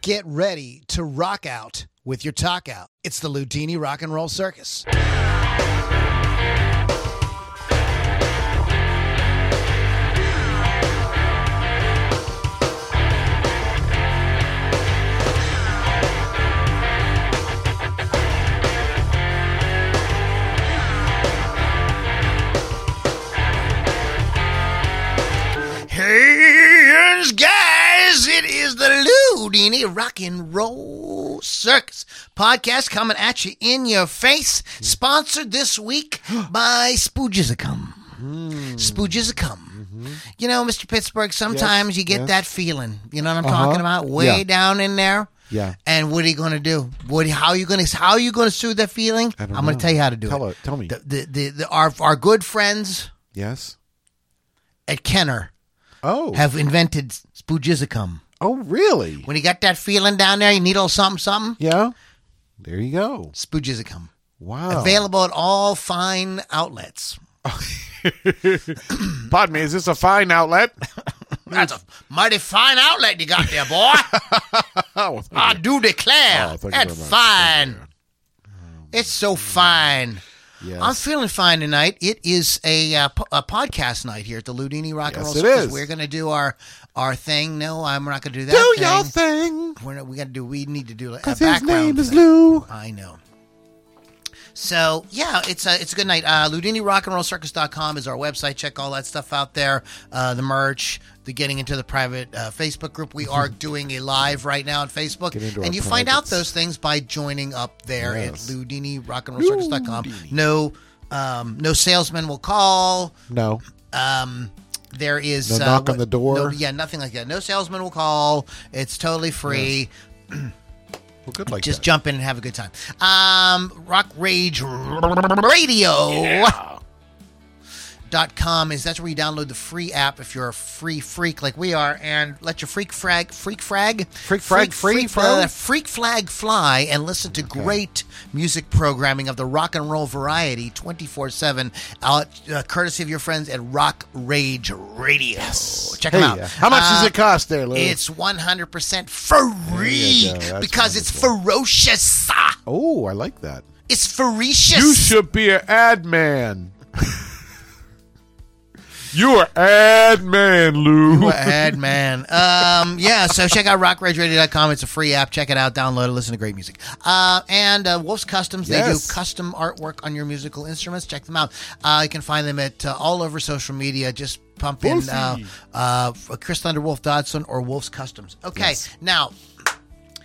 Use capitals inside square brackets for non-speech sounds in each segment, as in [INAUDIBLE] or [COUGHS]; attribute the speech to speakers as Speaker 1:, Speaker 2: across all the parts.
Speaker 1: Get ready to rock out with your talk out. It's the Ludini Rock and Roll Circus. Here's guys, it is the Ludini Rock and Roll Circus podcast coming at you in your face. Sponsored this [GASPS] week by Spoogisicum. Hmm. Spoogisicum. You know, Mr. Pittsburgh, sometimes you get
Speaker 2: yes.
Speaker 1: that feeling. You know what I'm
Speaker 2: Uh-huh.
Speaker 1: talking about? Way
Speaker 2: Yeah.
Speaker 1: down in there.
Speaker 2: Yeah.
Speaker 1: And what are you going to do? What? How are you going to? How are you going to soothe that feeling?
Speaker 2: I don't
Speaker 1: I'm going
Speaker 2: know.
Speaker 1: to tell you how to do
Speaker 2: Tell
Speaker 1: it.
Speaker 2: it- tell me.
Speaker 1: The, the, the, the, our our good friends
Speaker 2: Yes.
Speaker 1: at Kenner
Speaker 2: Oh.
Speaker 1: have invented Spoogisicum.
Speaker 2: oh, really?
Speaker 1: When you got that feeling down there, you need a little something, something,
Speaker 2: Yeah. There you go.
Speaker 1: Spoogisicum.
Speaker 2: Wow. [LAUGHS]
Speaker 1: Available at all fine outlets.
Speaker 2: [CLEARS THROAT] Pardon me. Is this a fine [LAUGHS] outlet?
Speaker 1: That's a mighty fine outlet you got there, boy.
Speaker 2: [LAUGHS] oh,
Speaker 1: I do declare.
Speaker 2: Oh, thank you
Speaker 1: That's
Speaker 2: very much.
Speaker 1: fine. It's so fine.
Speaker 2: yes.
Speaker 1: I'm feeling fine tonight. It is a, uh, po- a podcast night here at the Ludini Rock and
Speaker 2: Yes,
Speaker 1: Roll.
Speaker 2: it
Speaker 1: Circus.
Speaker 2: is.
Speaker 1: We're gonna do our our thing. No, I'm not gonna do that.
Speaker 2: do
Speaker 1: thing.
Speaker 2: your thing.
Speaker 1: We're not, we gotta do. We need to do a
Speaker 2: Cause
Speaker 1: background.
Speaker 2: his name is
Speaker 1: thing.
Speaker 2: Lou.
Speaker 1: I know. So yeah, it's a it's a good night. Uh, Ludini Rock and Roll Circus.com is our website. Check all that stuff out there. Uh, the merch, the getting into the private uh, Facebook group. We
Speaker 2: [LAUGHS]
Speaker 1: are doing a live right now on Facebook,
Speaker 2: Get into our
Speaker 1: and you find out
Speaker 2: privates.
Speaker 1: those things by joining up there
Speaker 2: Yes.
Speaker 1: at Ludini Rock and Roll Circus.com. No, um, no salesman will call.
Speaker 2: No.
Speaker 1: Um, there is uh,
Speaker 2: No knock on
Speaker 1: what-
Speaker 2: the door?
Speaker 1: no- yeah, nothing like that. No salesman will call. It's totally free
Speaker 2: Well, good like
Speaker 1: just jump in and have a good time. Um, Rock Rage Radio. Dot com is that's where you download the free app if you're a free freak like we are and let your freak frag freak frag
Speaker 2: Freak frag free, bro?
Speaker 1: uh, freak flag fly and listen to great music programming of the rock and roll variety 24 7 out uh, courtesy of your friends at Rock Rage Radio check
Speaker 2: Hey,
Speaker 1: them out
Speaker 2: uh, how much does
Speaker 1: Uh,
Speaker 2: it cost there, Lou?
Speaker 1: it's 100% free
Speaker 2: Mm. There you go. That's
Speaker 1: because it's ferocious.
Speaker 2: oh, I like that.
Speaker 1: It's ferocious.
Speaker 2: You should be an ad [LAUGHS] man. You're ad man, Lou.
Speaker 1: Ad man. Um, yeah, so check out rockrageradio.com. It's a free app. Check it out, download it, listen to great music. Uh, and uh, Wolf's Customs, they
Speaker 2: Yes.
Speaker 1: do custom artwork on your musical instruments. Check them out. Uh, you can find them at uh, all over social media. Just pump in uh,
Speaker 2: Wolfie.
Speaker 1: uh, Chris Thunderwolf Dodson or Wolf's Customs. Okay,
Speaker 2: Yes.
Speaker 1: now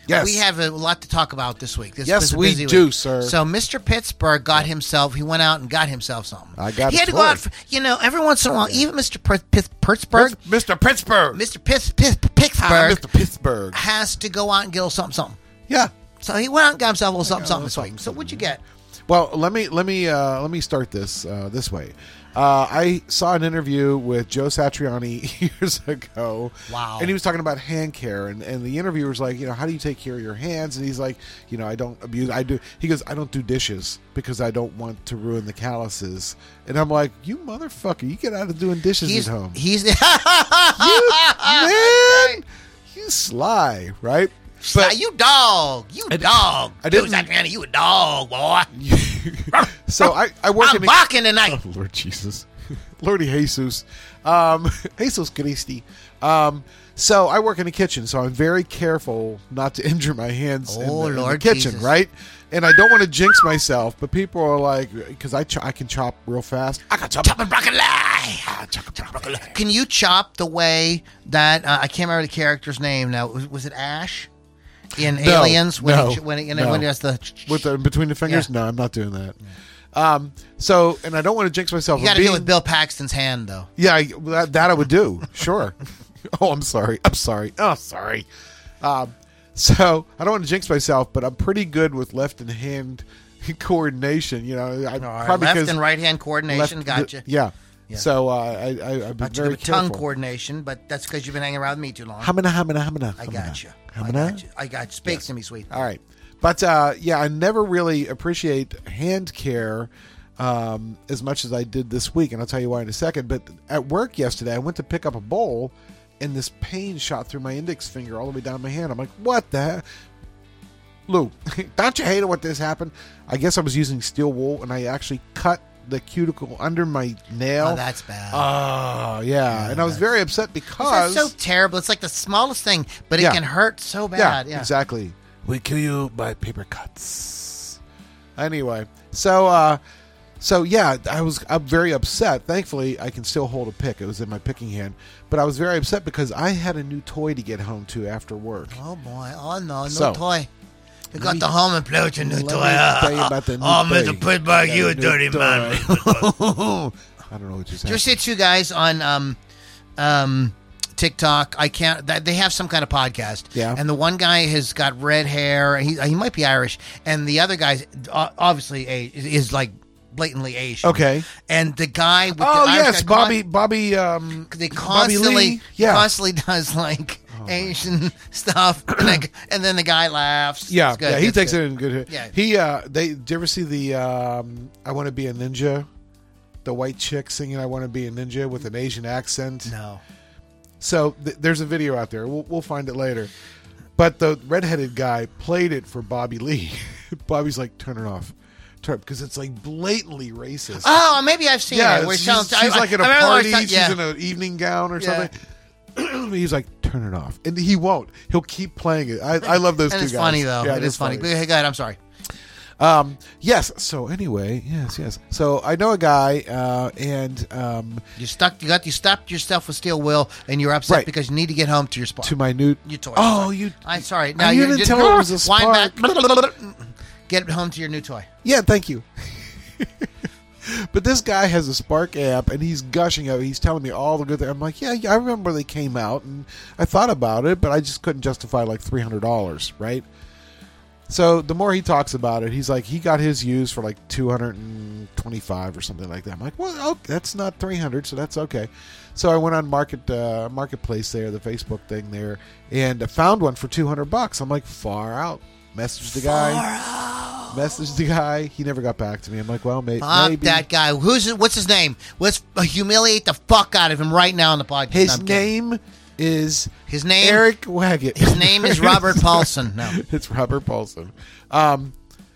Speaker 2: Yes.
Speaker 1: We have a lot to talk about this week. This
Speaker 2: Yes,
Speaker 1: was a
Speaker 2: we
Speaker 1: busy
Speaker 2: do,
Speaker 1: week.
Speaker 2: sir.
Speaker 1: So Mr. Pittsburgh got himself. He went out and got himself something.
Speaker 2: I got
Speaker 1: He had
Speaker 2: a
Speaker 1: to go out. For,
Speaker 2: toy.
Speaker 1: you know, every once in a while, even Mr. Pit- Pit- Pittsburgh,
Speaker 2: Mr. Pittsburgh.
Speaker 1: Mr. Pit- Pit-
Speaker 2: Hi,
Speaker 1: Pittsburgh
Speaker 2: Mr. Pittsburgh.
Speaker 1: has to go out and get a little something, something.
Speaker 2: Yeah.
Speaker 1: So he went out and got himself a little something, something this
Speaker 2: something,
Speaker 1: week. So what'd you get?
Speaker 2: Well, let me let me uh, let me start this uh, this way. Uh, I saw an interview with Joe Satriani [LAUGHS] years ago.
Speaker 1: Wow.
Speaker 2: And he was talking about hand care, and, and the interviewer was like, you know, how do you take care of your hands? And he's like, you know, I don't abuse. I do. He goes, I don't do dishes because I don't want to ruin the calluses. And I'm like, you motherfucker, you get out of doing dishes
Speaker 1: He's
Speaker 2: at home,
Speaker 1: he's [LAUGHS]
Speaker 2: man. You sly, right?
Speaker 1: Now, you dog, you dog.
Speaker 2: I
Speaker 1: Dude,
Speaker 2: didn't-
Speaker 1: Zachary, you a dog, boy.
Speaker 2: so I I work
Speaker 1: I'm
Speaker 2: in.
Speaker 1: barking tonight.
Speaker 2: Oh, Lord Jesus. [LAUGHS] Lordy Jesus. Um, [LAUGHS] Jesus Christi. Um, so I work in the kitchen, so I'm very careful not to [LAUGHS] injure my hands in, the,
Speaker 1: Oh,
Speaker 2: in the
Speaker 1: Lord
Speaker 2: kitchen,
Speaker 1: Jesus.
Speaker 2: right? And I don't want to jinx myself, but people are like, because I, ch- I can chop real fast. Ah, I can chop.
Speaker 1: Chop and broccoli. Chop and broccoli. Can you chop the way that uh, I can't remember the character's name now? Was, was it Ash in
Speaker 2: No,
Speaker 1: Aliens when
Speaker 2: no,
Speaker 1: he, when he, you know,
Speaker 2: no.
Speaker 1: when he has the
Speaker 2: With the, between the fingers? No, I'm not doing that. Um, so, and I don't want to jinx myself.
Speaker 1: you got to
Speaker 2: being,
Speaker 1: do with Bill Paxton's hand though.
Speaker 2: Yeah, I- that, that I would do. Sure. [LAUGHS] oh, I'm sorry. I'm sorry. Oh, sorry. Um, so I don't want to jinx myself, but I'm pretty good with left and hand [LAUGHS] coordination. You know, I
Speaker 1: All right,
Speaker 2: probably
Speaker 1: left
Speaker 2: 'cause
Speaker 1: and right hand coordination.
Speaker 2: left-
Speaker 1: gotcha.
Speaker 2: Yeah.
Speaker 1: Yeah.
Speaker 2: So uh, I, I I've been
Speaker 1: Not too good
Speaker 2: very
Speaker 1: with tongue
Speaker 2: careful.
Speaker 1: coordination, but that's because you've been hanging around with me too long.
Speaker 2: Hamina, hamina, hamina.
Speaker 1: I
Speaker 2: hamina.
Speaker 1: got you. I
Speaker 2: Hamina.
Speaker 1: got you. I got you. Speak to me, sweet.
Speaker 2: All right. But uh, yeah, I never really appreciate hand care um, as much as I did this week, and I'll tell you why in a second. But at work yesterday, I went to pick up a bowl, and this pain shot through my index finger all the way down my hand. I'm like, what the? heck? Lou, [LAUGHS] don't you hate it when this happened? I guess I was using steel wool and I actually cut the cuticle under my nail.
Speaker 1: Oh, that's bad.
Speaker 2: Oh, yeah. And I was very upset because.
Speaker 1: That's so terrible. It's like the smallest thing, but it
Speaker 2: Yeah.
Speaker 1: can hurt so bad. Yeah,
Speaker 2: exactly. We kill you by paper cuts. Anyway, so uh, so yeah, I was I'm very upset. Thankfully, I can still hold a pick. It was in my picking hand, but I was very upset because I had a new toy to get home to after work.
Speaker 1: Oh boy! Oh no! No
Speaker 2: So,
Speaker 1: toy. You got
Speaker 2: me-
Speaker 1: the home and play with your new
Speaker 2: let
Speaker 1: toy.
Speaker 2: me
Speaker 1: [LAUGHS]
Speaker 2: tell you about the new
Speaker 1: oh,
Speaker 2: toy.
Speaker 1: Mr. Pitbuck,
Speaker 2: Yeah,
Speaker 1: you a
Speaker 2: new
Speaker 1: dirty
Speaker 2: toy.
Speaker 1: man.
Speaker 2: [LAUGHS]
Speaker 1: [LAUGHS]
Speaker 2: I don't know what you said.
Speaker 1: Just hit you guys on um, um, TikTok. I can't. That, they have some kind of podcast.
Speaker 2: Yeah.
Speaker 1: And the one guy has got red hair. He he might be Irish, and the other guy's uh, obviously a, is like blatantly Asian.
Speaker 2: Okay.
Speaker 1: And the guy. With
Speaker 2: Oh
Speaker 1: the Irish
Speaker 2: yes,
Speaker 1: guy con-
Speaker 2: Bobby Bobby um
Speaker 1: they
Speaker 2: Bobby
Speaker 1: constantly
Speaker 2: Lee. Yeah. Oh,
Speaker 1: constantly does like Asian [LAUGHS] stuff, [CLEARS THROAT] and, like, and then the guy laughs.
Speaker 2: yeah,
Speaker 1: It's good.
Speaker 2: yeah, he
Speaker 1: It's
Speaker 2: takes
Speaker 1: good.
Speaker 2: it in good.
Speaker 1: Yeah.
Speaker 2: He uh they did you ever see the um I want to be a ninja? The white chick singing I want to be a ninja with an Asian accent.
Speaker 1: No,
Speaker 2: So th- there's a video out there. We'll, we'll find it later. But the redheaded guy played it for Bobby Lee. [LAUGHS] Bobby's like, turn it off, turn because it's like blatantly racist.
Speaker 1: oh, maybe I've seen
Speaker 2: yeah,
Speaker 1: it. Where
Speaker 2: she's,
Speaker 1: sounds- I-
Speaker 2: she's
Speaker 1: I-
Speaker 2: like at a
Speaker 1: I remember where
Speaker 2: party.
Speaker 1: it's sound-
Speaker 2: she's
Speaker 1: yeah.
Speaker 2: in an evening gown or
Speaker 1: Yeah.
Speaker 2: something. [CLEARS THROAT] He's like, turn it off, and he won't. He'll keep playing it. I, I love those
Speaker 1: and
Speaker 2: two
Speaker 1: it's
Speaker 2: guys.
Speaker 1: funny though.
Speaker 2: Yeah,
Speaker 1: it is funny. But, hey, go ahead. I'm sorry.
Speaker 2: Um, yes. So anyway, yes, yes. So I know a guy, uh, and um,
Speaker 1: You stuck. You got. You stopped yourself with steel will, and you're upset
Speaker 2: Right.
Speaker 1: because you need to get home to your spot.
Speaker 2: to my new.
Speaker 1: your toy.
Speaker 2: Oh, you.
Speaker 1: I'm sorry.
Speaker 2: you
Speaker 1: you're
Speaker 2: didn't
Speaker 1: just-
Speaker 2: tell
Speaker 1: [LAUGHS]
Speaker 2: it was a
Speaker 1: Wind back.
Speaker 2: spark.
Speaker 1: Get home to your new toy.
Speaker 2: [LAUGHS] Yeah, thank you. but this guy has a Spark amp, and he's gushing over. He's telling me all the good things. I'm like, yeah, yeah, I remember they came out, and I thought about it, but I just couldn't justify like three hundred dollars, right? So the more he talks about it, he's like, he got his used for like two hundred and twenty-five or something like that. I'm like, well, oh, that's not three hundred, so that's okay. So I went on market uh, marketplace there, the Facebook thing there, and I found one for two hundred bucks. I'm like, far out. Message the guy. Messaged the guy. He never got back to me. I'm like, well, may-
Speaker 1: Fuck
Speaker 2: maybe
Speaker 1: that guy. Who's what's his name? Let's uh, humiliate the fuck out of him right now on the podcast. No,
Speaker 2: his
Speaker 1: I'm kidding.
Speaker 2: name is
Speaker 1: His name.
Speaker 2: Eric Waggett.
Speaker 1: His name
Speaker 2: [LAUGHS]
Speaker 1: is Robert Paulson. No.
Speaker 2: it's Robert Paulson. Um,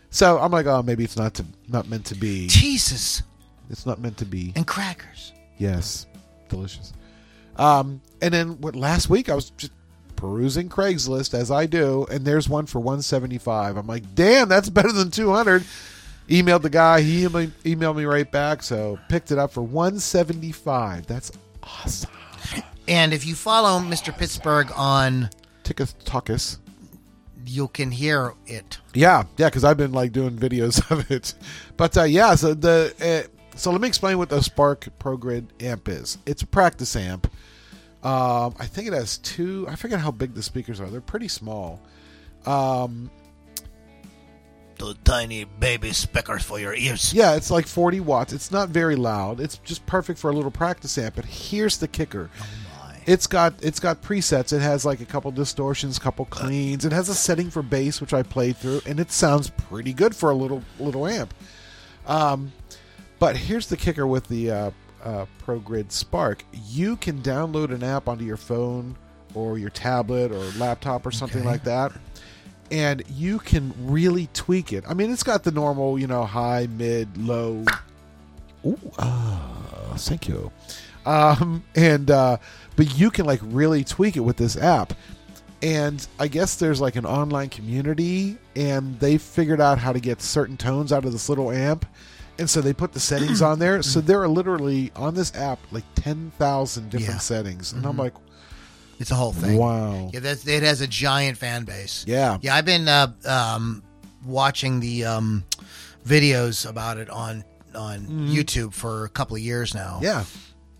Speaker 2: so I'm like, oh, maybe it's not to not meant to be.
Speaker 1: Jesus
Speaker 2: It's not meant to be.
Speaker 1: and crackers.
Speaker 2: Yes, delicious. Um, and then what? Last week I was just perusing Craigslist as I do, and there's one for 175. I'm like, damn, that's better than 200. Emailed the guy. He emailed emailed me right back. So picked it up for 175. That's awesome.
Speaker 1: And if you follow Mr. Pittsburgh on,
Speaker 2: Tikitokis.
Speaker 1: you can hear it.
Speaker 2: Yeah, yeah, because I've been like doing videos [LAUGHS] of it. But uh, yeah, so the uh, so let me explain what the Spark ProGrid amp is. It's a practice amp. Um, I think it has two. I forget how big the speakers are. They're pretty small.
Speaker 1: The tiny baby speckers for your ears.
Speaker 2: Yeah, it's like 40 watts. It's not very loud. It's just perfect for a little practice amp. But here's the kicker. It's got it's got presets. It has like a couple distortions, couple cleans. It has a setting for bass, which I played through, and it sounds pretty good for a little little amp. Um, But here's the kicker with the uh, uh, ProGrid Spark: you can download an app onto your phone or your tablet or laptop or something like that, and you can really tweak it. I mean, it's got the normal, you know, high, mid, low. Ooh, ah, thank you. Um, and uh, but you can like really tweak it with this app. And I guess there's like an online community, and they figured out how to get certain tones out of this little amp, and so they put the settings on there. [CLEARS THROAT] So there are literally on this app like ten thousand different
Speaker 1: Yeah.
Speaker 2: settings, and I'm like,
Speaker 1: It's a whole thing.
Speaker 2: wow,
Speaker 1: Yeah, that's, it has a giant fan base.
Speaker 2: yeah,
Speaker 1: Yeah, I've been uh, um, watching the um, videos about it on on
Speaker 2: Mm-hmm.
Speaker 1: YouTube for a couple of years now.
Speaker 2: yeah.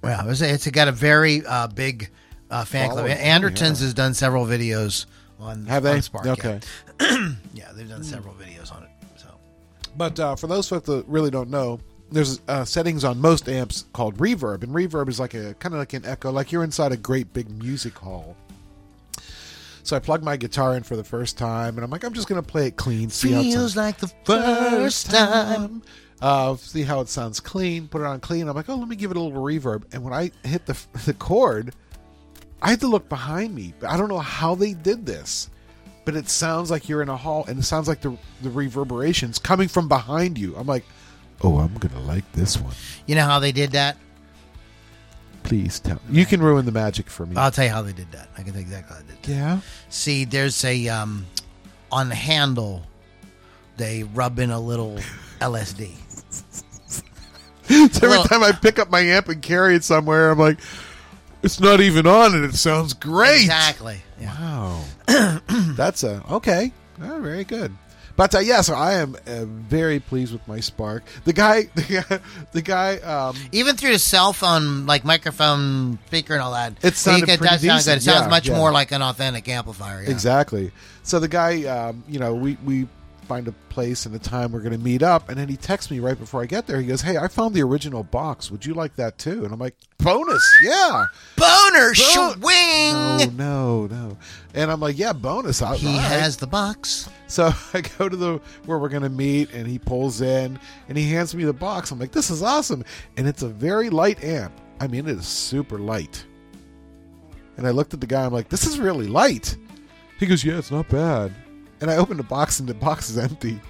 Speaker 1: yeah. It's, it's got a very uh, big uh, fan club.
Speaker 2: Following.
Speaker 1: Anderton's has done several videos on
Speaker 2: Have they?
Speaker 1: on Spark, yeah.
Speaker 2: okay.
Speaker 1: [CLEARS THROAT] yeah, they've done several videos on it. So
Speaker 2: But uh, for those folks that really don't know, there's uh, settings on most amps called reverb, and reverb is like a kind of like an echo, like you're inside a great big music hall. So I plugged my guitar in for the first time, and I'm like, I'm just gonna play it clean, see how it sounds.
Speaker 1: feels like the first time.
Speaker 2: Uh, see how it sounds [LAUGHS] clean. Put it on clean. I'm like, oh, let me give it a little reverb. And when I hit the the chord, I had to look behind me. but I don't know how they did this, but it sounds like you're in a hall, and it sounds like the the reverberations coming from behind you. I'm like, oh, I'm gonna like this one.
Speaker 1: You know how they did that?
Speaker 2: Please tell. You can ruin the magic for me.
Speaker 1: I'll tell you how they did that. I can tell you exactly how they did that.
Speaker 2: yeah.
Speaker 1: See, there's a um, on the handle, they rub in a
Speaker 2: [LAUGHS]
Speaker 1: little LSD.
Speaker 2: Every
Speaker 1: Well-
Speaker 2: time I pick up my amp and carry it somewhere, I'm like, it's not even on, and it sounds great.
Speaker 1: Exactly. Yeah.
Speaker 2: Wow. [COUGHS] That's a okay. Oh, very good. But uh, yeah, so I am uh, very pleased with my spark. The guy, [LAUGHS] the guy, the guy. Um,
Speaker 1: Even through the cell phone, like microphone speaker and all that,
Speaker 2: It sounded
Speaker 1: you get- that
Speaker 2: pretty
Speaker 1: sounds good. It
Speaker 2: decent.
Speaker 1: sounds
Speaker 2: Yeah,
Speaker 1: much
Speaker 2: yeah.
Speaker 1: more like an authentic amplifier. Yeah.
Speaker 2: Exactly. So the guy, um, you know, we we find a place and a time we're going to meet up, and then he texts me right before I get there. He goes, "Hey, I found the original box. Would you like that too?" And I'm like, "Bonus, yeah."
Speaker 1: Boner
Speaker 2: Bo- No,
Speaker 1: swing.
Speaker 2: no, no. And I'm like, "Yeah, bonus." I,
Speaker 1: He
Speaker 2: all right."
Speaker 1: has the box.
Speaker 2: So [LAUGHS] I go to the where we're gonna meet, and he pulls in, and he hands me the box. I'm like, "This is awesome!" And it's a very light amp. I mean, it is super light. And I looked at the guy. I'm like, "This is really light." He goes, "Yeah, it's not bad." And I open the box, and the box is empty.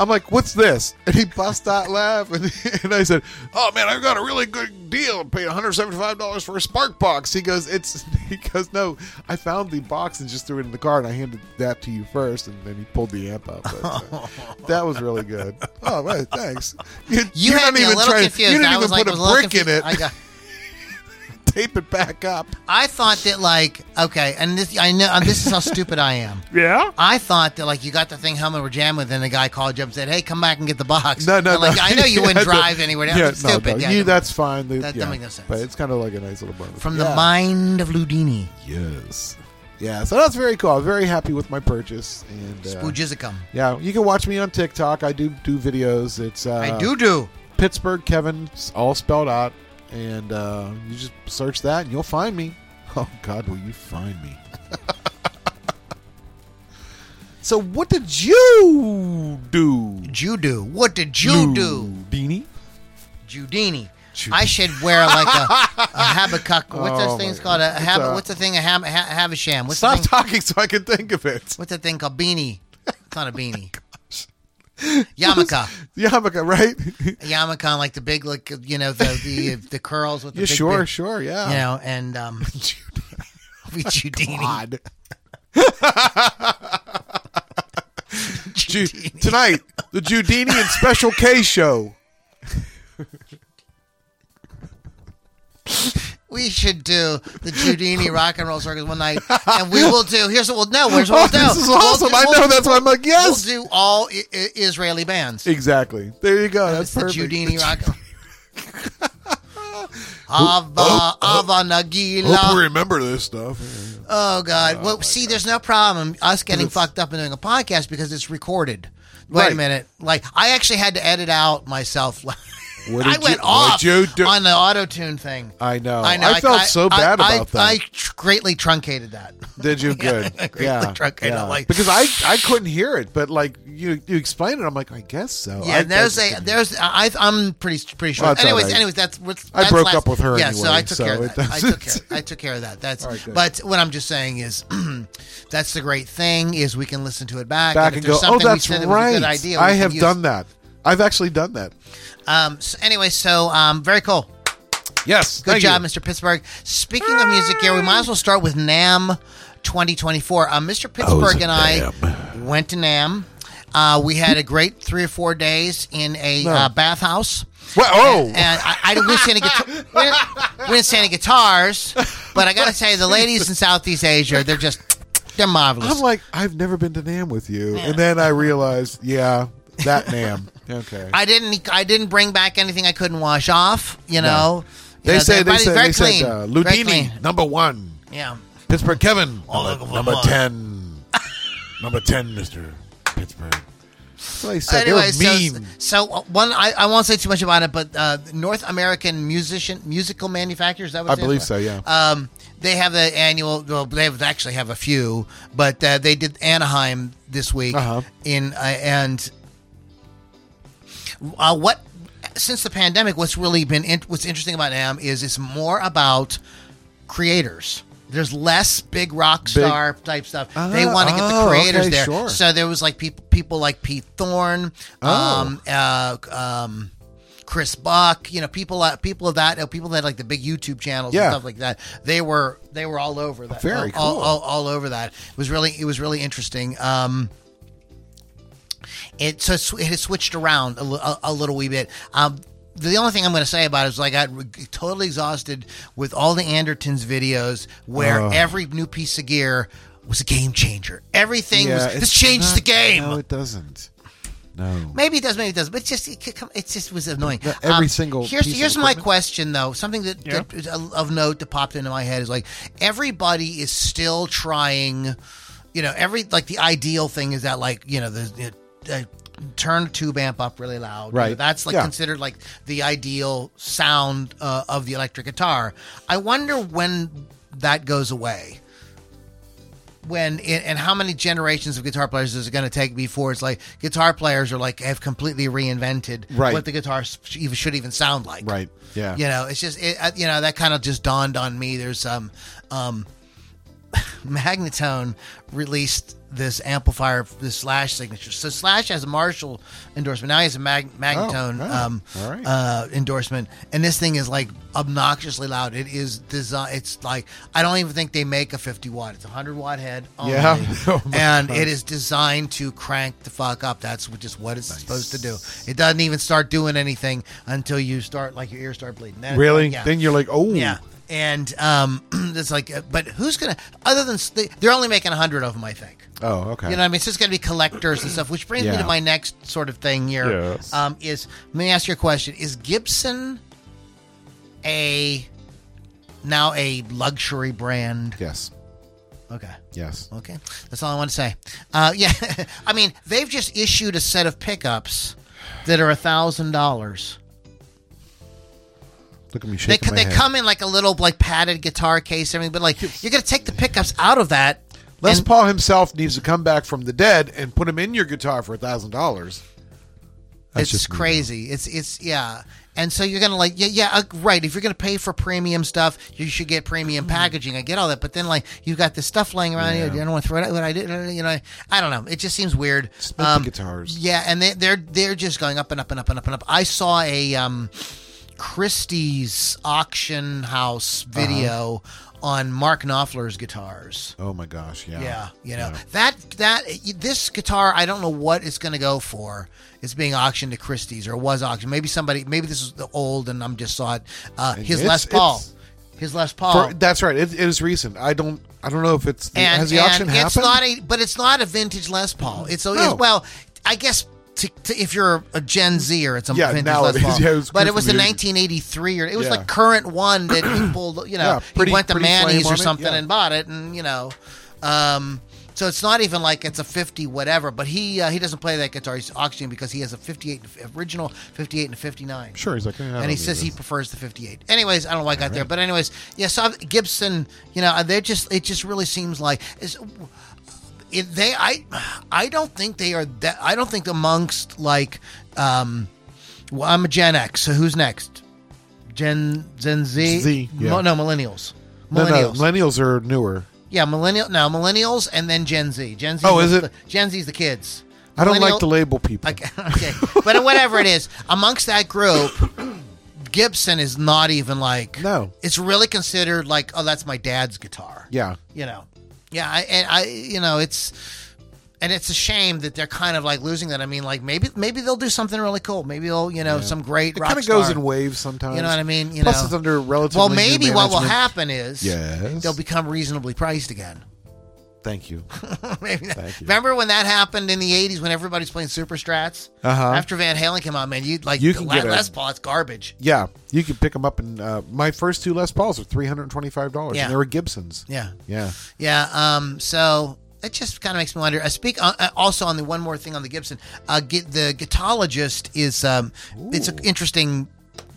Speaker 2: I'm like, "What's this?" And he busts out laughing. [LAUGHS] And I said, "Oh man, I've got a really good deal. Paid 175 dollars for a spark box." He goes, "It's," [LAUGHS] he goes, "No, I found the box and just threw it in the car, and I handed that to you first, and then he pulled the amp out." But, uh, that was really good. Oh, well, thanks. You,
Speaker 1: You
Speaker 2: you're
Speaker 1: had
Speaker 2: not
Speaker 1: me a little
Speaker 2: trying-
Speaker 1: confused.
Speaker 2: You didn't
Speaker 1: I
Speaker 2: even
Speaker 1: was like,
Speaker 2: put
Speaker 1: was
Speaker 2: a
Speaker 1: little
Speaker 2: brick in
Speaker 1: confused.
Speaker 2: it.
Speaker 1: I got-
Speaker 2: [LAUGHS] tape it back up.
Speaker 1: I thought that like okay, and this I know and this is how [LAUGHS] stupid I am.
Speaker 2: Yeah.
Speaker 1: I thought that like you got the thing home and were jamming, with, and the guy called you up and said, "Hey, come back and get the box."
Speaker 2: No, no,
Speaker 1: I'm like
Speaker 2: no.
Speaker 1: I know you
Speaker 2: [LAUGHS] Yeah,
Speaker 1: wouldn't drive
Speaker 2: but-
Speaker 1: anywhere.
Speaker 2: yeah,
Speaker 1: That's
Speaker 2: no,
Speaker 1: stupid.
Speaker 2: no,
Speaker 1: yeah,
Speaker 2: you,
Speaker 1: come-
Speaker 2: that's fine. That,
Speaker 1: That- that
Speaker 2: yeah.
Speaker 1: make no sense.
Speaker 2: But it's kind of like a nice little bonus.
Speaker 1: from
Speaker 2: Yeah.
Speaker 1: the mind of Ludini.
Speaker 2: Yes. Yeah. So that's very cool. I'm very happy with my purchase. And uh,
Speaker 1: Spoojizacum.
Speaker 2: yeah, you can watch me on TikTok. I do do videos. It's uh,
Speaker 1: I do do.
Speaker 2: Pittsburgh Kevin, it's all spelled out, and uh, you just search that and you'll find me. [LAUGHS] Oh God, will you find
Speaker 1: [LAUGHS]
Speaker 2: me? so what did you do?
Speaker 1: You do. What did you do,
Speaker 2: Beanie?
Speaker 1: Judini?
Speaker 2: Ju-
Speaker 1: I should wear like a,
Speaker 2: [LAUGHS]
Speaker 1: a habakkuk. What's
Speaker 2: Oh,
Speaker 1: those things
Speaker 2: my-
Speaker 1: called? A,
Speaker 2: it's
Speaker 1: hab-
Speaker 2: a-
Speaker 1: what's the thing? A hab- ha- havisham. What's the
Speaker 2: Stop
Speaker 1: thing?
Speaker 2: talking so I can think of it. [LAUGHS]
Speaker 1: What's that thing called? Beanie. It's
Speaker 2: Oh
Speaker 1: not a beanie.
Speaker 2: [LAUGHS]
Speaker 1: Yarmulke.
Speaker 2: Yarmulke, right?
Speaker 1: A yarmulke, like the big, like you know, the the, the curls with the
Speaker 2: [LAUGHS] yeah,
Speaker 1: big
Speaker 2: sure,
Speaker 1: bit,
Speaker 2: sure, yeah.
Speaker 1: you know, and
Speaker 2: [LAUGHS]
Speaker 1: um, [LAUGHS] be [LAUGHS] Judini.
Speaker 2: God. Ju- tonight, the Judini and Special
Speaker 1: [LAUGHS]
Speaker 2: K show.
Speaker 1: We should do the Judini Rock and Roll Circus one
Speaker 2: [LAUGHS]
Speaker 1: night, and we will do. Here's what we'll no. Here's
Speaker 2: Oh,
Speaker 1: what we'll do.
Speaker 2: [LAUGHS] this is
Speaker 1: We'll
Speaker 2: awesome.
Speaker 1: do-
Speaker 2: I
Speaker 1: we'll-
Speaker 2: know that's why I'm like,
Speaker 1: We'll
Speaker 2: yes.
Speaker 1: do all I- I- Israeli bands.
Speaker 2: Exactly. There you go.
Speaker 1: It's
Speaker 2: That's
Speaker 1: the
Speaker 2: perfect.
Speaker 1: Judini Rock.
Speaker 2: [LAUGHS]
Speaker 1: Ava, Ava
Speaker 2: Hope we
Speaker 1: Nagila.
Speaker 2: remember this stuff. Yeah, yeah.
Speaker 1: Oh God! Well, see, there's no problem us getting fucked up and doing a podcast because it's recorded. Wait a
Speaker 2: Right.
Speaker 1: minute! Like I actually had to edit out myself. [LAUGHS]
Speaker 2: What
Speaker 1: I
Speaker 2: did
Speaker 1: went
Speaker 2: you-
Speaker 1: off
Speaker 2: what'd you do?
Speaker 1: on the auto tune thing.
Speaker 2: I know.
Speaker 1: I know.
Speaker 2: I felt so bad
Speaker 1: I-
Speaker 2: about
Speaker 1: I
Speaker 2: that.
Speaker 1: tr- greatly truncated that.
Speaker 2: [LAUGHS] Did
Speaker 1: [LAUGHS]
Speaker 2: you good?
Speaker 1: greatly
Speaker 2: yeah,
Speaker 1: truncated,
Speaker 2: yeah.
Speaker 1: like-
Speaker 2: because I I couldn't hear it, but like you you explained it, I'm like I guess so.
Speaker 1: Yeah,
Speaker 2: I
Speaker 1: there's
Speaker 2: guess-
Speaker 1: a there's I I'm pretty pretty sure.
Speaker 2: Well, that's all
Speaker 1: anyways,
Speaker 2: right.
Speaker 1: anyways, that's, what's-
Speaker 2: I
Speaker 1: that's
Speaker 2: broke
Speaker 1: last-
Speaker 2: up with her
Speaker 1: Yeah, so
Speaker 2: anyway,
Speaker 1: I took
Speaker 2: so
Speaker 1: care
Speaker 2: it
Speaker 1: of that. I took care.
Speaker 2: doesn't-
Speaker 1: I took care of that. That's.
Speaker 2: right, good.
Speaker 1: but what I'm just saying is, [CLEARS THROAT] that's the great thing is we can listen to it back,
Speaker 2: back
Speaker 1: if
Speaker 2: and go.
Speaker 1: there's
Speaker 2: Oh,
Speaker 1: something we
Speaker 2: that's
Speaker 1: said that
Speaker 2: right.
Speaker 1: Was a good idea. we
Speaker 2: I
Speaker 1: can
Speaker 2: have
Speaker 1: use.
Speaker 2: done that. I've actually done that.
Speaker 1: Um. So anyway, so um. Very cool.
Speaker 2: Yes.
Speaker 1: Good
Speaker 2: thank
Speaker 1: job,
Speaker 2: you.
Speaker 1: Mr. Pittsburgh. Speaking of music here, we might as well start with Nam 2024. Uh, Mr. Pittsburgh and I went to Nam. Uh, we had a great three or four days in a uh, bathhouse.
Speaker 2: Well, oh,
Speaker 1: And I, I we didn't see any guitar, we, didn't, we didn't see any guitars, but I got to say
Speaker 2: [LAUGHS]
Speaker 1: the ladies in Southeast Asia, they're just they're marvelous.
Speaker 2: I'm like I've never been to Nam with you, and then I realized, yeah, that Nam. Okay.
Speaker 1: I didn't I didn't bring back anything I couldn't wash off. You know, You
Speaker 2: they
Speaker 1: know,
Speaker 2: say they
Speaker 1: everybody's
Speaker 2: say
Speaker 1: very
Speaker 2: they
Speaker 1: clean,
Speaker 2: said uh,
Speaker 1: very clean.
Speaker 2: Ludini number one,
Speaker 1: Yeah.
Speaker 2: Pittsburgh Kevin
Speaker 1: All
Speaker 2: number,
Speaker 1: over
Speaker 2: number
Speaker 1: one.
Speaker 2: ten,
Speaker 1: [LAUGHS]
Speaker 2: number ten, Mister Pittsburgh. That's what they said.
Speaker 1: anyway,
Speaker 2: they were mean.
Speaker 1: so, so uh, one, I, I won't say too much about it, but uh, North American musician musical manufacturers. Is that what it
Speaker 2: I
Speaker 1: stands
Speaker 2: believe
Speaker 1: for?
Speaker 2: so, yeah.
Speaker 1: Um, they have the annual. Well, they have, actually have a few, but uh, they did Anaheim this week
Speaker 2: Uh-huh.
Speaker 1: in uh, and uh, what since the pandemic, what's really been in, what's interesting about NAM is it's more about creators. There's less big rock
Speaker 2: Big-
Speaker 1: star type stuff.
Speaker 2: Ah,
Speaker 1: they want to get
Speaker 2: oh,
Speaker 1: the creators
Speaker 2: okay,
Speaker 1: there.
Speaker 2: sure. Oh.
Speaker 1: So there was like people people like Pete Thorne, um, uh, um, Chris Buck, you know, people uh, people of that, uh, people that had, like the big YouTube channels
Speaker 2: Yeah.
Speaker 1: and stuff like that. They were they were all over that.
Speaker 2: Very
Speaker 1: all, all-
Speaker 2: cool.
Speaker 1: all, all over that. It was really it was really interesting. Um, it so it sw- it had switched around a, li- a, a little wee bit. Um, the only thing I'm going to say about it is I got re- totally exhausted with all the Andertons videos where
Speaker 2: Oh.
Speaker 1: every new piece of gear was a game changer. Everything was this
Speaker 2: it's
Speaker 1: changed
Speaker 2: not-
Speaker 1: the game.
Speaker 2: No, it doesn't. No.
Speaker 1: Maybe it does, maybe it does, but it's just it, could come- it just was annoying. Um,
Speaker 2: No, every single
Speaker 1: here's
Speaker 2: piece of
Speaker 1: here's my
Speaker 2: equipment.
Speaker 1: question though. Something that,
Speaker 3: Yeah.
Speaker 1: that is of note that popped into my head is like everybody is still trying. You know, every like the ideal thing is that like you know the. the uh, Turn the tube amp up really loud. You know,
Speaker 2: Right.
Speaker 1: that's like
Speaker 2: Yeah.
Speaker 1: considered like the ideal sound uh, of the electric guitar. I wonder when that goes away when and how many generations of guitar players is it going to take before it's like guitar players are like have completely reinvented
Speaker 2: Right.
Speaker 1: what the guitar s- sh- even should even sound like
Speaker 2: Right. Yeah.
Speaker 1: you know it's just it, uh, you know that kind of just dawned on me there's um um [LAUGHS] magnetone released this amplifier this slash signature so slash has a marshall endorsement now he has a mag- magnetone
Speaker 2: Oh, wow.
Speaker 1: um
Speaker 2: All right.
Speaker 1: uh endorsement and this thing is like obnoxiously loud it is design it's like i don't even think they make a 50 watt it's a 100 watt head only,
Speaker 2: Yeah. [LAUGHS] Oh my
Speaker 1: and
Speaker 2: God.
Speaker 1: it is designed to crank the fuck up that's just what it's supposed to do it doesn't even start doing anything until you start like your ears start bleeding Then it's
Speaker 2: Really?
Speaker 1: like, yeah.
Speaker 2: Then you're like, oh,
Speaker 1: yeah and um [CLEARS THROAT] it's like uh, but who's gonna other than they- they're only making 100 of them i think
Speaker 2: oh, okay.
Speaker 1: you know, what I mean, it's just going to be collectors and stuff, which brings me
Speaker 2: Yeah.
Speaker 1: to my next sort of thing here.
Speaker 3: Yes.
Speaker 1: Um, is let me ask you a question: Is Gibson a now a luxury brand?
Speaker 2: yes,
Speaker 1: Okay.
Speaker 2: yes.
Speaker 1: Okay, that's all I want to say. Uh, yeah, [LAUGHS] I mean they've just issued a set of pickups that are a thousand dollars.
Speaker 2: Look at me
Speaker 1: They
Speaker 2: shaking
Speaker 1: c-
Speaker 2: my
Speaker 1: they
Speaker 2: head.
Speaker 1: come in like a little like padded guitar case, and everything, but like you're gonna take the pickups out of that.
Speaker 2: Les
Speaker 1: and-
Speaker 2: Paul himself needs to come back from the dead and put him in your guitar for a thousand dollars. That's
Speaker 1: it's
Speaker 2: just me,
Speaker 1: crazy. It's it's yeah. And so you're gonna like yeah yeah uh, right. If you're gonna pay for premium stuff, you should get premium
Speaker 2: Mm-hmm.
Speaker 1: packaging. I get all that, but then like you got this stuff laying around here. I don't want to throw it out. What I did, uh, you know, I don't know. It just seems weird. Um,
Speaker 2: Smoking guitars.
Speaker 1: Yeah, and they, they're they're just going up and up and up and up and up. I saw a um, Christie's auction house
Speaker 2: Uh-huh.
Speaker 1: video on Mark Knopfler's guitars.
Speaker 2: Oh my gosh, yeah.
Speaker 1: Yeah, you know
Speaker 2: Yeah.
Speaker 1: that that this guitar, I don't know what it's going to go for. It's being auctioned to Christie's or was auctioned. Maybe somebody, maybe this is the old and I'm just saw it. Uh, his
Speaker 2: it's-
Speaker 1: Les Paul,
Speaker 2: it's-
Speaker 1: his Les Paul,
Speaker 2: For- that's right. It, it is recent. I don't. I don't know if it's the,
Speaker 1: and,
Speaker 2: has the
Speaker 1: and
Speaker 2: auction happened.
Speaker 1: it's not a, but it's not a vintage Les Paul. It's, a, it's-
Speaker 2: No.
Speaker 1: well, I guess. To, to, if you're a Gen Zer, it's a
Speaker 2: Yeah,
Speaker 1: vintage
Speaker 2: now
Speaker 1: Les
Speaker 2: it is.
Speaker 1: Paul.
Speaker 2: [LAUGHS] Yeah, it was
Speaker 1: but it was a
Speaker 2: definitely-
Speaker 1: 1983, or it was
Speaker 2: Yeah.
Speaker 1: like current one
Speaker 2: [CLEARS THROAT]
Speaker 1: that people, you know,
Speaker 2: Yeah, pretty-
Speaker 1: he went to
Speaker 2: pretty flame
Speaker 1: Manny's
Speaker 2: on
Speaker 1: or
Speaker 2: it,
Speaker 1: something
Speaker 2: yeah.
Speaker 1: and bought it, and you know, um, so it's not even like it's a fifty whatever. But he uh, he doesn't play that guitar. He's auctioning because he has a 58 original 58 and a 59
Speaker 2: sure, he's like. eh, I don't
Speaker 1: and he
Speaker 2: need
Speaker 1: says he
Speaker 2: this.
Speaker 1: prefers the 58. Anyways, I don't know why I got there, but anyways, yeah. So I've- Gibson, you know, they just it just really seems like it's, it, they I I don't think they are that I don't think amongst like um, well, I'm a Gen X, so who's next? Gen Gen Z,
Speaker 2: Z, yeah.
Speaker 1: Mo- no millennials,
Speaker 2: No,
Speaker 1: millennials,
Speaker 2: no, millennials are newer.
Speaker 1: yeah, millennial, no millennials, and then Gen Z. Gen Z,
Speaker 2: Oh, is it?
Speaker 1: The, Gen Z's the kids.
Speaker 2: I don't
Speaker 1: Millennial-
Speaker 2: like to label people.
Speaker 1: Okay, [LAUGHS] okay. but whatever it is, amongst that group, Gibson is not even like
Speaker 2: No.
Speaker 1: It's really considered like, oh, that's my dad's guitar.
Speaker 2: [LAUGHS] yeah,
Speaker 1: You know, yeah, I, and I, you know, it's and it's a shame that they're kind of like losing that. I mean, like maybe maybe they'll do something really cool. Maybe they'll you know some great.
Speaker 2: it
Speaker 1: rock
Speaker 2: kind of goes
Speaker 1: star.
Speaker 2: in waves sometimes.
Speaker 1: You know what I mean? You
Speaker 2: Plus,
Speaker 1: know.
Speaker 2: it's under relatively.
Speaker 1: Well,
Speaker 2: new
Speaker 1: maybe what will
Speaker 2: management.
Speaker 1: happen is
Speaker 2: Yes.
Speaker 1: they'll become reasonably priced again.
Speaker 2: Thank you.
Speaker 1: [LAUGHS] Maybe not.
Speaker 2: Thank you.
Speaker 1: Remember when that happened in the '80s when everybody's playing Super Strats?
Speaker 2: Uh-huh.
Speaker 1: After Van Halen came out, man, you like
Speaker 2: You
Speaker 1: the
Speaker 2: can
Speaker 1: La-
Speaker 2: get a-
Speaker 1: Les Paul, it's garbage.
Speaker 2: Yeah, you can pick them up, and uh, my first two Les Pauls are three hundred twenty-five dollars,
Speaker 1: Yeah.
Speaker 2: and they were Gibsons.
Speaker 1: Yeah,
Speaker 2: Yeah.
Speaker 1: yeah. Um, so it just kind of makes me wonder. I speak uh, uh, also on the one more thing on the Gibson. Uh, get the guitarologist is um, it's an
Speaker 2: Mm-hmm,
Speaker 1: interesting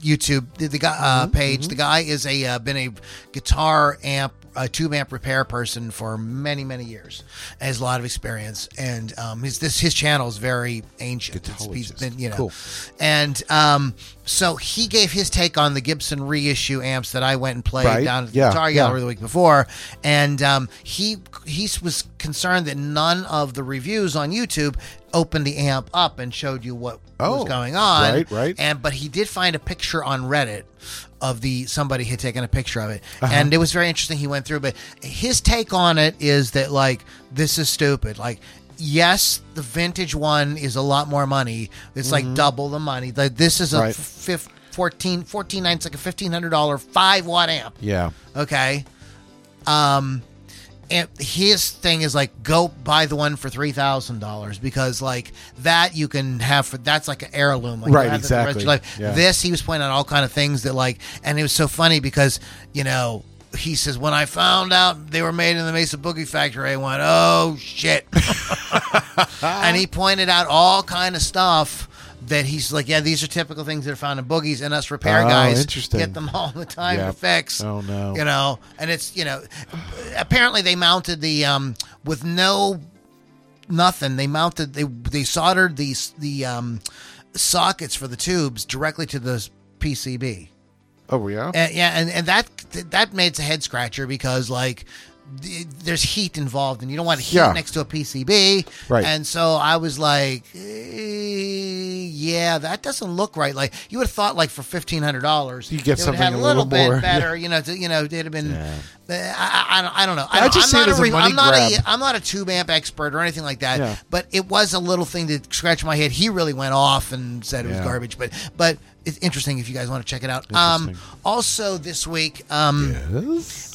Speaker 1: YouTube the, the guy uh, page. The guy is a uh, been a guitar amp. a tube amp repair person for many, many years. And has a lot of experience, and um, his this his channel is very ancient. It's- he's
Speaker 2: Guitarologist.
Speaker 1: been, you know,
Speaker 2: Cool.
Speaker 1: and um, so he gave his take on the Gibson reissue amps that I went and played
Speaker 2: Right.
Speaker 1: down at the
Speaker 2: Yeah,
Speaker 1: Guitar
Speaker 2: yeah.
Speaker 1: Gallery the week before, and um, he he was concerned that none of the reviews on YouTube opened the amp up and showed you what
Speaker 2: Oh,
Speaker 1: was going on.
Speaker 2: right, right.
Speaker 1: And but he did find a picture on Reddit of the somebody had taken a picture of it,
Speaker 2: Uh-huh.
Speaker 1: and it was very interesting. He went through, but his take on it is that like this is stupid, like. Yes, the vintage one is a lot more money. It's like double the money. Like this is a
Speaker 2: Mm-hmm. Right.
Speaker 1: fif- 14, 14 it's like a fifteen hundred dollar five watt amp
Speaker 2: Yeah.
Speaker 1: okay um and his thing is like go buy the one for three thousand dollars because like that you can have for that's like an heirloom like
Speaker 2: Right,
Speaker 1: you have that for the rest of your
Speaker 2: exactly.
Speaker 1: life.
Speaker 2: Yeah.
Speaker 1: this he was pointing out all kind of things that like and it was so funny because you know he says when I found out they were made in the Mesa Boogie factory I went oh shit
Speaker 2: [LAUGHS]
Speaker 1: and he pointed out all kind of stuff that he's like yeah these are typical things that are found in boogies and us repair
Speaker 2: Oh,
Speaker 1: guys
Speaker 2: interesting.
Speaker 1: get them all the time
Speaker 2: Yeah.
Speaker 1: to fix
Speaker 2: Oh, no.
Speaker 1: you know and it's you know apparently they mounted the um with no nothing they mounted they they soldered these the um sockets for the tubes directly to the pcb
Speaker 2: Oh, yeah.
Speaker 1: and, yeah and, and that that made a head scratcher because like th- there's heat involved and you don't want heat
Speaker 2: Yeah.
Speaker 1: next to a pcb
Speaker 2: Right.
Speaker 1: and so i was like eh, yeah that doesn't look right like you would have thought like for $1500
Speaker 2: You get
Speaker 1: they would have had
Speaker 2: something
Speaker 1: a
Speaker 2: a
Speaker 1: little,
Speaker 2: little
Speaker 1: bit
Speaker 2: more. [LAUGHS]
Speaker 1: better you know to, you know it'd have been I, I- I, don't- I don't know
Speaker 2: I
Speaker 1: I don't,
Speaker 2: just see
Speaker 1: am
Speaker 2: it
Speaker 1: not
Speaker 2: as
Speaker 1: a,
Speaker 2: a
Speaker 1: re-
Speaker 2: money
Speaker 1: I'm not
Speaker 2: grab.
Speaker 1: a I'm not a tube amp expert or anything like that
Speaker 2: Yeah.
Speaker 1: but it was a little thing that scratched my head he really went off and said it was
Speaker 2: Yeah.
Speaker 1: garbage but but it's interesting if you guys want to check it out um
Speaker 2: Interesting.
Speaker 1: also, this week, um,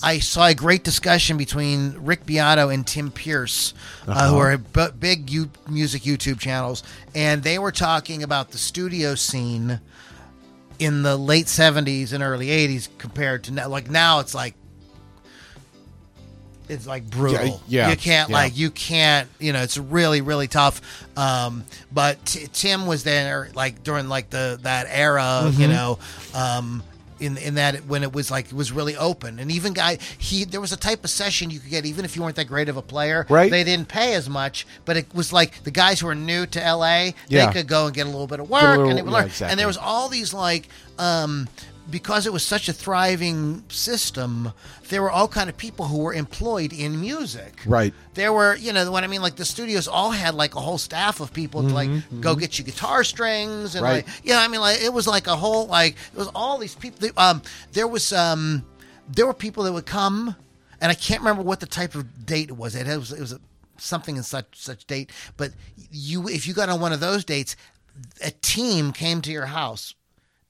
Speaker 1: I saw a great discussion between Rick Beato and Tim Pierce, uh,
Speaker 2: Uh-huh.
Speaker 1: who are b- big you- music YouTube channels, and they were talking about the studio scene in the late '70s and early '80s compared to now. Like now, it's like it's like brutal.
Speaker 2: yeah,
Speaker 1: you can't
Speaker 2: yeah.
Speaker 1: like you can't. You know, it's really really tough. Um, but t- Tim was there like during like the that era. You
Speaker 2: Mm-hmm.
Speaker 1: know. Um, in, in that when it was like it was really open and even guy he there was a type of session you could get even if you weren't that great of a player
Speaker 2: Right.
Speaker 1: they didn't pay as much but it was like the guys who were new to la
Speaker 2: Yeah.
Speaker 1: they could go and get a little bit of
Speaker 2: a
Speaker 1: work
Speaker 2: little-
Speaker 1: and they would
Speaker 2: yeah,
Speaker 1: learn and
Speaker 2: exactly.
Speaker 1: there was all these like um because it was such a thriving system there were all kind of people who were employed in music
Speaker 2: Right.
Speaker 1: there were you know what i mean like the studios all had like a whole staff of people to like go get you guitar strings and
Speaker 2: Mm-hmm, Right.
Speaker 1: like yeah i mean like it was like a whole like it was all these people that, um there was um there were people that would come and i can't remember what the type of date it was it was it was a, something in such such date but you if you got on one of those dates a team came to your house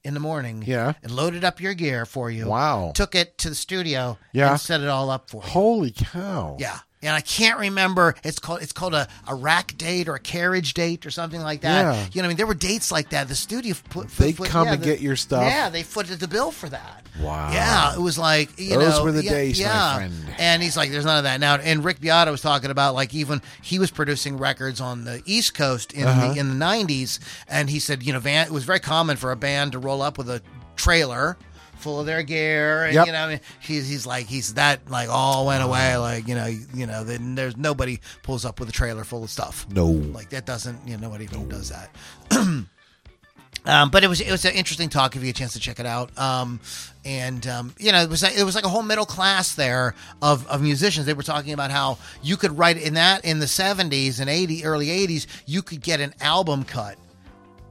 Speaker 1: in the morning
Speaker 2: Yeah.
Speaker 1: and loaded up your gear for you
Speaker 2: Wow.
Speaker 1: took it to the studio
Speaker 2: Yeah.
Speaker 1: and set it all up for you
Speaker 2: Holy cow.
Speaker 1: yeah. And I can't remember. It's called it's called a, a rack date or a carriage date or something like that.
Speaker 2: Yeah.
Speaker 1: You know, I mean, there were dates like that. The studio put,
Speaker 2: They
Speaker 1: put-
Speaker 2: come
Speaker 1: yeah,
Speaker 2: and
Speaker 1: the-
Speaker 2: get your stuff.
Speaker 1: Yeah, they footed the bill for that.
Speaker 2: Wow.
Speaker 1: Yeah, it was like you
Speaker 2: Those
Speaker 1: know,
Speaker 2: were the
Speaker 1: yeah,
Speaker 2: days, my
Speaker 1: yeah.
Speaker 2: friend.
Speaker 1: And he's like, "There's none of that now." And Rick Beato was talking about like even he was producing records on the East Coast in the in the '90s, and he said, you know, van, it was very common for a band to roll up with a trailer. Full of their gear, and
Speaker 2: Yep.
Speaker 1: you know, I mean, he's, he's like he's that like all went away, like you know, you know, then there's nobody pulls up with a trailer full of stuff.
Speaker 2: No.
Speaker 1: Like that doesn't, you know, nobody does that. [CLEARS THROAT] um, but it was it was an interesting talk. If you get a chance to check it out, um, and um, you know, it was like, it was like a whole middle class there of, of musicians. They were talking about how you could write in that in the seventies and eighty early eighties, you could get an album cut.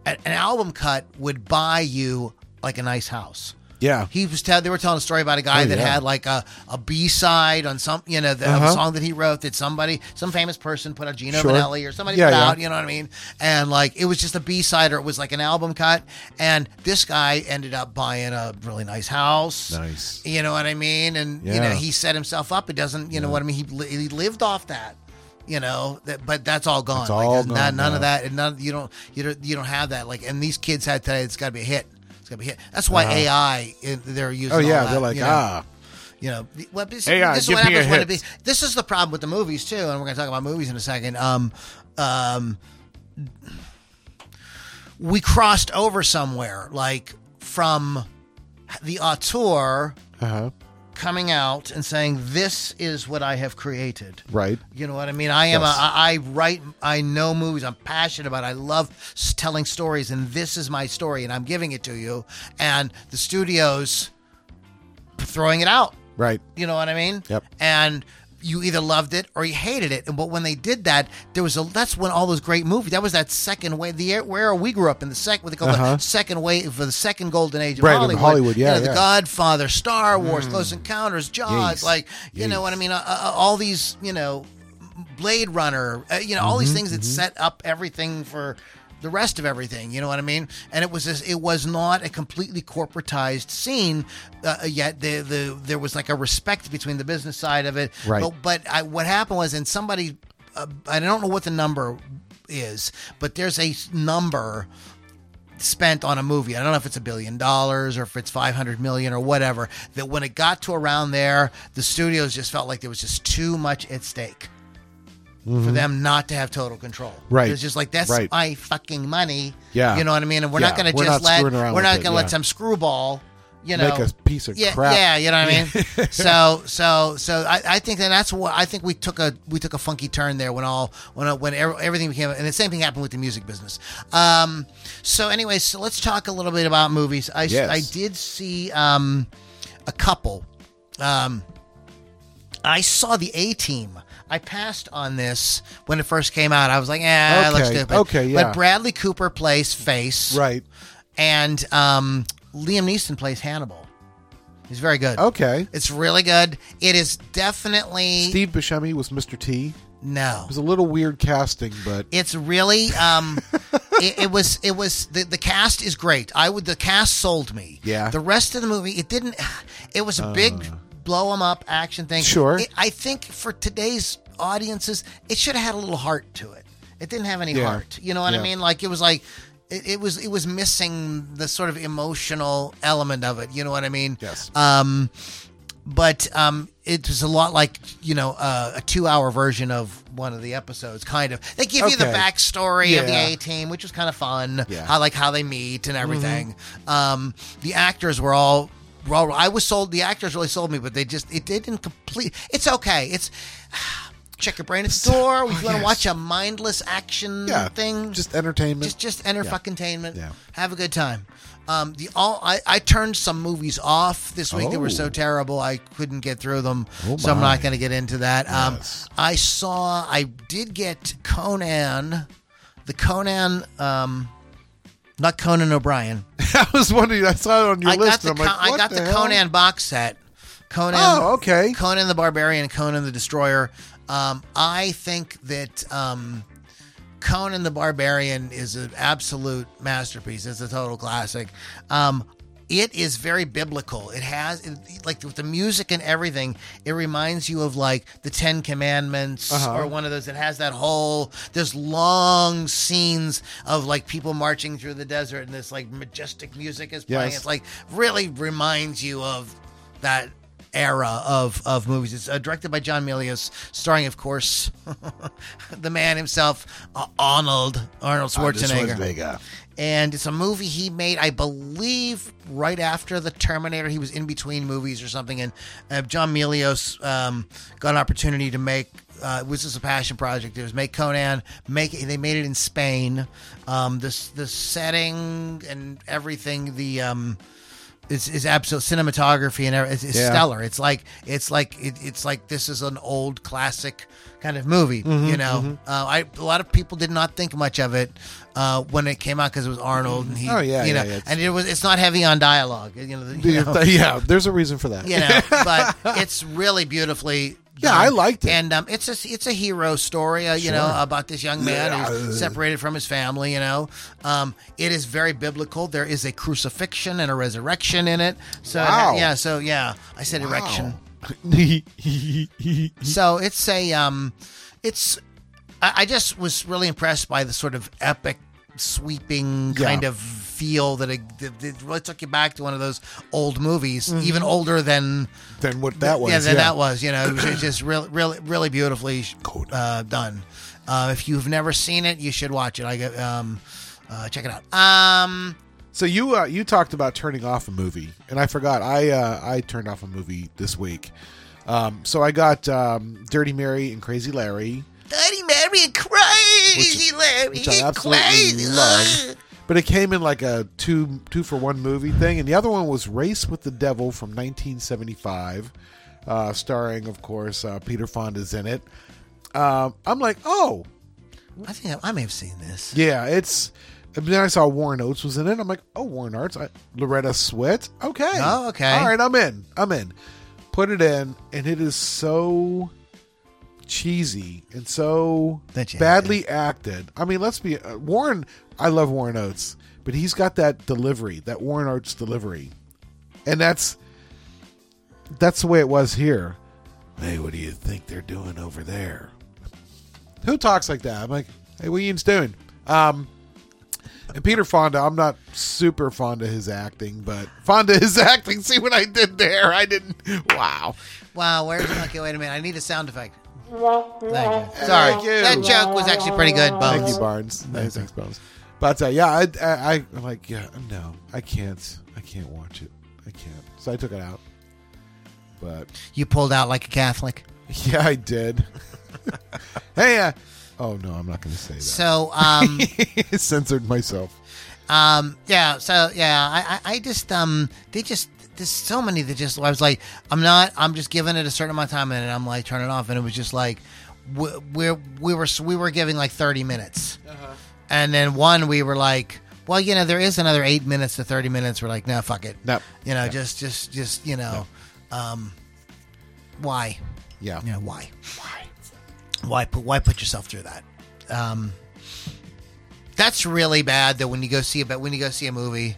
Speaker 1: An an album cut would buy you like a nice house
Speaker 2: Yeah.
Speaker 1: he was tell they were telling a story about a guy
Speaker 2: Oh,
Speaker 1: that
Speaker 2: yeah.
Speaker 1: had like a, a B side on some you know the, of a
Speaker 2: Uh-huh.
Speaker 1: song that he wrote that somebody some famous person put out Gino
Speaker 2: Sure.
Speaker 1: Vanelli or somebody
Speaker 2: Yeah,
Speaker 1: put
Speaker 2: yeah.
Speaker 1: out you know what I mean and like it was just a B side or it was like an album cut and this guy ended up buying a really nice house
Speaker 2: Nice.
Speaker 1: you know what I mean and you know
Speaker 2: Yeah.
Speaker 1: he set himself up it doesn't you know what I mean he, li- he lived off that. You know, that, but that's all gone. like,
Speaker 2: all
Speaker 1: there's not,
Speaker 2: gone
Speaker 1: none of
Speaker 2: now.
Speaker 1: that, and none you don't, you don't, you don't have that. Like, and these kids had today, it's got to be a hit. It's got to be a hit. That's why AI, in, they're using
Speaker 2: Uh-huh. Oh,
Speaker 1: all
Speaker 2: yeah.
Speaker 1: that,
Speaker 2: They're like,
Speaker 1: you know.
Speaker 2: ah.
Speaker 1: You know, the- well, this,
Speaker 2: AI,
Speaker 1: this is
Speaker 2: give
Speaker 1: what
Speaker 2: me a
Speaker 1: happens when it
Speaker 2: hit.
Speaker 1: be, This is the problem with the movies too, and we're going to talk about movies in a second. Um, um, we crossed over somewhere, like from the auteur
Speaker 2: Uh huh.
Speaker 1: coming out and saying, "This is what I have created."
Speaker 2: Right.
Speaker 1: You know what I mean? I am. a-
Speaker 2: Yes.
Speaker 1: I I write. I know movies. I'm passionate about. It. I love s- telling stories, and this is my story, and I'm giving it to you. And the studios throwing it out.
Speaker 2: Right.
Speaker 1: You know what I mean?
Speaker 2: Yep.
Speaker 1: And you either loved it or you hated it. And but when they did that, there was a that's when all those great movies. That was that second wave. The e-, era- where we grew up in the second what they call
Speaker 2: Uh-huh.
Speaker 1: the second wave for the second golden age of
Speaker 2: Right, of
Speaker 1: Hollywood.
Speaker 2: Hollywood,
Speaker 1: You
Speaker 2: yeah,
Speaker 1: know, The
Speaker 2: yeah. Hmm.
Speaker 1: Godfather, Star Wars, Close Encounters, Jaws.
Speaker 2: Yeez.
Speaker 1: Like you know
Speaker 2: Yeez.
Speaker 1: what I mean? Uh, uh, all these you know, Blade Runner. Uh, you know all these things that set up everything for. The rest of everything, you know what I mean, and it was this, it was not a completely corporatized scene, uh, yet the, the there was like a respect between the business side of it,
Speaker 2: Right.
Speaker 1: But, but I, what happened was, and somebody, uh, I don't know what the number is, but there's a s- number spent on a movie. I don't know if it's a billion dollars or if it's 500 million or whatever, that when it got to around there, the studios just felt like there was just too much at stake for them not to have total control.
Speaker 2: Mm-hmm. Right.
Speaker 1: It's just like, that's
Speaker 2: Right.
Speaker 1: my fucking money.
Speaker 2: Yeah.
Speaker 1: You know what I mean? And we're not
Speaker 2: Yeah,
Speaker 1: going to
Speaker 2: we're
Speaker 1: just
Speaker 2: not
Speaker 1: let,
Speaker 2: screwing around
Speaker 1: we're
Speaker 2: with
Speaker 1: not
Speaker 2: it,
Speaker 1: going to
Speaker 2: yeah.
Speaker 1: let some screwball, you know.
Speaker 2: Make a piece of
Speaker 1: yeah,
Speaker 2: crap.
Speaker 1: Yeah, you know what I
Speaker 2: [LAUGHS]
Speaker 1: mean? so, so, so I, I think that that's what, I think we took a, we took a funky turn there when all, when, uh, when ev- everything became, and the same thing happened with the music business. Um, so anyway, so let's talk a little bit about movies. I, s-
Speaker 2: Yes.
Speaker 1: I did see, um, a couple, um, I saw the A Team. I passed on this when it first came out. I was like, "Eh, it looks
Speaker 2: Okay,
Speaker 1: stupid."
Speaker 2: okay, yeah.
Speaker 1: But Bradley Cooper plays Face,
Speaker 2: Right.
Speaker 1: and um, Liam Neeson plays Hannibal. He's very good.
Speaker 2: Okay.
Speaker 1: It's really good. It is definitely
Speaker 2: Steve Buscemi was Mr. T. It
Speaker 1: no.
Speaker 2: was a little weird casting, but
Speaker 1: It's really
Speaker 2: [LAUGHS]
Speaker 1: um, it, it was it was the, the cast is great. I would the cast sold me.
Speaker 2: Yeah. Uh.
Speaker 1: The rest of the movie, it didn't. It was a big blow 'em up action thing.
Speaker 2: Sure.
Speaker 1: It- I think for today's audiences, it should have had a little heart to it. It didn't have any
Speaker 2: Yeah.
Speaker 1: heart. You know what
Speaker 2: Yeah.
Speaker 1: I mean? Like it was like. It, it was it was missing the sort of emotional element of it. You know what I mean?
Speaker 2: Yes.
Speaker 1: Um, but um, it was a lot like you know uh, a two-hour version of one of the episodes. Kind of, they give you the
Speaker 2: Okay.
Speaker 1: backstory of the
Speaker 2: Yeah.
Speaker 1: A team, which was kind of fun.
Speaker 2: Yeah. Mm-hmm.
Speaker 1: How like how they meet and everything. Um, the actors were all. were all I was sold. The actors really sold me, but they just it didn't complete. It's okay. It's [SIGHS] check your brain at the door. We want to
Speaker 2: oh, yes.
Speaker 1: watch a mindless action
Speaker 2: yeah,
Speaker 1: thing.
Speaker 2: just entertainment.
Speaker 1: Just just enter fucking tainment.
Speaker 2: Yeah.
Speaker 1: Have a good time. Um, the all I, I turned some movies off this week. They were
Speaker 2: Oh.
Speaker 1: so terrible I couldn't get through them.
Speaker 2: Oh,
Speaker 1: so I'm not
Speaker 2: my.
Speaker 1: going to get into that.
Speaker 2: Yes.
Speaker 1: Um, I saw I did get Conan, the Conan, um, not Conan O'Brien.
Speaker 2: [LAUGHS] I was wondering. I saw it on your
Speaker 1: I got
Speaker 2: list.
Speaker 1: the
Speaker 2: and I'm like,
Speaker 1: Con- I
Speaker 2: what
Speaker 1: got the,
Speaker 2: hell?
Speaker 1: Conan box set. Conan.
Speaker 2: Oh, okay.
Speaker 1: Conan the Barbarian, Conan the Destroyer. Um, I think that um, Conan the Barbarian is an absolute masterpiece. It's a total classic. Um, it is very biblical. It has it, like with the music and everything. It reminds you of like the Ten Commandments
Speaker 2: Uh-huh.
Speaker 1: or one of those. It has that whole there's long scenes of like people marching through the desert and this like majestic music is playing.
Speaker 2: Yes.
Speaker 1: It's like really reminds you of that era of of movies. It's uh, directed by John Milius, starring, of course, [LAUGHS] the man himself, uh, Arnold Arnold Schwarzenegger. And it's a movie he made, I believe, right after the Terminator. He was in between movies or something, and uh, John Milius um, got an opportunity to make. Uh, it was just a passion project. It was make Conan, make it. They made it in Spain. Um, this the setting and everything. The um, is is absolute cinematography and everything. It's, it's
Speaker 2: Yeah.
Speaker 1: stellar. It's like it's like it, it's like this is an old classic kind of movie.
Speaker 2: Mm-hmm,
Speaker 1: you know, uh, I a lot of people did not think much of it uh, when it came out because it was Arnold and he,
Speaker 2: Oh, yeah,
Speaker 1: you
Speaker 2: yeah,
Speaker 1: know,
Speaker 2: yeah, it's-
Speaker 1: and it was it's not heavy on dialogue. You know, [LAUGHS] the- you know,
Speaker 2: [LAUGHS] yeah, there's a reason for that. [LAUGHS]
Speaker 1: you know, but it's really beautifully.
Speaker 2: Yeah,
Speaker 1: done.
Speaker 2: I liked it.
Speaker 1: and um, it's a it's a hero story, uh, you know, about this young man who's separated from his family. You know, um, it is very biblical. There is a crucifixion and a resurrection in it. So it ha-
Speaker 2: Wow.
Speaker 1: yeah, so yeah, I said
Speaker 2: [LAUGHS]
Speaker 1: erection.
Speaker 2: yeah.
Speaker 1: So it's a um, it's I, I just was really impressed by the sort of epic, sweeping
Speaker 2: Yeah.
Speaker 1: kind of feel that it, that it really took you back to one of those old movies,
Speaker 2: Mm-hmm.
Speaker 1: even older than
Speaker 2: then what that was?
Speaker 1: yeah, then that was. You know, it was just- just really, really, really beautifully uh, done. Uh, if you've never seen it, you should watch it. I get, um, uh, check it out. Um,
Speaker 2: So you uh, you talked about turning off a movie, and I forgot I uh, I turned off a movie this week. Um, so I got um, Dirty Mary and Crazy Larry,
Speaker 1: Dirty Mary and Crazy Larry.
Speaker 2: which I absolutely
Speaker 1: crazy. [LAUGHS]
Speaker 2: love. But it came in like a two two for one movie thing, and the other one was Race with the Devil from 1975, uh, starring of course uh, Peter Fonda's in it. Um, I'm like, oh
Speaker 1: I think I, I may have seen this.
Speaker 2: yeah, it's. And then I saw Warren Oates was in it. I'm like, oh, Warren Oates, I, Loretta Swit. Okay.
Speaker 1: Oh, okay.
Speaker 2: All right, I'm in. I'm in. Put it in, and it is so cheesy and so
Speaker 1: That you
Speaker 2: badly acted. I mean, let's be uh, Warren. I love Warren Oates, but he's got that delivery, that Warren Oates delivery, and that's that's the way it was here. Hey, what do you think they're doing over there? Who talks like that? I'm like, hey, what are you doing? Um, and Peter Fonda, I'm not super fond of his acting, but Fonda is [LAUGHS] acting. See what I did there? I didn't. Wow.
Speaker 1: Wow, where's okay? Wait a minute, I need a sound effect. Thank you. Sorry,
Speaker 2: Thank you.
Speaker 1: that joke was actually pretty good, Bones.
Speaker 2: Thank you, Barnes. Nice, thanks, Bones. But uh, yeah, I, I, I, I'm like, yeah, no, I can't, I can't watch it. I can't. So I took it out. But [LAUGHS]
Speaker 1: You pulled out like a Catholic.
Speaker 2: yeah, I did. [LAUGHS] hey, uh, oh no, I'm not going to say that.
Speaker 1: So, um,
Speaker 2: [LAUGHS] Censored myself.
Speaker 1: um, yeah, so yeah, I, I, I just um, they just there's so many that just I was like, I'm not, I'm just giving it a certain amount of time, and then I'm like, turn it off, and it was just like, we we're, we were we were giving like 30 minutes, and then one we were like, well, you know, there is another eight minutes to 30 minutes. We're like, no, fuck it,
Speaker 2: No.
Speaker 1: you know, just just just you know, um, why,
Speaker 2: Yeah.
Speaker 1: you know, why, why, why put why put yourself through that? Um, that's really bad that when you go see a but when you go see a movie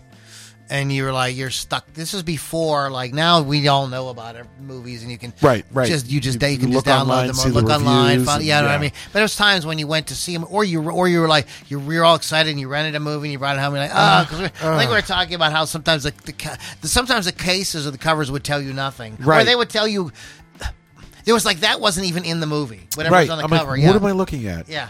Speaker 1: and you're like you're stuck this is before like now we all know about it, movies and you can
Speaker 2: Right, right.
Speaker 1: just you just
Speaker 2: You-
Speaker 1: you, can
Speaker 2: you
Speaker 1: just
Speaker 2: look
Speaker 1: download
Speaker 2: online,
Speaker 1: them
Speaker 2: see
Speaker 1: or
Speaker 2: the
Speaker 1: look online
Speaker 2: reviews
Speaker 1: find,
Speaker 2: and-
Speaker 1: yeah, you know what
Speaker 2: yeah.
Speaker 1: I mean but there was times when you went to see them or you were- or you were like you were, you were all excited and you rented a movie and you brought it home and you're like
Speaker 2: Uh,
Speaker 1: oh 'cause we- I think we were talking about how sometimes the, the, ca- the sometimes the cases or the covers would tell you nothing or
Speaker 2: Right.
Speaker 1: they would tell you there was like that wasn't even in the movie whatever
Speaker 2: Right.
Speaker 1: was on the
Speaker 2: I'm
Speaker 1: cover
Speaker 2: like,
Speaker 1: yeah
Speaker 2: what am I looking at?
Speaker 1: yeah.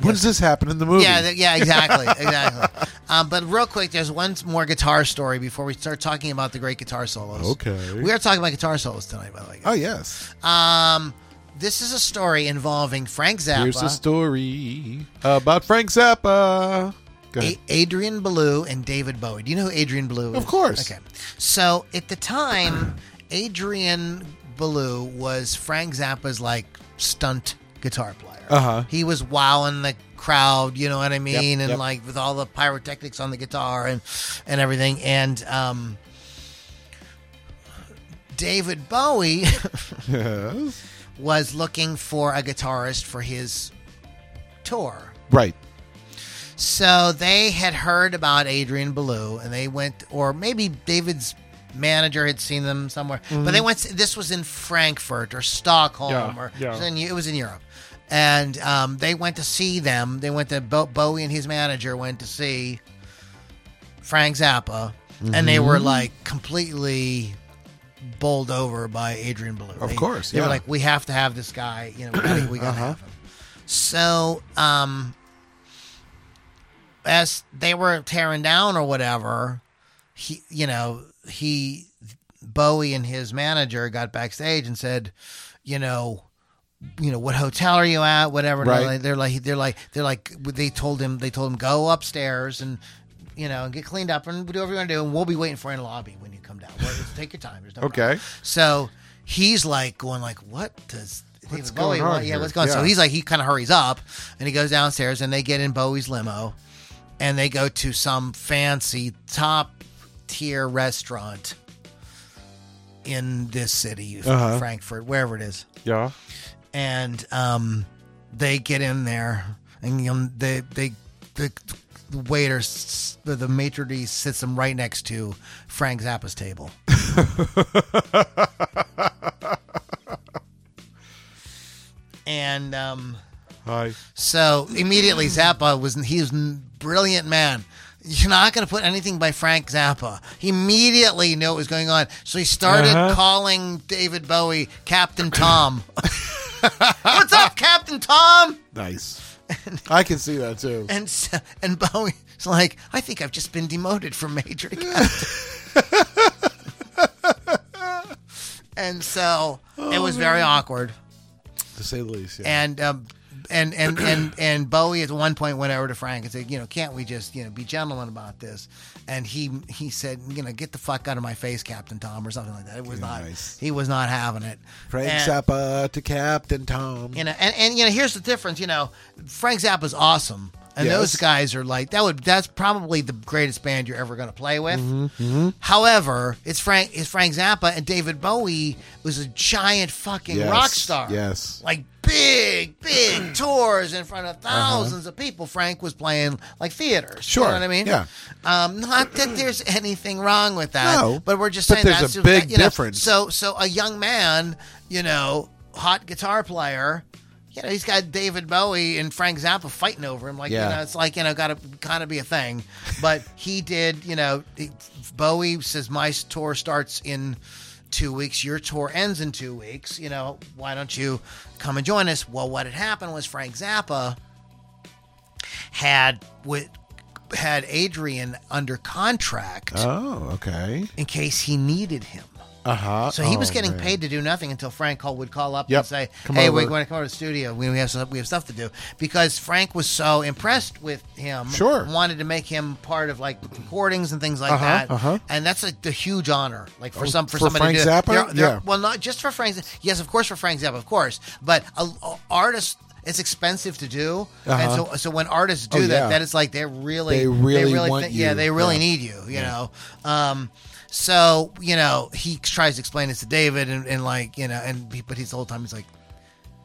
Speaker 2: When does this happen in the movie?
Speaker 1: Yeah, th- yeah, exactly, exactly. [LAUGHS] um, but real quick, there's one more guitar story before we start talking about the great guitar solos.
Speaker 2: Okay.
Speaker 1: we are talking about guitar solos tonight, by the way.
Speaker 2: oh yes.
Speaker 1: Um, this is a story involving Frank
Speaker 2: Here's a
Speaker 1: Zappa,
Speaker 2: story about Frank Zappa. Go ahead.
Speaker 1: A- Adrian Belew, and David Bowie. Do you know who Adrian Belew is?
Speaker 2: Of course.
Speaker 1: Okay, so at the time, Adrian Belew was Frank Zappa's like stunt guitar player.
Speaker 2: Uh-huh.
Speaker 1: He was wowing the crowd, you know what I mean, and
Speaker 2: yep.
Speaker 1: like with all the pyrotechnics on the guitar and and everything. And um, David Bowie [LAUGHS]
Speaker 2: Yes.
Speaker 1: was looking for a guitarist for his tour.
Speaker 2: [LAUGHS] Right.
Speaker 1: So they had heard about Adrian Belew, and they went, or maybe David's manager had seen them somewhere. But they went. This was in Frankfurt or Stockholm,
Speaker 2: Mm-hmm.
Speaker 1: or it
Speaker 2: Yeah, yeah.
Speaker 1: was in, it was in Europe. And um, they went to see them. They went to Bo- Bowie and his manager went to see Frank Zappa, and they
Speaker 2: Mm-hmm.
Speaker 1: were like completely bowled over by Adrian Belew.
Speaker 2: Of
Speaker 1: They-
Speaker 2: course,
Speaker 1: they were
Speaker 2: yeah. Uh-huh.
Speaker 1: like, "We have to have this guy. You know, we gotta, we gotta have him." So, um, as they were tearing down or whatever, he, you know, he, Bowie and his manager got backstage and said, you know, you know, what hotel are you at? Whatever. And
Speaker 2: Right.
Speaker 1: They're like, they're like, they're like, they told him, they told him go upstairs and, you know, get cleaned up and do whatever you want to do. And we'll be waiting for you in the lobby when you come down. Well, Take your time. There's no problem."
Speaker 2: Okay.
Speaker 1: So he's like going like, what does
Speaker 2: What's
Speaker 1: David Bowie
Speaker 2: going on
Speaker 1: want? Yeah,
Speaker 2: here?
Speaker 1: what's going on? So
Speaker 2: Yeah.
Speaker 1: he's like, he kind of hurries up and he goes downstairs and they get in Bowie's limo and they go to some fancy top tier restaurant in this city,
Speaker 2: Uh-huh.
Speaker 1: Frankfurt, wherever it is
Speaker 2: Yeah.
Speaker 1: and um, they get in there, and you know, they they the, the waiter, s- the, the maitre d sits them right next to Frank Zappa's table. and um,
Speaker 2: Hi.
Speaker 1: so immediately Zappa was he was a brilliant man. You're not going to put anything by Frank Zappa. He immediately knew what was going on, so he started
Speaker 2: Uh-huh.
Speaker 1: calling David Bowie Captain Tom. What's up, Captain Tom?
Speaker 2: [LAUGHS] Nice. I can see that too.
Speaker 1: And s- and Bowie's like, I think I've just been demoted from major to captain. and so it was very awkward.
Speaker 2: to say the least. Yeah.
Speaker 1: And um, and
Speaker 2: [CLEARS THROAT]
Speaker 1: and and and Bowie at one point went over to Frank and said, you know, can't we just you know be gentlemen about this? And he he said, you know, get the fuck out of my face, Captain Tom, or something like that. It was not.
Speaker 2: Nice.
Speaker 1: He was not having it.
Speaker 2: Frank
Speaker 1: And-
Speaker 2: Zappa to Captain Tom.
Speaker 1: you know, and, and you know, here's the difference. You know, Frank Zappa's awesome, and
Speaker 2: Yes.
Speaker 1: those guys are like that. Would that's probably the greatest band you're ever going to play with.
Speaker 2: Mm-hmm,
Speaker 1: However, it's Frank it's Frank Zappa and David Bowie was a giant fucking
Speaker 2: Yes,
Speaker 1: rock star.
Speaker 2: yes. Uh-huh.
Speaker 1: like big big [CLEARS THROAT] tours in front of 1000s of people. Frank was playing like theaters.
Speaker 2: Sure,
Speaker 1: you know what I mean.
Speaker 2: yeah.
Speaker 1: um, not that there's anything wrong with that.
Speaker 2: No,
Speaker 1: but we're just
Speaker 2: but
Speaker 1: saying
Speaker 2: there's
Speaker 1: that's
Speaker 2: a
Speaker 1: just-
Speaker 2: big
Speaker 1: you know,
Speaker 2: difference.
Speaker 1: so so a young man, you know, hot guitar player, you know, he's got David Bowie and Frank Zappa fighting over him. Like
Speaker 2: Yeah.
Speaker 1: you know, it's like you know, got to kind of be a thing.
Speaker 2: [LAUGHS]
Speaker 1: But he did, you know, he- Bowie says my tour starts in two weeks. Your tour ends in two weeks. You know, why don't you come and join us? Well, what had happened was Frank Zappa had with had Adrian under contract
Speaker 2: Oh, okay.
Speaker 1: in case he needed him.
Speaker 2: Uh huh.
Speaker 1: So he was getting paid to do nothing until Frank Cole would call up
Speaker 2: Yep.
Speaker 1: and say,
Speaker 2: Come
Speaker 1: "Hey,
Speaker 2: over."
Speaker 1: we want to come over to the studio. We we have stuff, we have stuff to do." Because Frank was so impressed with him,
Speaker 2: Sure.
Speaker 1: wanted to make him part of like recordings and things like
Speaker 2: Uh-huh,
Speaker 1: that.
Speaker 2: uh-huh. Oh,
Speaker 1: And that's a, a huge honor, like for some for,
Speaker 2: for
Speaker 1: somebody
Speaker 2: Frank
Speaker 1: to do that.
Speaker 2: Zappa?
Speaker 1: They're- they're-
Speaker 2: Yeah.
Speaker 1: Well, not just for Frank. Zappa. Yes, of course for Frank Zappa, of course. But a, a- artists. It's expensive to do, and so so when artists do
Speaker 2: Uh-huh. Oh,
Speaker 1: that,
Speaker 2: yeah.
Speaker 1: that is like they're really
Speaker 2: They really
Speaker 1: really
Speaker 2: want
Speaker 1: thi- yeah
Speaker 2: you.
Speaker 1: they really
Speaker 2: Yeah.
Speaker 1: need need you, you know. Um, so you know he tries to explain this to David, and, and like you know, and he- but he's the whole time he's like,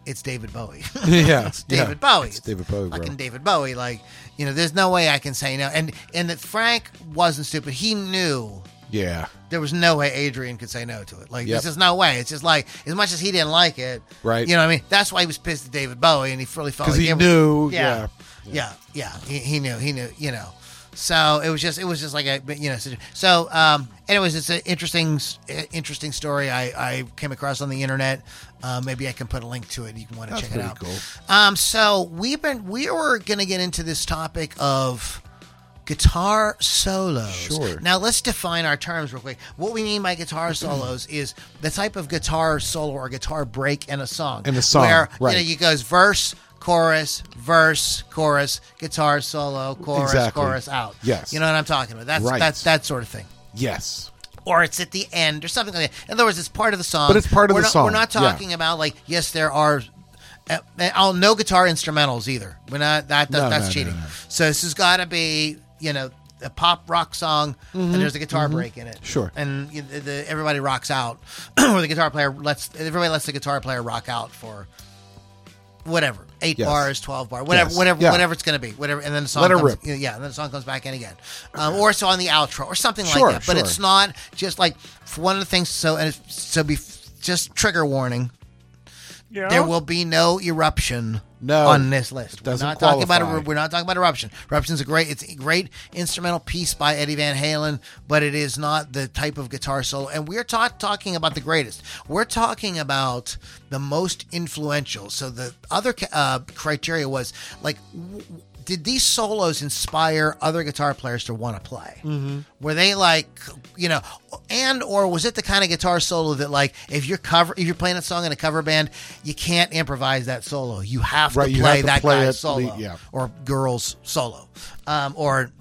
Speaker 1: "It's David Bowie." [LAUGHS]
Speaker 2: [LAUGHS] Yeah,
Speaker 1: it's
Speaker 2: yeah.
Speaker 1: David Bowie.
Speaker 2: It's David Bowie, bro.
Speaker 1: Fucking David Bowie. Like you know, there's no way I can say no. And and that Frank wasn't stupid. He knew
Speaker 2: Yeah.
Speaker 1: there was no way Adrian could say no to it. Like
Speaker 2: Yep.
Speaker 1: there's just no way. It's just like as much as he didn't like it,
Speaker 2: Right.
Speaker 1: You know what I mean? That's why he was pissed at David Bowie, and he really felt
Speaker 2: 'Cause
Speaker 1: like
Speaker 2: he
Speaker 1: it-
Speaker 2: knew,
Speaker 1: yeah, yeah, yeah. He, he knew, he knew, you know. So it was just, it was just like a, but, you know. situ- So, um, anyways, it's an interesting, s- eh, interesting story I, I came across on the internet. Uh, maybe I can put a link to it. You can want to
Speaker 2: That's
Speaker 1: check it
Speaker 2: pretty
Speaker 1: out.
Speaker 2: cool.
Speaker 1: Um, so we've been, we were going to get into this topic of guitar solos.
Speaker 2: Sure.
Speaker 1: Now let's define our terms real quick. What we mean by
Speaker 2: [CLEARS THROAT]
Speaker 1: guitar solos is the type of guitar solo or guitar break in a song.
Speaker 2: In a song,
Speaker 1: where
Speaker 2: right.
Speaker 1: you know, you goes verse, chorus, verse, chorus, guitar solo, chorus,
Speaker 2: Exactly.
Speaker 1: chorus out.
Speaker 2: Yes.
Speaker 1: you know what I'm talking about. That's
Speaker 2: Right.
Speaker 1: that's that sort of thing.
Speaker 2: Yes.
Speaker 1: Or it's at the end, or something like that. In other words, it's part of the song.
Speaker 2: But it's part of
Speaker 1: we're
Speaker 2: the
Speaker 1: not,
Speaker 2: song,
Speaker 1: We're not
Speaker 2: yeah.
Speaker 1: talking about like yes, there are. Uh, oh, no guitar instrumentals either. We're not that. that
Speaker 2: No,
Speaker 1: that's
Speaker 2: no, no,
Speaker 1: cheating.
Speaker 2: no.
Speaker 1: So this has got to be you know a pop rock song, and there's a guitar break in it.
Speaker 2: Mm-hmm. Sure.
Speaker 1: And you- the, the, everybody rocks out, [CLEARS THROAT] or the guitar player lets everybody lets the guitar player rock out for whatever eight
Speaker 2: Yes.
Speaker 1: bars, twelve bar, whatever,
Speaker 2: Yes.
Speaker 1: whatever,
Speaker 2: Yeah.
Speaker 1: whatever it's going to be, whatever. And then the song
Speaker 2: Let her
Speaker 1: comes,
Speaker 2: rip.
Speaker 1: yeah, and then the song comes back in again, um, or it's on the outro or something
Speaker 2: Sure,
Speaker 1: like that. But
Speaker 2: sure.
Speaker 1: it's not just like for one of the things. So and it's, so be just trigger warning.
Speaker 2: Yeah.
Speaker 1: There will be no eruption
Speaker 2: No.
Speaker 1: on this list. We're
Speaker 2: doesn't
Speaker 1: not talking about
Speaker 2: qualify.
Speaker 1: it. We're not talking about eruption. Eruption's a great. It's a great instrumental piece by Eddie Van Halen, but it is not the type of guitar solo. And we're ta- talking about the greatest. We're talking about the most influential. So the other ca- uh, criteria was like. W- w- did these solos inspire other guitar players to want to play? Mm-hmm. Were they like, you know, and or was it the kind of guitar solo that like if you're cover if you're playing a song in a cover band, you can't improvise that solo. You have
Speaker 2: Right,
Speaker 1: to
Speaker 2: you
Speaker 1: play
Speaker 2: have to
Speaker 1: that
Speaker 2: play
Speaker 1: guy's
Speaker 2: it,
Speaker 1: solo
Speaker 2: the- yeah.
Speaker 1: or girl's solo um, or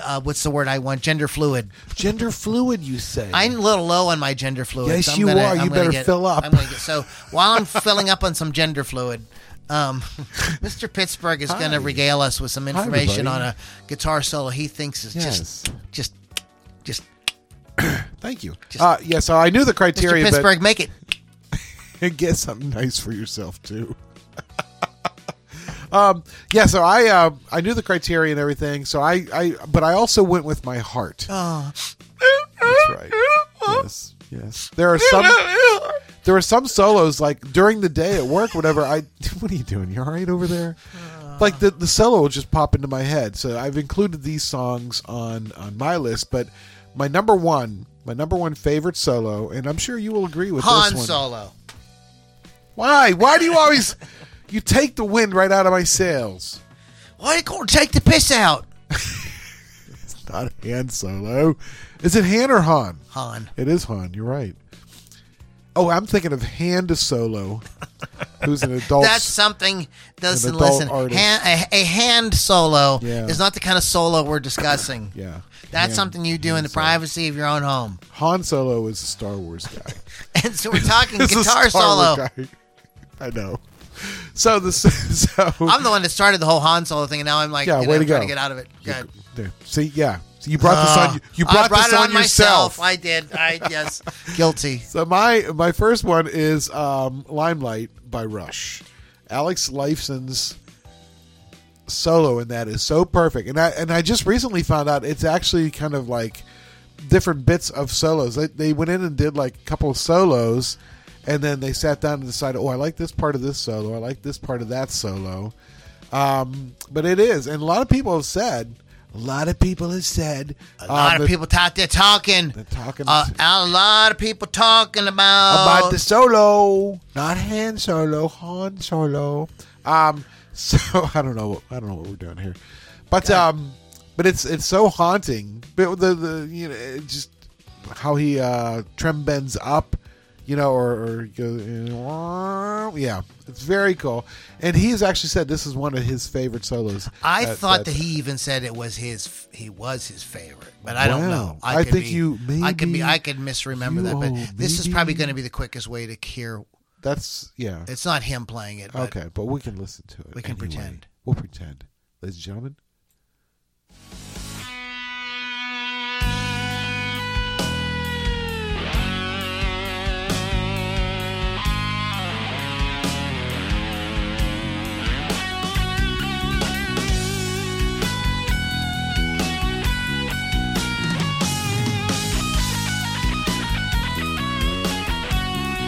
Speaker 1: uh, what's the word I want? Gender fluid.
Speaker 2: Gender fluid, you say?
Speaker 1: I'm a little low on my gender fluid.
Speaker 2: Yes, you are. You better fill up.
Speaker 1: I'm gonna get, so while I'm filling up on some gender fluid,
Speaker 2: [LAUGHS]
Speaker 1: um, Mr. Pittsburgh is going to regale us with some information on
Speaker 2: everybody.
Speaker 1: a guitar solo he thinks is
Speaker 2: Yes.
Speaker 1: just, just, just.
Speaker 2: Thank you. uh, yeah. So I knew the
Speaker 1: Mr.
Speaker 2: criteria,
Speaker 1: Pittsburgh, make it.
Speaker 2: [LAUGHS] but get something nice for yourself too. [LAUGHS] um, yeah. So I uh, I knew the criteria and everything. So I I but I also went with my heart.
Speaker 1: Oh,
Speaker 2: That's right. Yes. Yes. There are some. There are some solos like during the day at work, whatever. I [LAUGHS] what are you doing? You all right over there? Like the the solo will just pop into my head. So I've included these songs on on my list, but my number one, my number one favorite solo, and I'm sure you will agree with
Speaker 1: Han
Speaker 2: this one.
Speaker 1: Solo.
Speaker 2: Why? Why do you always? You take the wind right out of my sails.
Speaker 1: Why you gonna take the piss out?
Speaker 2: It's not Han Solo. Is it Han or Han?
Speaker 1: Han.
Speaker 2: It is Han. You're right. Oh, I'm thinking of Han to Solo, who's an adult.
Speaker 1: That's something. Listen,
Speaker 2: adult
Speaker 1: listen.
Speaker 2: artist.
Speaker 1: Hand, a, a hand solo
Speaker 2: Yeah.
Speaker 1: is not the kind of solo we're discussing.
Speaker 2: yeah,
Speaker 1: That's
Speaker 2: Han-
Speaker 1: something you do in the privacy of your own home. [LAUGHS]
Speaker 2: Han Solo is a Star Wars guy.
Speaker 1: And so we're talking
Speaker 2: [LAUGHS] This is
Speaker 1: guitar
Speaker 2: Star Wars
Speaker 1: solo.
Speaker 2: guy. I know. So the [LAUGHS] so
Speaker 1: I'm the one that started the whole Han Solo thing, and now I'm like,
Speaker 2: Yeah,
Speaker 1: you
Speaker 2: way
Speaker 1: know,
Speaker 2: to
Speaker 1: trying to
Speaker 2: go.
Speaker 1: get out of it. Good.
Speaker 2: There. See, yeah, so you brought this on.
Speaker 1: Uh,
Speaker 2: You, brought,
Speaker 1: I brought
Speaker 2: this
Speaker 1: it
Speaker 2: on,
Speaker 1: on
Speaker 2: yourself.
Speaker 1: myself. I did.
Speaker 2: [LAUGHS]
Speaker 1: I yes, guilty.
Speaker 2: So my my first one is um, Limelight by Rush. Alex Lifeson's solo in that is so perfect, and I and I just recently found out it's actually kind of like different bits of solos. They, they went in and did like a couple of solos, and then they sat down and decided, oh, I like this part of this solo, I like this part of that solo. Um, but it is, and a lot of people have said, a lot of people have said, um,
Speaker 1: A lot of
Speaker 2: Uh, the-
Speaker 1: people out there talking.
Speaker 2: the talking
Speaker 1: Uh, a lot of people talking about,
Speaker 2: about the solo, not Han Solo, Han Solo. Um, [LAUGHS] so I don't know, I don't know what we're doing here, but um, but it's it's so haunting. But the the you know it just how he uh trim bends up, you know, or, or goes, yeah, it's very cool. And he has actually said this is one of his favorite solos.
Speaker 1: I
Speaker 2: That-
Speaker 1: thought
Speaker 2: that-
Speaker 1: that he even said it was his. He was his favorite, but I
Speaker 2: Wow.
Speaker 1: don't know.
Speaker 2: I
Speaker 1: could
Speaker 2: think
Speaker 1: be,
Speaker 2: you-
Speaker 1: I could
Speaker 2: maybe
Speaker 1: be. I could misremember
Speaker 2: you-
Speaker 1: that. But
Speaker 2: oh,
Speaker 1: this is probably
Speaker 2: maybe-
Speaker 1: going to be the quickest way to hear.
Speaker 2: that's yeah.
Speaker 1: It's not him playing it. But
Speaker 2: Okay, but we can listen to it.
Speaker 1: We can
Speaker 2: anyway.
Speaker 1: pretend.
Speaker 2: We'll pretend, ladies and gentlemen.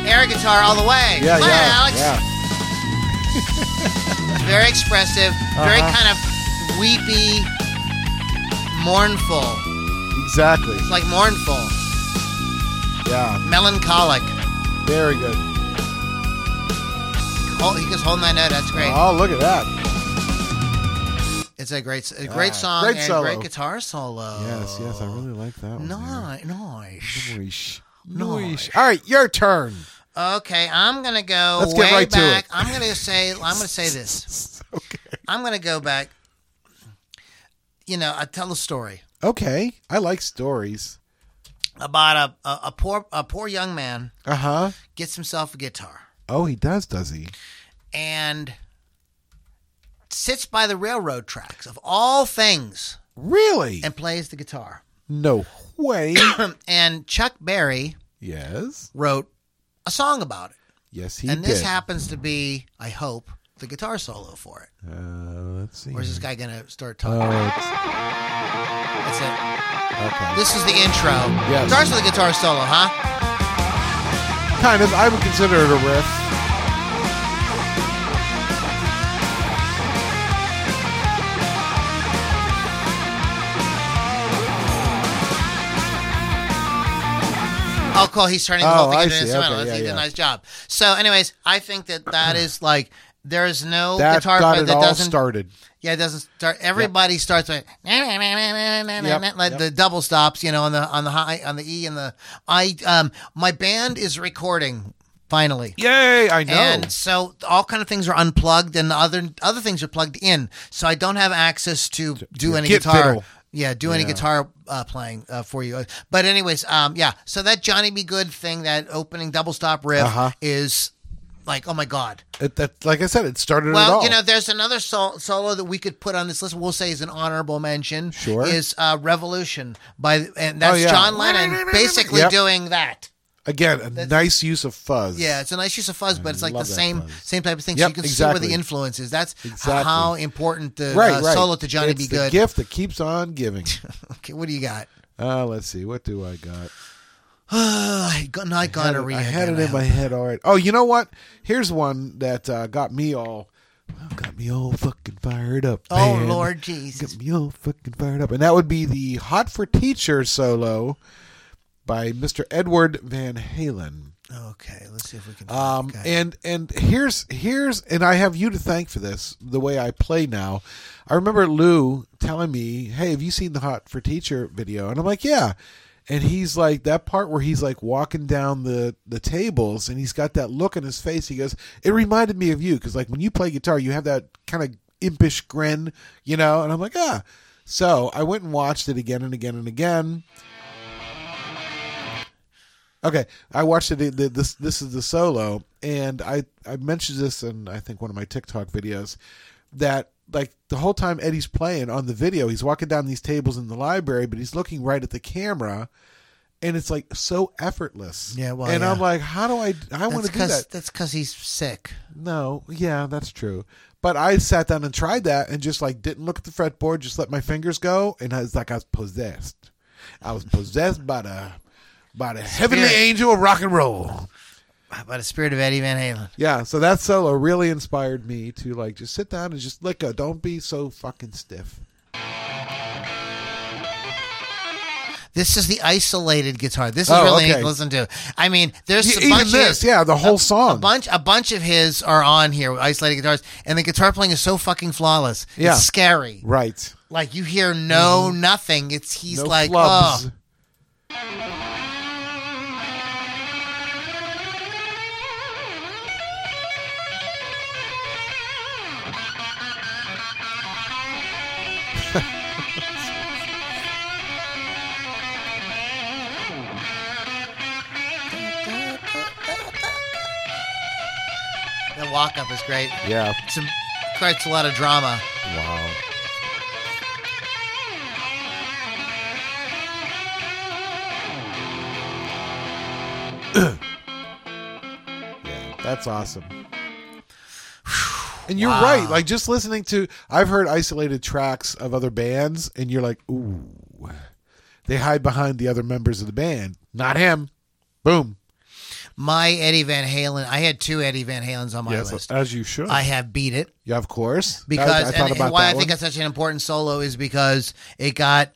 Speaker 1: air guitar all the way.
Speaker 2: Yeah,
Speaker 1: Come on,
Speaker 2: yeah,
Speaker 1: Alex.
Speaker 2: yeah.
Speaker 1: It's very expressive, very
Speaker 2: Uh-huh.
Speaker 1: kind of weepy, mournful.
Speaker 2: Exactly.
Speaker 1: It's like mournful,
Speaker 2: Yeah,
Speaker 1: melancholic.
Speaker 2: very good.
Speaker 1: Hold, he goes holding that note. That's great.
Speaker 2: Oh, look at that.
Speaker 1: It's a great, a great
Speaker 2: Ah,
Speaker 1: song
Speaker 2: great
Speaker 1: and
Speaker 2: solo.
Speaker 1: great guitar solo.
Speaker 2: Yes, yes, I really like that one. there.
Speaker 1: Nice, nice.
Speaker 2: Noish.
Speaker 1: Noish.
Speaker 2: Noish. All right, your turn.
Speaker 1: Okay, I'm gonna go
Speaker 2: Let's
Speaker 1: way
Speaker 2: get right to
Speaker 1: back.
Speaker 2: it.
Speaker 1: I'm gonna say I'm gonna say this.
Speaker 2: [LAUGHS] okay.
Speaker 1: I'm gonna go back. You know, I tell a story
Speaker 2: Okay, I like stories.
Speaker 1: about a, a a poor a poor young man
Speaker 2: Uh huh.
Speaker 1: gets himself a guitar
Speaker 2: Oh, he does, does he?
Speaker 1: and sits by the railroad tracks of all things
Speaker 2: Really?
Speaker 1: and plays the guitar. [CLEARS THROAT]
Speaker 2: No [COUGHS] way.
Speaker 1: and Chuck Berry
Speaker 2: yes.
Speaker 1: wrote a song about it.
Speaker 2: Yes, he
Speaker 1: and
Speaker 2: did.
Speaker 1: this happens to be, I hope, the guitar solo for it.
Speaker 2: uh, let's see.
Speaker 1: Or is this guy gonna start talking?
Speaker 2: Oh, it's-
Speaker 1: That's it.
Speaker 2: okay.
Speaker 1: This is the intro.
Speaker 2: Yes.
Speaker 1: Starts with a guitar solo, huh?
Speaker 2: kind of. I would consider it a riff.
Speaker 1: Oh, cool. He's turning the
Speaker 2: Oh,
Speaker 1: whole thing
Speaker 2: I
Speaker 1: into an
Speaker 2: see.
Speaker 1: instrumental.
Speaker 2: Okay,
Speaker 1: That's- he
Speaker 2: yeah,
Speaker 1: did a
Speaker 2: yeah.
Speaker 1: nice job. So, anyways, I think that that is like there is no
Speaker 2: That
Speaker 1: guitar
Speaker 2: got
Speaker 1: player
Speaker 2: it
Speaker 1: that
Speaker 2: all
Speaker 1: doesn't.
Speaker 2: started.
Speaker 1: Yeah, it doesn't start. Everybody starts with na, na, na, na, na, na, na,
Speaker 2: Yep,
Speaker 1: like
Speaker 2: yep.
Speaker 1: the double stops, you know, on the on the high on the E and the I. Um, my band is recording finally.
Speaker 2: Yay! I know.
Speaker 1: And so all kind of things are unplugged, and the other other things are plugged in. So I don't have access to do any
Speaker 2: kit
Speaker 1: guitar.
Speaker 2: fiddle.
Speaker 1: Yeah, do any
Speaker 2: Yeah.
Speaker 1: guitar uh, playing uh, for you. But anyways, um, yeah. So that Johnny B. Good thing, that opening double stop riff,
Speaker 2: Uh-huh.
Speaker 1: is like, oh my god.
Speaker 2: It, that, like I said, it started it
Speaker 1: Well,
Speaker 2: all.
Speaker 1: you know, there's another sol- solo that we could put on this list. We'll say is an honorable mention.
Speaker 2: Sure. Oh,
Speaker 1: Is uh, "Revolution" by and that's
Speaker 2: yeah.
Speaker 1: John
Speaker 2: [LAUGHS]
Speaker 1: Lennon basically
Speaker 2: Yep.
Speaker 1: doing that.
Speaker 2: Again, a nice use of fuzz.
Speaker 1: Yeah, it's a nice use of fuzz, but it's like the
Speaker 2: love that
Speaker 1: same
Speaker 2: fuzz.
Speaker 1: same type of thing. so
Speaker 2: Yep,
Speaker 1: you can see where the
Speaker 2: exactly.
Speaker 1: influence is. That's h-
Speaker 2: Exactly.
Speaker 1: how important the
Speaker 2: Right,
Speaker 1: uh,
Speaker 2: right.
Speaker 1: solo to Johnny
Speaker 2: it's
Speaker 1: Be
Speaker 2: the
Speaker 1: Good.
Speaker 2: gift that keeps on giving.
Speaker 1: [LAUGHS]
Speaker 2: [LAUGHS]
Speaker 1: Okay, what do you got? [SIGHS]
Speaker 2: Uh, let's see. What do I got?
Speaker 1: I got not
Speaker 2: I had, it,
Speaker 1: gonorrhea.
Speaker 2: I had it
Speaker 1: again,
Speaker 2: in my
Speaker 1: hope.
Speaker 2: head already. Oh, you know what? Here's one that uh, got me all, got me all fucking fired up.
Speaker 1: [LAUGHS] Oh
Speaker 2: man.
Speaker 1: Lord Jesus!
Speaker 2: got me all fucking fired up, and that would be the "Hot for Teacher" solo by Mr. Edward Van Halen.
Speaker 1: Okay, let's see if we can.
Speaker 2: Um,
Speaker 1: okay.
Speaker 2: and and here's here's and I have you to thank for this. The way I play now, I remember Lou telling me, "Hey, have you seen the Hot for Teacher video?" And I'm like, "Yeah." And he's like that part where he's like walking down the the tables, and he's got that look on his face. He goes, "It reminded me of you because like when you play guitar, you have that kind of impish grin, you know." And I'm like, "Ah." So I went and watched it again and again and again. Okay, I watched it. The, the, this this is the solo, and I I mentioned this in I think one of my TikTok videos that like the whole time Eddie's playing on the video, he's walking down these tables in the library, but he's looking right at the camera, and it's like so effortless.
Speaker 1: Yeah, well,
Speaker 2: and
Speaker 1: yeah.
Speaker 2: I'm like, how do I I want
Speaker 1: that's
Speaker 2: to do that?
Speaker 1: because that's because he's sick.
Speaker 2: No, yeah, that's true. But I sat down and tried that and just like didn't look at the fretboard, just let my fingers go, and I was like I was possessed. I was possessed by the by the heavenly
Speaker 1: Spirit.
Speaker 2: angel of rock and roll.
Speaker 1: By the spirit of Eddie Van Halen.
Speaker 2: Yeah, so that solo really inspired me to like just sit down and just let go. Don't be so fucking stiff.
Speaker 1: This is the isolated guitar. This is
Speaker 2: Oh,
Speaker 1: really neat
Speaker 2: okay.
Speaker 1: to listen to. I mean, there's
Speaker 2: E-
Speaker 1: a
Speaker 2: even
Speaker 1: bunch of
Speaker 2: this,
Speaker 1: his-
Speaker 2: yeah, the whole
Speaker 1: a-
Speaker 2: song.
Speaker 1: A bunch, a bunch of his are on here, with isolated guitars, and the guitar playing is so fucking flawless.
Speaker 2: Yeah.
Speaker 1: It's scary.
Speaker 2: Right.
Speaker 1: Like you hear no nothing. It's he's
Speaker 2: Mm-hmm. no
Speaker 1: like,
Speaker 2: flubs.
Speaker 1: oh, the walk up is great.
Speaker 2: Yeah.
Speaker 1: It's a, creates a lot of drama.
Speaker 2: Wow. [CLEARS THROAT] yeah, that's awesome. And you're
Speaker 1: Wow.
Speaker 2: right. Like just listening to, I've heard isolated tracks of other bands, and you're like, ooh, they hide behind the other members of the band. Not him. Boom.
Speaker 1: My Eddie Van Halen. I had two Eddie Van Halens on my list.
Speaker 2: as you should.
Speaker 1: I have beat it.
Speaker 2: yeah, of course.
Speaker 1: because
Speaker 2: I, I thought
Speaker 1: and,
Speaker 2: about
Speaker 1: and why
Speaker 2: that
Speaker 1: I think
Speaker 2: one.
Speaker 1: it's such an important solo is because it got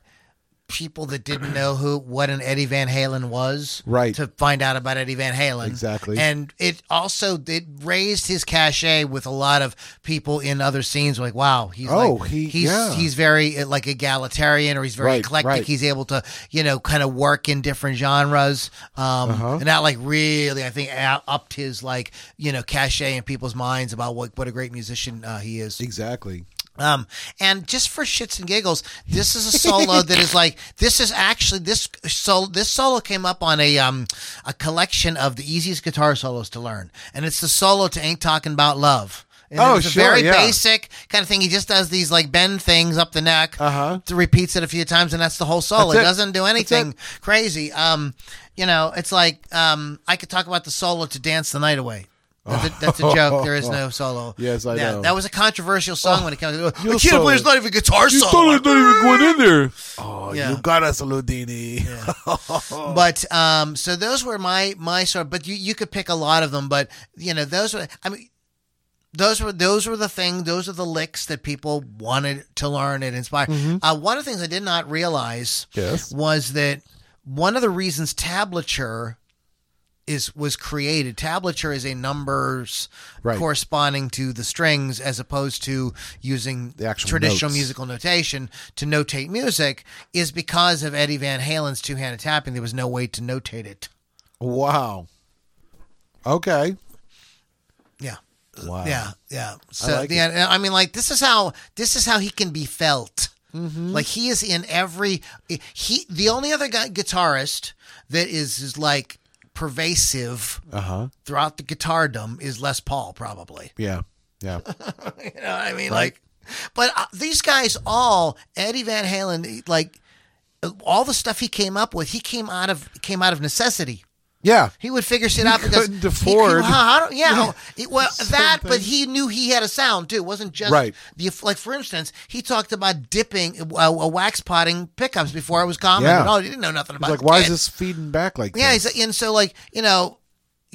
Speaker 1: people that didn't know who what an Eddie Van Halen was
Speaker 2: Right.
Speaker 1: to find out about Eddie Van Halen
Speaker 2: Exactly.
Speaker 1: and it also it raised his cachet with a lot of people in other scenes like wow he's
Speaker 2: Oh,
Speaker 1: like,
Speaker 2: he-
Speaker 1: he's
Speaker 2: yeah.
Speaker 1: he's very uh, like egalitarian or he's very
Speaker 2: Right,
Speaker 1: eclectic
Speaker 2: right.
Speaker 1: he's able to you know kind of work in different genres um
Speaker 2: Uh-huh.
Speaker 1: and that like really I think out- upped his like you know cachet in people's minds about what what a great musician uh, he is
Speaker 2: exactly.
Speaker 1: um, and just for shits and giggles, this is a solo that is
Speaker 2: [LAUGHS]
Speaker 1: like this is actually this solo this solo came up on a um a collection of the easiest guitar solos to learn, and it's the solo to "Ain't Talking About Love." And
Speaker 2: Oh,
Speaker 1: it's
Speaker 2: sure,
Speaker 1: a very
Speaker 2: yeah.
Speaker 1: basic kind of thing. He just does these like bend things up the neck,
Speaker 2: Uh-huh.
Speaker 1: th- repeats it a few times, and that's the whole solo.
Speaker 2: That's
Speaker 1: It.
Speaker 2: it.
Speaker 1: doesn't do anything crazy. Um, you know, it's like um, I could talk about the solo to "Dance the Night Away." That's a, that's a joke. There is
Speaker 2: [LAUGHS]
Speaker 1: no solo.
Speaker 2: Yes, I
Speaker 1: that,
Speaker 2: know.
Speaker 1: That was a controversial song
Speaker 2: Oh,
Speaker 1: when it comes. To, I can't
Speaker 2: solo.
Speaker 1: believe it's not even a guitar
Speaker 2: You
Speaker 1: solo.
Speaker 2: totally not even going in there. Oh,
Speaker 1: Yeah.
Speaker 2: you got us, Ludini.
Speaker 1: [LAUGHS] But um, so those were my my sort. But you you could pick a lot of them. But you know those were. I mean. Those were those were the thing. Those are the licks that people wanted to learn and inspire. Uh, one of the things I did not realize
Speaker 2: Mm-hmm. Yes.
Speaker 1: was that one of the reasons tablature is was created. Tablature is a numbers
Speaker 2: Right.
Speaker 1: corresponding to the strings, as opposed to using
Speaker 2: The actual
Speaker 1: traditional
Speaker 2: notes.
Speaker 1: musical notation to notate music, is because of Eddie Van Halen's two-handed tapping. There was no way to notate it.
Speaker 2: [LAUGHS] Wow. Okay.
Speaker 1: Yeah.
Speaker 2: Wow.
Speaker 1: Yeah, yeah. So
Speaker 2: like
Speaker 1: yeah, I mean, like this is how this is how he can be felt.
Speaker 2: Mm-hmm.
Speaker 1: Like he is in every he. The only other guy, guitarist that is is like pervasive
Speaker 2: Uh huh.
Speaker 1: throughout the guitardom is Les Paul, probably.
Speaker 2: Yeah. Yeah.
Speaker 1: [LAUGHS] you know what I mean? Like, but uh, these guys all Eddie Van Halen, like all the stuff he came up with, he came out of came out of necessity.
Speaker 2: Yeah.
Speaker 1: He would figure shit out because
Speaker 2: couldn't
Speaker 1: he- [LAUGHS]
Speaker 2: afford-
Speaker 1: He, how- how do-
Speaker 2: [LAUGHS]
Speaker 1: yeah, how- it- well, that. But
Speaker 2: Something.
Speaker 1: he knew he had a sound too. It wasn't just
Speaker 2: Right.
Speaker 1: The, like for instance, he talked about dipping uh, uh, wax potting pickups before it was common.
Speaker 2: Yeah.
Speaker 1: at all. he didn't know nothing about.
Speaker 2: Like,
Speaker 1: it.
Speaker 2: why is this feeding back like
Speaker 1: Yeah,
Speaker 2: this?
Speaker 1: he's, and so like you know,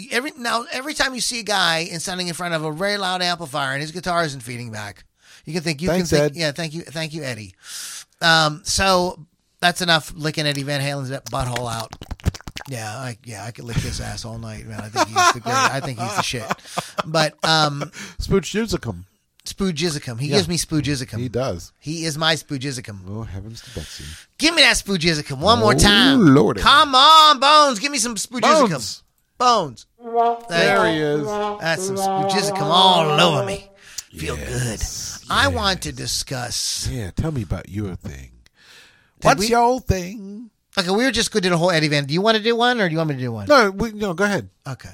Speaker 1: every now every time you see a guy and standing in front of a very loud amplifier and his guitar isn't feeding back, you can think you
Speaker 2: Thanks,
Speaker 1: can think
Speaker 2: Ed.
Speaker 1: yeah, thank you, thank you, Eddie. Um, so that's enough licking Eddie Van Halen's butthole out. Yeah, I, yeah, I could lick his ass all night, man. I think he's the great. I think he's the shit. But um,
Speaker 2: Spooch Juzicum.
Speaker 1: Spoojizicum, he
Speaker 2: Yeah.
Speaker 1: gives me Spoojizicum.
Speaker 2: He
Speaker 1: He,
Speaker 2: does.
Speaker 1: is my Spoojizicum.
Speaker 2: Oh, heavens to Betsy.
Speaker 1: Give me that Spoojizicum one more
Speaker 2: Oh,
Speaker 1: time.
Speaker 2: Lordy.
Speaker 1: Come on, Bones, give me some Spoojizicum.
Speaker 2: Bones.
Speaker 1: Bones.
Speaker 2: There
Speaker 1: Thank
Speaker 2: he
Speaker 1: you.
Speaker 2: is.
Speaker 1: That's some Spoojizicum all over me. Feel good. I want to discuss.
Speaker 2: Yeah, tell me about your thing. What's
Speaker 1: we-
Speaker 2: your old thing?
Speaker 1: Okay, we were just going to do a whole Eddie Van. Do you want to do one, or do you want me to do one?
Speaker 2: No, we, no, go ahead.
Speaker 1: Okay,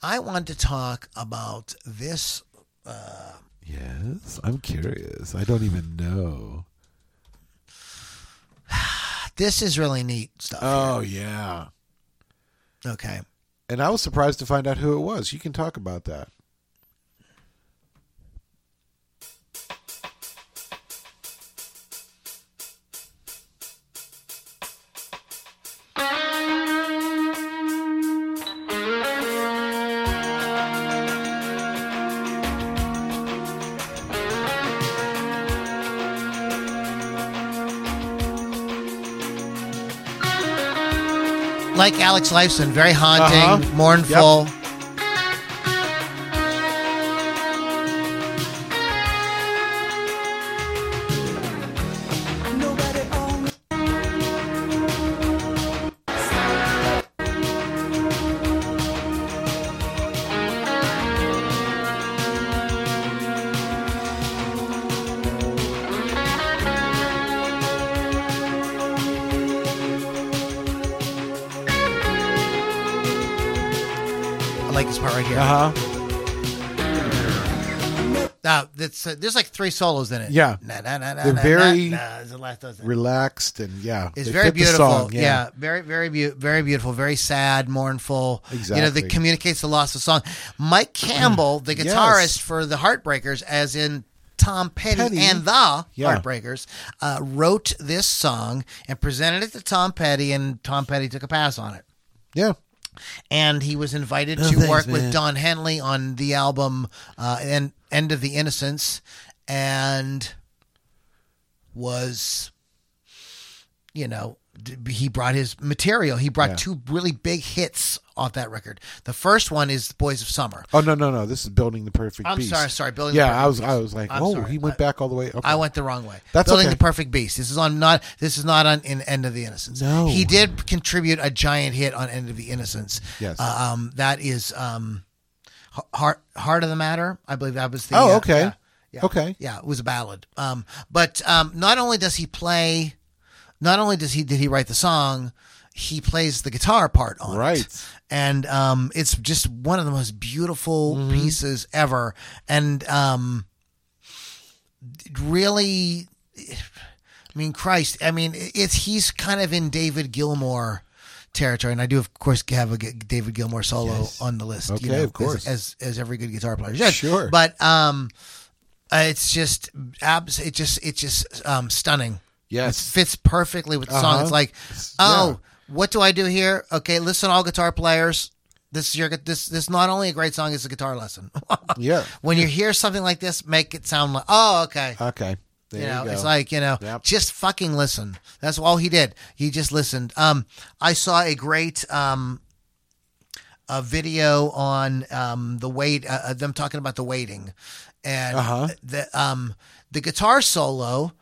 Speaker 1: I want to talk about this
Speaker 2: Yes, I'm curious. I don't even know.
Speaker 1: this is really neat stuff.
Speaker 2: Oh, yeah.
Speaker 1: Okay.
Speaker 2: And I was surprised to find out who it was. You can talk about that.
Speaker 1: Like Alex Lifeson, very haunting,
Speaker 2: Uh-huh.
Speaker 1: mournful. I like this part right here.
Speaker 2: Uh huh.
Speaker 1: Now, that's, uh, there's like three solos in it.
Speaker 2: Yeah.
Speaker 1: Na, na, na, na,
Speaker 2: They're
Speaker 1: na,
Speaker 2: very-
Speaker 1: na, na, is the last- doesn't it?
Speaker 2: Relaxed and yeah.
Speaker 1: It's
Speaker 2: they
Speaker 1: very
Speaker 2: fit the
Speaker 1: beautiful.
Speaker 2: song,
Speaker 1: yeah. very, very, beau- very beautiful. Very sad, mournful. You know,
Speaker 2: Exactly.
Speaker 1: that communicates the loss of song. Mike Campbell, the
Speaker 2: Yes.
Speaker 1: guitarist for the Heartbreakers, as in Tom Petty,
Speaker 2: Petty.
Speaker 1: and the
Speaker 2: Yeah.
Speaker 1: Heartbreakers, uh, wrote this song and presented it to Tom Petty, and Tom Petty took a pass on it.
Speaker 2: Yeah.
Speaker 1: and he was invited to
Speaker 2: Oh, thanks,
Speaker 1: work
Speaker 2: man.
Speaker 1: with Don Henley on the album uh, and End of the Innocence, and was, you know, d- he brought his material. He brought
Speaker 2: Yeah.
Speaker 1: two really big hits off that record. The first one is Boys of Summer.
Speaker 2: Oh no no no! This is building the perfect.
Speaker 1: I'm
Speaker 2: beast.
Speaker 1: sorry, sorry, building. the
Speaker 2: Yeah,
Speaker 1: Perfect
Speaker 2: I was
Speaker 1: Beast.
Speaker 2: I was like,
Speaker 1: I'm
Speaker 2: oh,
Speaker 1: sorry.
Speaker 2: he
Speaker 1: I-
Speaker 2: went back all the way. Okay.
Speaker 1: I went the wrong way.
Speaker 2: That's
Speaker 1: building
Speaker 2: okay.
Speaker 1: the perfect beast. This is on not. This is not on in End of the Innocence.
Speaker 2: No.
Speaker 1: he did contribute a giant hit on End of the Innocence.
Speaker 2: Yes.
Speaker 1: Uh, um, that is um, Har- heart heart of the matter. I believe that was the.
Speaker 2: Oh,
Speaker 1: uh,
Speaker 2: okay.
Speaker 1: yeah, yeah,
Speaker 2: Okay.
Speaker 1: Yeah, it was a ballad. Um, but um, not only does he play, not only does he did he write the song, he plays the guitar part on it
Speaker 2: Right.
Speaker 1: and um, it's just one of the most beautiful
Speaker 2: Mm-hmm.
Speaker 1: pieces ever, and um, it really, I mean, Christ, I mean, it's he's kind of in David Gilmour territory, and I do of course have a G- David Gilmour solo on the list,
Speaker 2: Okay,
Speaker 1: you know,
Speaker 2: of course.
Speaker 1: as, as as every good guitar player does.
Speaker 2: Sure.
Speaker 1: but um, uh, it's just abs, it just it just um stunning
Speaker 2: Yes.
Speaker 1: fits perfectly with the song.
Speaker 2: Uh-huh.
Speaker 1: It's like,
Speaker 2: yeah.
Speaker 1: oh, what do I do here? Okay, listen, all guitar players. This is your this this is not only a great song, it's a guitar lesson. [LAUGHS]
Speaker 2: Yeah.
Speaker 1: when you hear something like this, make it sound like, oh, okay.
Speaker 2: Okay. There
Speaker 1: you
Speaker 2: you,
Speaker 1: know,
Speaker 2: go.
Speaker 1: it's like you know,
Speaker 2: Yep.
Speaker 1: just fucking listen. That's all he did. He just listened. Um, I saw a great um, a video on um the wait uh, uh, them talking about the waiting, and
Speaker 2: Uh-huh.
Speaker 1: the um the guitar solo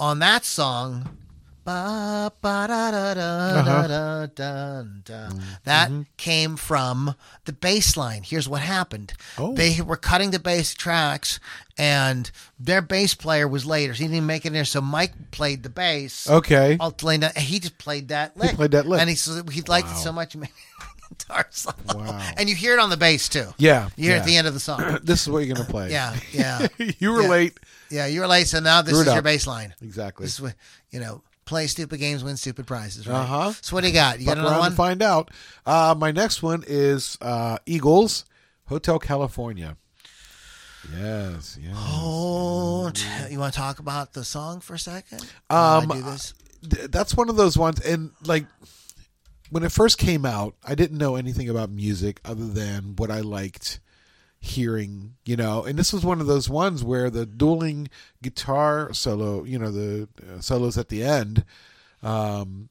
Speaker 1: on that song. Ba, ba, da, da, da, da,
Speaker 2: Uh-huh.
Speaker 1: da, dun,
Speaker 2: Mm-hmm.
Speaker 1: dun. That came from the bass line. Here's what happened.
Speaker 2: Oh.
Speaker 1: They were cutting the bass tracks, and their bass player was later. So he didn't even make it in there. So Mike played the bass.
Speaker 2: okay.
Speaker 1: All laying down- and he just played that lick.
Speaker 2: Oh. played that lick.
Speaker 1: and he so he liked it so much. He made a [LAUGHS] guitar solo.
Speaker 2: Wow.
Speaker 1: And you hear it on the bass too.
Speaker 2: Yeah.
Speaker 1: you hear it
Speaker 2: yeah.
Speaker 1: at the end of the
Speaker 2: [COUGHS]
Speaker 1: song.
Speaker 2: [CLEARS THROAT] This is what you're gonna play.
Speaker 1: yeah, yeah,
Speaker 2: [LAUGHS] you were
Speaker 1: Yeah.
Speaker 2: late.
Speaker 1: yeah. You're late, so now this
Speaker 2: Screwed
Speaker 1: is your
Speaker 2: up.
Speaker 1: bass line.
Speaker 2: Exactly.
Speaker 1: This is what you know. Play stupid games, win stupid prizes. Right?
Speaker 2: Uh-huh.
Speaker 1: So what do you got? You
Speaker 2: Fuck
Speaker 1: got another
Speaker 2: around
Speaker 1: one?
Speaker 2: and find out. Uh, my next one is uh, Eagles, Hotel California. Yes. Yes.
Speaker 1: Oh, t- you want to talk about the song for a second? While
Speaker 2: Um,
Speaker 1: I do this.
Speaker 2: th- that's one of those ones and like when it first came out i didn't know anything about music other than what i liked hearing you know and this was one of those ones where the dueling guitar solo you know the uh, solos at the end um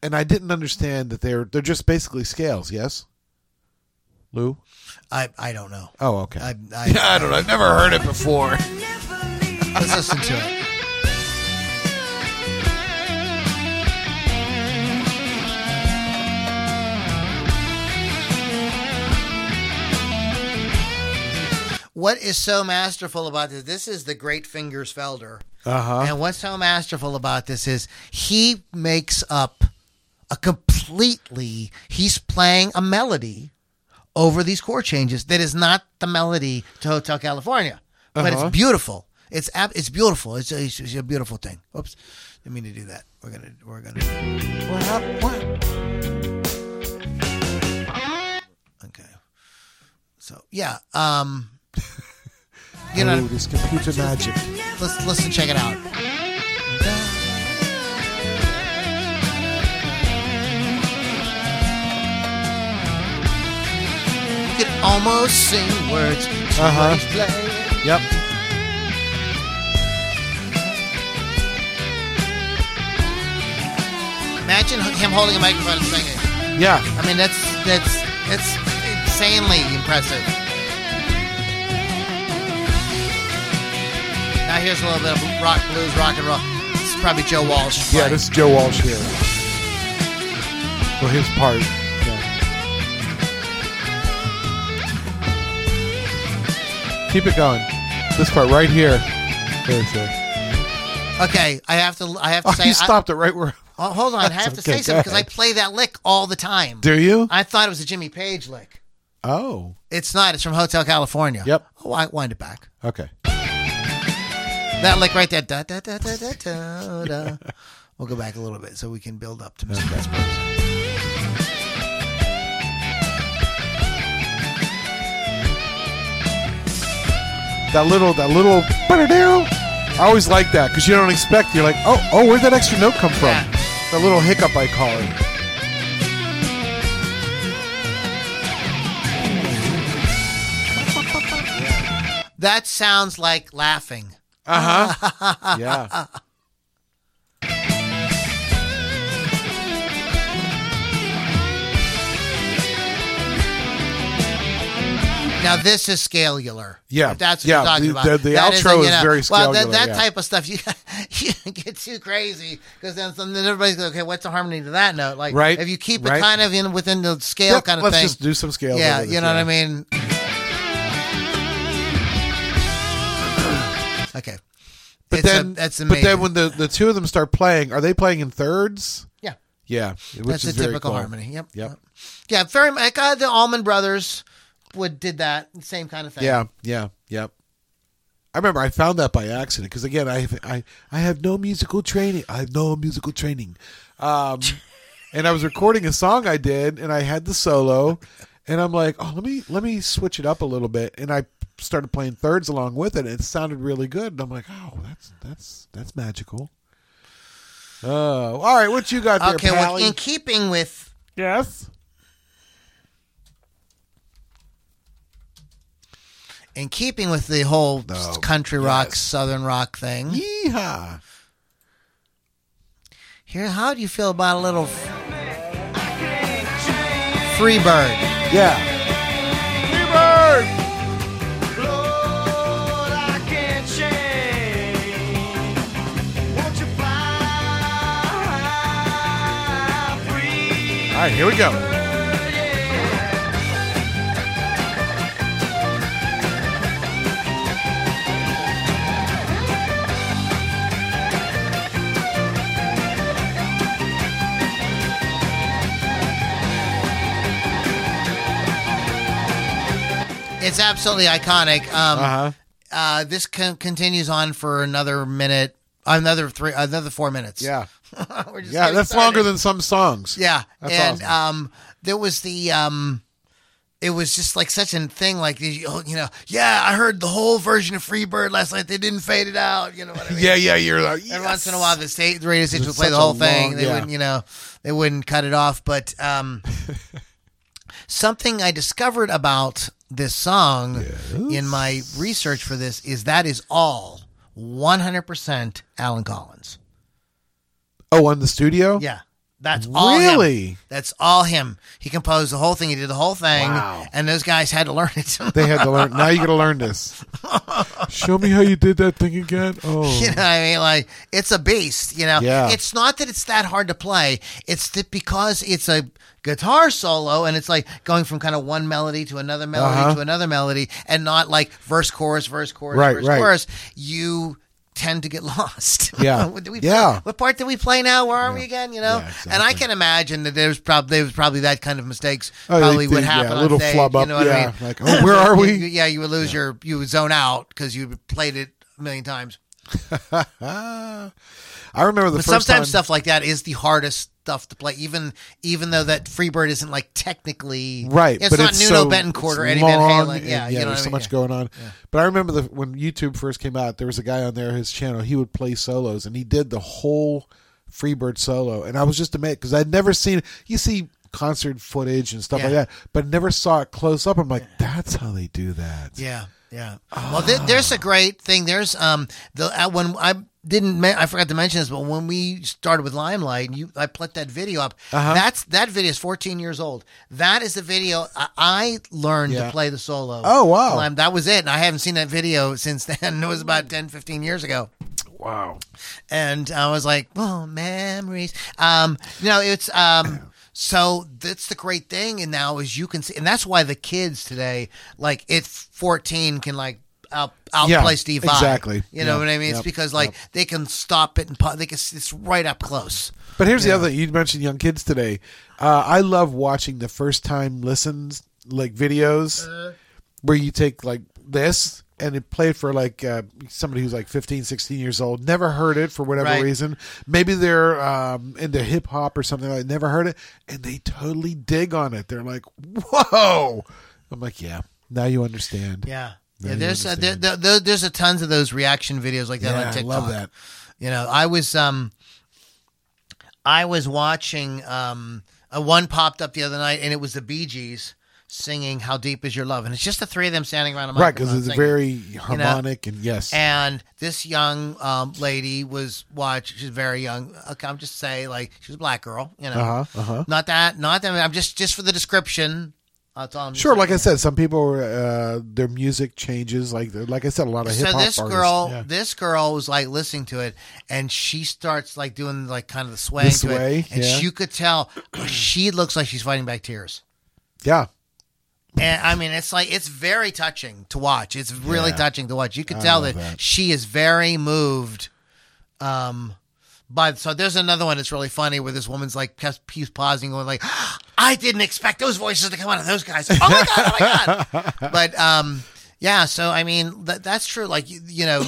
Speaker 2: and I didn't understand that they're they're just basically scales. Yes, Lou.
Speaker 1: I I don't know.
Speaker 2: Oh, okay.
Speaker 1: I
Speaker 2: [LAUGHS]
Speaker 1: I,
Speaker 2: Yeah, I don't know. I've never heard it before.
Speaker 1: Let's listen to it. What is so masterful about this? This is the Great Fingers Felder.
Speaker 2: Uh huh.
Speaker 1: And what's so masterful about this is he makes up a completely, he's playing a melody over these chord changes that is not the melody to Hotel California, but
Speaker 2: Uh-huh.
Speaker 1: it's beautiful. It's ab- it's beautiful. It's a, it's a beautiful thing. Oops, didn't mean to do that. We're gonna we're gonna
Speaker 2: What hap- what?
Speaker 1: okay. So yeah, um, you know,
Speaker 2: Ooh, Oh, this computer
Speaker 1: [LAUGHS]
Speaker 2: magic.
Speaker 1: let's listen, check it out. You could almost sing words to
Speaker 2: Uh-huh.
Speaker 1: what he's playing.
Speaker 2: Yep.
Speaker 1: Imagine him holding a microphone and singing.
Speaker 2: Yeah.
Speaker 1: I mean, that's that's that's insanely impressive. Now here's a little bit of rock, blues, rock and roll. This is probably Joe Walsh.
Speaker 2: Yeah,
Speaker 1: playing.
Speaker 2: this is Joe Walsh here. Well, his part. Keep it going. This part right here. There it is.
Speaker 1: Okay, I have to. I have to
Speaker 2: Oh,
Speaker 1: say.
Speaker 2: you
Speaker 1: I-
Speaker 2: stopped it right where.
Speaker 1: Oh, hold on. I have to
Speaker 2: okay,
Speaker 1: say something
Speaker 2: go
Speaker 1: because I
Speaker 2: ahead.
Speaker 1: play that lick all the time.
Speaker 2: [LAUGHS] Do you?
Speaker 1: I thought it was a Jimmy Page lick.
Speaker 2: Oh,
Speaker 1: It's not. It's from Hotel California.
Speaker 2: Yep.
Speaker 1: Oh, I wind it back.
Speaker 2: okay.
Speaker 1: That lick right there. Da, da, da, da, da, da, da. We'll go back a little bit so we can build up to Mr. Vespers.
Speaker 2: That little, that little. I always like that because you don't expect. You're like, oh, oh, where'd that extra note come from?
Speaker 1: Yeah. Ah,
Speaker 2: That little hiccup I call it.
Speaker 1: That sounds like laughing.
Speaker 2: Uh huh.
Speaker 1: ah,
Speaker 2: yeah.
Speaker 1: Now this is scalular.
Speaker 2: Yeah,
Speaker 1: If that's what
Speaker 2: yeah,
Speaker 1: you're talking
Speaker 2: the-
Speaker 1: about.
Speaker 2: the- the
Speaker 1: That
Speaker 2: outro
Speaker 1: you
Speaker 2: is very
Speaker 1: Well, that,
Speaker 2: scalular,
Speaker 1: that
Speaker 2: yeah.
Speaker 1: type of stuff [LAUGHS] you you can get too crazy because then, some- then everybody's like, okay, what's the harmony to that note? Like,
Speaker 2: Right,
Speaker 1: if you keep it
Speaker 2: right.
Speaker 1: kind of in within the scale
Speaker 2: Yep,
Speaker 1: kind of
Speaker 2: Let's
Speaker 1: thing,
Speaker 2: just do some scales.
Speaker 1: yeah,
Speaker 2: over this,
Speaker 1: you know what I mean. [CLEARS THROAT] okay,
Speaker 2: But
Speaker 1: It's a-
Speaker 2: then,
Speaker 1: that's
Speaker 2: but
Speaker 1: amazing.
Speaker 2: then when the, the two of them start playing, are they playing in thirds?
Speaker 1: yeah,
Speaker 2: Yeah, which
Speaker 1: that's
Speaker 2: is
Speaker 1: a
Speaker 2: very
Speaker 1: typical
Speaker 2: cool.
Speaker 1: harmony. Yep.
Speaker 2: Yep.
Speaker 1: Yeah, very like uh, the Allman Brothers would did that same kind of thing.
Speaker 2: Yeah, yeah, yep. I remember I found that by accident because again, I have, I I have no musical training. I have no musical training,
Speaker 1: [LAUGHS]
Speaker 2: um, and I was recording a song I did, and I had the solo, and I'm like, oh, let me let me switch it up a little bit, and I started playing thirds along with it, and it sounded really good, and I'm like, oh, that's that's that's magical. Oh, all right, what you got there,
Speaker 1: Okay, well,
Speaker 2: Pally?
Speaker 1: in keeping with
Speaker 2: yes.
Speaker 1: in keeping with the whole
Speaker 2: No,
Speaker 1: country rock,
Speaker 2: yes.
Speaker 1: southern rock thing,
Speaker 2: Yeehaw.
Speaker 1: here, how do you feel about a little Freebird?
Speaker 2: Yeah. All right, here we go.
Speaker 1: It's absolutely iconic. Um,
Speaker 2: Uh huh.
Speaker 1: uh, this con- continues on for another minute, another three, another four minutes.
Speaker 2: Yeah.
Speaker 1: [LAUGHS] We're just
Speaker 2: Yeah,
Speaker 1: getting
Speaker 2: that's
Speaker 1: started.
Speaker 2: longer than some songs.
Speaker 1: Yeah,
Speaker 2: That's
Speaker 1: and
Speaker 2: awesome.
Speaker 1: um, there was the um, it was just like such a thing. Like you oh, you know, yeah, I heard the whole version of Freebird last night. They didn't fade it out. You know what I mean?
Speaker 2: Yeah, yeah, you're like
Speaker 1: Every
Speaker 2: yes.
Speaker 1: once in a while, the state the radio station would
Speaker 2: It's
Speaker 1: play the
Speaker 2: such a
Speaker 1: whole thing.
Speaker 2: long-
Speaker 1: They
Speaker 2: yeah.
Speaker 1: wouldn't, you know, they wouldn't cut it off. But
Speaker 2: [LAUGHS]
Speaker 1: um, something I discovered about this song in my research for this is that is all 100% Alan Collins.
Speaker 2: Oh, on the studio?
Speaker 1: Yeah. That's all him.
Speaker 2: Really?
Speaker 1: That's all him. He composed the whole thing. He did the whole thing.
Speaker 2: Wow.
Speaker 1: And those guys had to learn it. [LAUGHS]
Speaker 2: They had to learn. Now you got to learn this. Show me how you did that thing
Speaker 1: [LAUGHS]
Speaker 2: again. Oh,
Speaker 1: You know what I mean? Like it's a beast, you know.
Speaker 2: Yeah.
Speaker 1: It's not that it's that hard to play. It's that because it's a guitar solo and it's like going from kind of one melody to another melody
Speaker 2: Uh-huh.
Speaker 1: to another melody and not like verse chorus verse chorus
Speaker 2: Right,
Speaker 1: verse
Speaker 2: right.
Speaker 1: chorus. You tend to get [LAUGHS] lost.
Speaker 2: Yeah.
Speaker 1: [LAUGHS] what do we
Speaker 2: Yeah.
Speaker 1: Play? What part did we play now? Where are we again? You know.
Speaker 2: Yeah,
Speaker 1: And I
Speaker 2: exactly.
Speaker 1: can imagine that there's probably there was probably that kind of mistakes
Speaker 2: Oh, they
Speaker 1: probably
Speaker 2: did,
Speaker 1: would
Speaker 2: yeah,
Speaker 1: happen.
Speaker 2: a
Speaker 1: on
Speaker 2: little
Speaker 1: stage,
Speaker 2: flub
Speaker 1: You
Speaker 2: up,
Speaker 1: know what I
Speaker 2: yeah,
Speaker 1: mean?
Speaker 2: like, oh,
Speaker 1: [LAUGHS]
Speaker 2: where are we?
Speaker 1: You- yeah, you would lose your you would zone out because you played it a million times.
Speaker 2: Ah. I remember the
Speaker 1: But
Speaker 2: first
Speaker 1: sometimes
Speaker 2: time.
Speaker 1: stuff like that is the hardest stuff to play. Even even though that Freebird isn't like technically
Speaker 2: Right,
Speaker 1: It's
Speaker 2: but
Speaker 1: not
Speaker 2: it's
Speaker 1: Nuno
Speaker 2: so,
Speaker 1: Betancourt
Speaker 2: it's
Speaker 1: or Eddie Van
Speaker 2: long,
Speaker 1: Halen.
Speaker 2: and
Speaker 1: Yeah, you know
Speaker 2: there's
Speaker 1: what I
Speaker 2: so
Speaker 1: mean?
Speaker 2: much going on. But I remember the, when YouTube first came out, there was a guy on there, his channel. He would play solos, and he did the whole Freebird solo, and I was just amazed because I'd never seen. You see concert footage and stuff
Speaker 1: Yeah.
Speaker 2: like that, but never saw it close up. I'm like, that's how they do that.
Speaker 1: Yeah, yeah.
Speaker 2: Ah.
Speaker 1: Well, there, there's a great thing. There's um the uh, when I didn't me- I forgot to mention this, but when we started with Limelight, you I put that video up.
Speaker 2: Uh-huh.
Speaker 1: That's that video is 14 years old. That is the video I, I learned
Speaker 2: Yeah.
Speaker 1: to play the solo.
Speaker 2: Oh, wow.
Speaker 1: Lime- that was it. And I haven't seen that video since then. [LAUGHS] It was about 10, 15 years ago.
Speaker 2: Wow.
Speaker 1: and I was like, "Oh, memories." Um, you know, it's um. So that's the great thing, and now is you can see, and that's why the kids today, like at fourteen, can like out
Speaker 2: Yeah,
Speaker 1: outplay Steve Vai.
Speaker 2: exactly.
Speaker 1: You know
Speaker 2: Yeah,
Speaker 1: what I mean? It's
Speaker 2: yep,
Speaker 1: because like they can stop it and pu- they can. s- It's right up close.
Speaker 2: But here's the other thing. You mentioned young kids today. Uh, I love watching the first time listens like videos
Speaker 1: Uh-huh.
Speaker 2: where you take like this and it played for like uh, somebody who's like 15, 16 years old, never heard it for whatever
Speaker 1: Right.
Speaker 2: reason. Maybe they're um, into hip hop or something like never heard it. And they totally dig on it. They're like, whoa. I'm like, yeah, now you understand.
Speaker 1: Yeah.
Speaker 2: Yeah,
Speaker 1: Yeah,
Speaker 2: you
Speaker 1: there's a, there,
Speaker 2: understand.
Speaker 1: there, there- there's a tons of those reaction videos like that
Speaker 2: Yeah,
Speaker 1: on
Speaker 2: I
Speaker 1: TikTok.
Speaker 2: love that.
Speaker 1: You know, I was um, I was watching um, a one popped up the other night, and it was the Bee Gees singing "How Deep Is Your Love," and it's just the three of them standing around a
Speaker 2: Right,
Speaker 1: microphone.
Speaker 2: because it's
Speaker 1: singing.
Speaker 2: very harmonic and yes.
Speaker 1: And this young um, lady was watch. She's very young. Okay, I'm just say like she's a black girl. You know,
Speaker 2: Uh-huh, uh-huh.
Speaker 1: not that, not that. I'm just just for the description. That's all. I'm
Speaker 2: Sure,
Speaker 1: saying.
Speaker 2: like I said, some people uh, their music changes. Like like I said, a lot of hip
Speaker 1: so
Speaker 2: hop.
Speaker 1: this girl this girl was like listening to it and she starts like doing like kind of the swaying
Speaker 2: This
Speaker 1: to
Speaker 2: way,
Speaker 1: it and
Speaker 2: yeah.
Speaker 1: you could tell [CLEARS THROAT] she looks like she's fighting back tears
Speaker 2: yeah,
Speaker 1: and i mean it's like it's very touching to watch it's really
Speaker 2: Yeah.
Speaker 1: touching to watch you could
Speaker 2: I
Speaker 1: tell
Speaker 2: love
Speaker 1: that,
Speaker 2: that.
Speaker 1: she is very moved um by so there's another one that's really funny where this woman's like kept keeps pausing going like [GASPS] i didn't expect those voices to come out of those guys oh my god oh my
Speaker 2: [LAUGHS]
Speaker 1: god but um yeah so i mean that, that's true like you, you know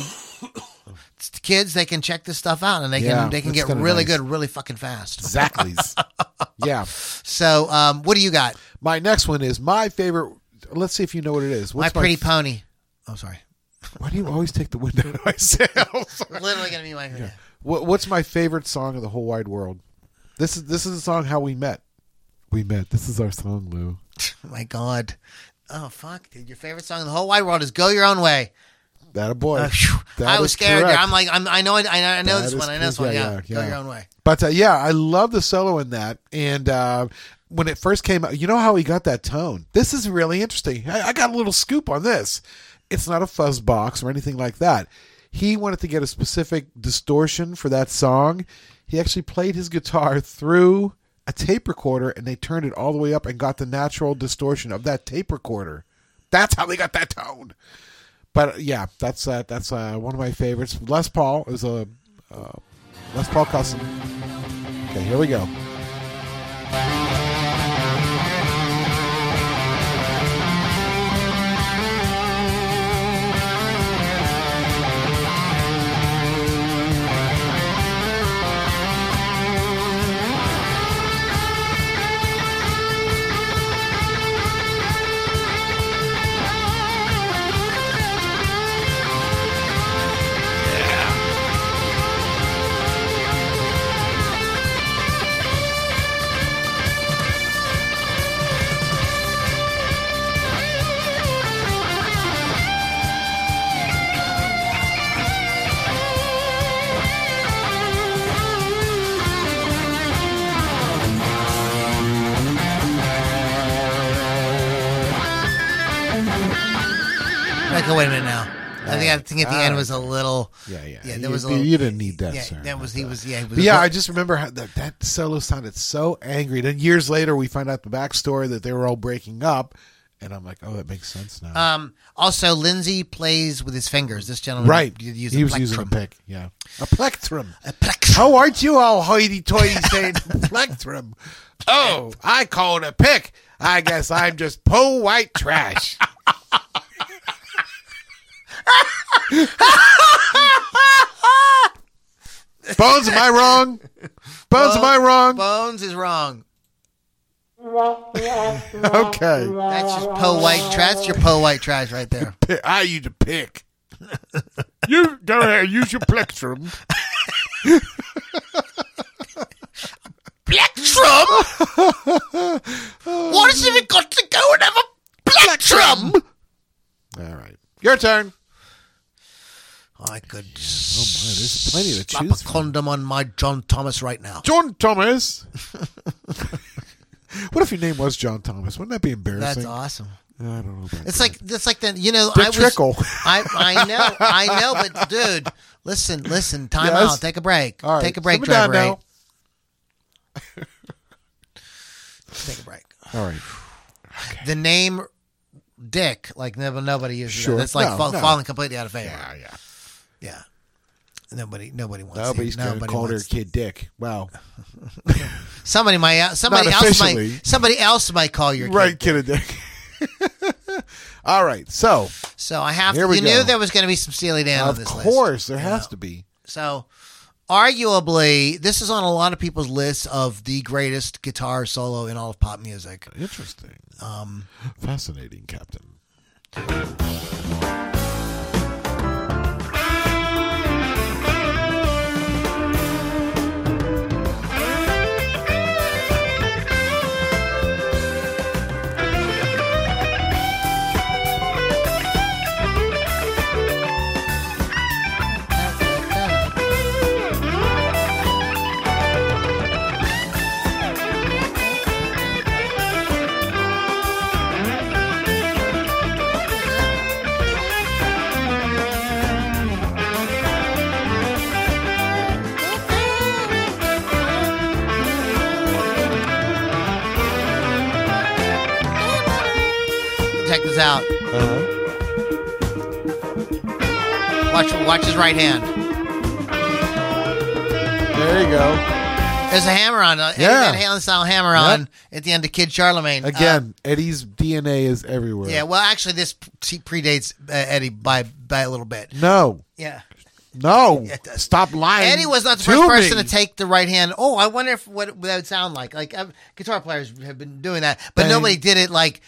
Speaker 1: it's the kids they can check this stuff out and they
Speaker 2: Yeah,
Speaker 1: can they can
Speaker 2: that's
Speaker 1: get
Speaker 2: kinda
Speaker 1: really
Speaker 2: nice.
Speaker 1: good really fucking fast
Speaker 2: exactly. [LAUGHS] yeah,
Speaker 1: so um what do you got
Speaker 2: my next one is my favorite. Let's see if you know what it is. What's
Speaker 1: my pretty pony oh sorry
Speaker 2: Why do you always take the window to [LAUGHS] myself?
Speaker 1: literally gonna be my
Speaker 2: what, what's my favorite song of the whole wide world? This is this is the song "How We Met." We met. This is our song, Lou.
Speaker 1: my god oh fuck dude your favorite song in the whole wide world is go your own way
Speaker 2: That a boy.
Speaker 1: Uh, phew.
Speaker 2: That
Speaker 1: I was
Speaker 2: is
Speaker 1: scared.
Speaker 2: correct.
Speaker 1: I'm like, I'm, I know, I, I know
Speaker 2: That
Speaker 1: this
Speaker 2: is
Speaker 1: one. I know this one.
Speaker 2: correct.
Speaker 1: Yeah, go
Speaker 2: Yeah, yeah.
Speaker 1: your own way.
Speaker 2: But uh, yeah, I love the solo in that. And uh, when it first came out, you know how he got that tone. This is really interesting. I, I got a little scoop on this. It's not a fuzz box or anything like that. He wanted to get a specific distortion for that song. He actually played his guitar through a tape recorder and they turned it all the way up and got the natural distortion of that tape recorder. That's how they got that tone. But uh, yeah, that's uh, that's uh, one of my favorites. Les Paul is a uh, Les Paul custom. Okay, here we go.
Speaker 1: No, oh, wait a minute now. I think I think at the end was a little.
Speaker 2: Yeah, yeah.
Speaker 1: Yeah,
Speaker 2: You-
Speaker 1: there was a
Speaker 2: you
Speaker 1: little.
Speaker 2: didn't need that,
Speaker 1: Yeah,
Speaker 2: sir.
Speaker 1: that was he was. Yeah, he was
Speaker 2: But yeah,
Speaker 1: a-
Speaker 2: I just remember how that, that solo sounded so angry. Then years later, we find out the backstory that they were all breaking up, and I'm like, oh, that makes sense now.
Speaker 1: Um, also, Lindsay plays with his fingers. This gentleman,
Speaker 2: right?
Speaker 1: did use
Speaker 2: he
Speaker 1: a
Speaker 2: was using a
Speaker 1: plectrum.
Speaker 2: pick. Yeah, a plectrum.
Speaker 1: A plectrum.
Speaker 2: How aren't you all [LAUGHS] hoity-toity saying plectrum? Oh, I call it a pick. I guess I'm just po white trash. [LAUGHS] Bones, am I wrong? Bones, am I wrong?
Speaker 1: Bones is wrong.
Speaker 2: Okay.
Speaker 1: That's just po white trash. That's your po white trash right
Speaker 2: [LAUGHS]
Speaker 1: there.
Speaker 2: I use a pick. [LAUGHS] You go ahead, use your plectrum.
Speaker 1: plectrum. what has it got to go and have a plectrum?
Speaker 2: All right. Your turn.
Speaker 1: I could
Speaker 2: Oh, There's plenty to
Speaker 1: slap a condom on my John Thomas right now.
Speaker 2: John
Speaker 1: [LAUGHS]
Speaker 2: Thomas. what if your name was John Thomas? Wouldn't that be
Speaker 1: That's
Speaker 2: embarrassing?
Speaker 1: awesome.
Speaker 2: I don't know. About
Speaker 1: It's
Speaker 2: that.
Speaker 1: like that's like the you know
Speaker 2: Dick
Speaker 1: I was, [LAUGHS]
Speaker 2: Trickle.
Speaker 1: I I know I know, but dude, listen, listen. Time
Speaker 2: Yes?
Speaker 1: out. Take a break.
Speaker 2: All right,
Speaker 1: Take a break,
Speaker 2: simmer down
Speaker 1: driver. Eight.
Speaker 2: now.
Speaker 1: Take a break. [SIGHS]
Speaker 2: All right.
Speaker 1: The name Dick, like never nobody uses
Speaker 2: Sure.
Speaker 1: that. That's like
Speaker 2: No,
Speaker 1: fall,
Speaker 2: no.
Speaker 1: falling completely out of favor.
Speaker 2: Yeah, yeah.
Speaker 1: Yeah. Nobody, nobody wants.
Speaker 2: Nobody's
Speaker 1: to, nobody
Speaker 2: gonna call their
Speaker 1: wants-
Speaker 2: kid Dick. Wow.
Speaker 1: Somebody might. uh, Somebody
Speaker 2: Not
Speaker 1: else
Speaker 2: officially.
Speaker 1: might. Somebody else might call your kid.
Speaker 2: Right, kid a Dick. [LAUGHS] All right. So
Speaker 1: So I have.
Speaker 2: Here
Speaker 1: to
Speaker 2: we
Speaker 1: you
Speaker 2: go.
Speaker 1: knew there was going to be some Steely Dan on
Speaker 2: of
Speaker 1: this list.
Speaker 2: course there has to be.
Speaker 1: So arguably, this is on a lot of people's lists of the greatest guitar solo in all of pop music.
Speaker 2: Interesting. Um fascinating, Captain.
Speaker 1: Check this out.
Speaker 2: Uh-huh.
Speaker 1: Watch, watch his right hand.
Speaker 2: There you
Speaker 1: Uh,
Speaker 2: go.
Speaker 1: There's a hammer on. Uh,
Speaker 2: Yeah.
Speaker 1: Eddie Van Halen style hammer on at the end of Kid Charlemagne. Uh,
Speaker 2: Again, Eddie's DNA is everywhere.
Speaker 1: yeah. Well, actually, this p- predates uh, Eddie by by a little bit.
Speaker 2: No.
Speaker 1: Yeah.
Speaker 2: No.
Speaker 1: It does.
Speaker 2: Stop lying.
Speaker 1: Eddie was not the
Speaker 2: to
Speaker 1: first person
Speaker 2: me.
Speaker 1: to take the right hand. Oh, I wonder if what that would sound like. Like uh, guitar players have been doing that, but
Speaker 2: Bang.
Speaker 1: nobody did it like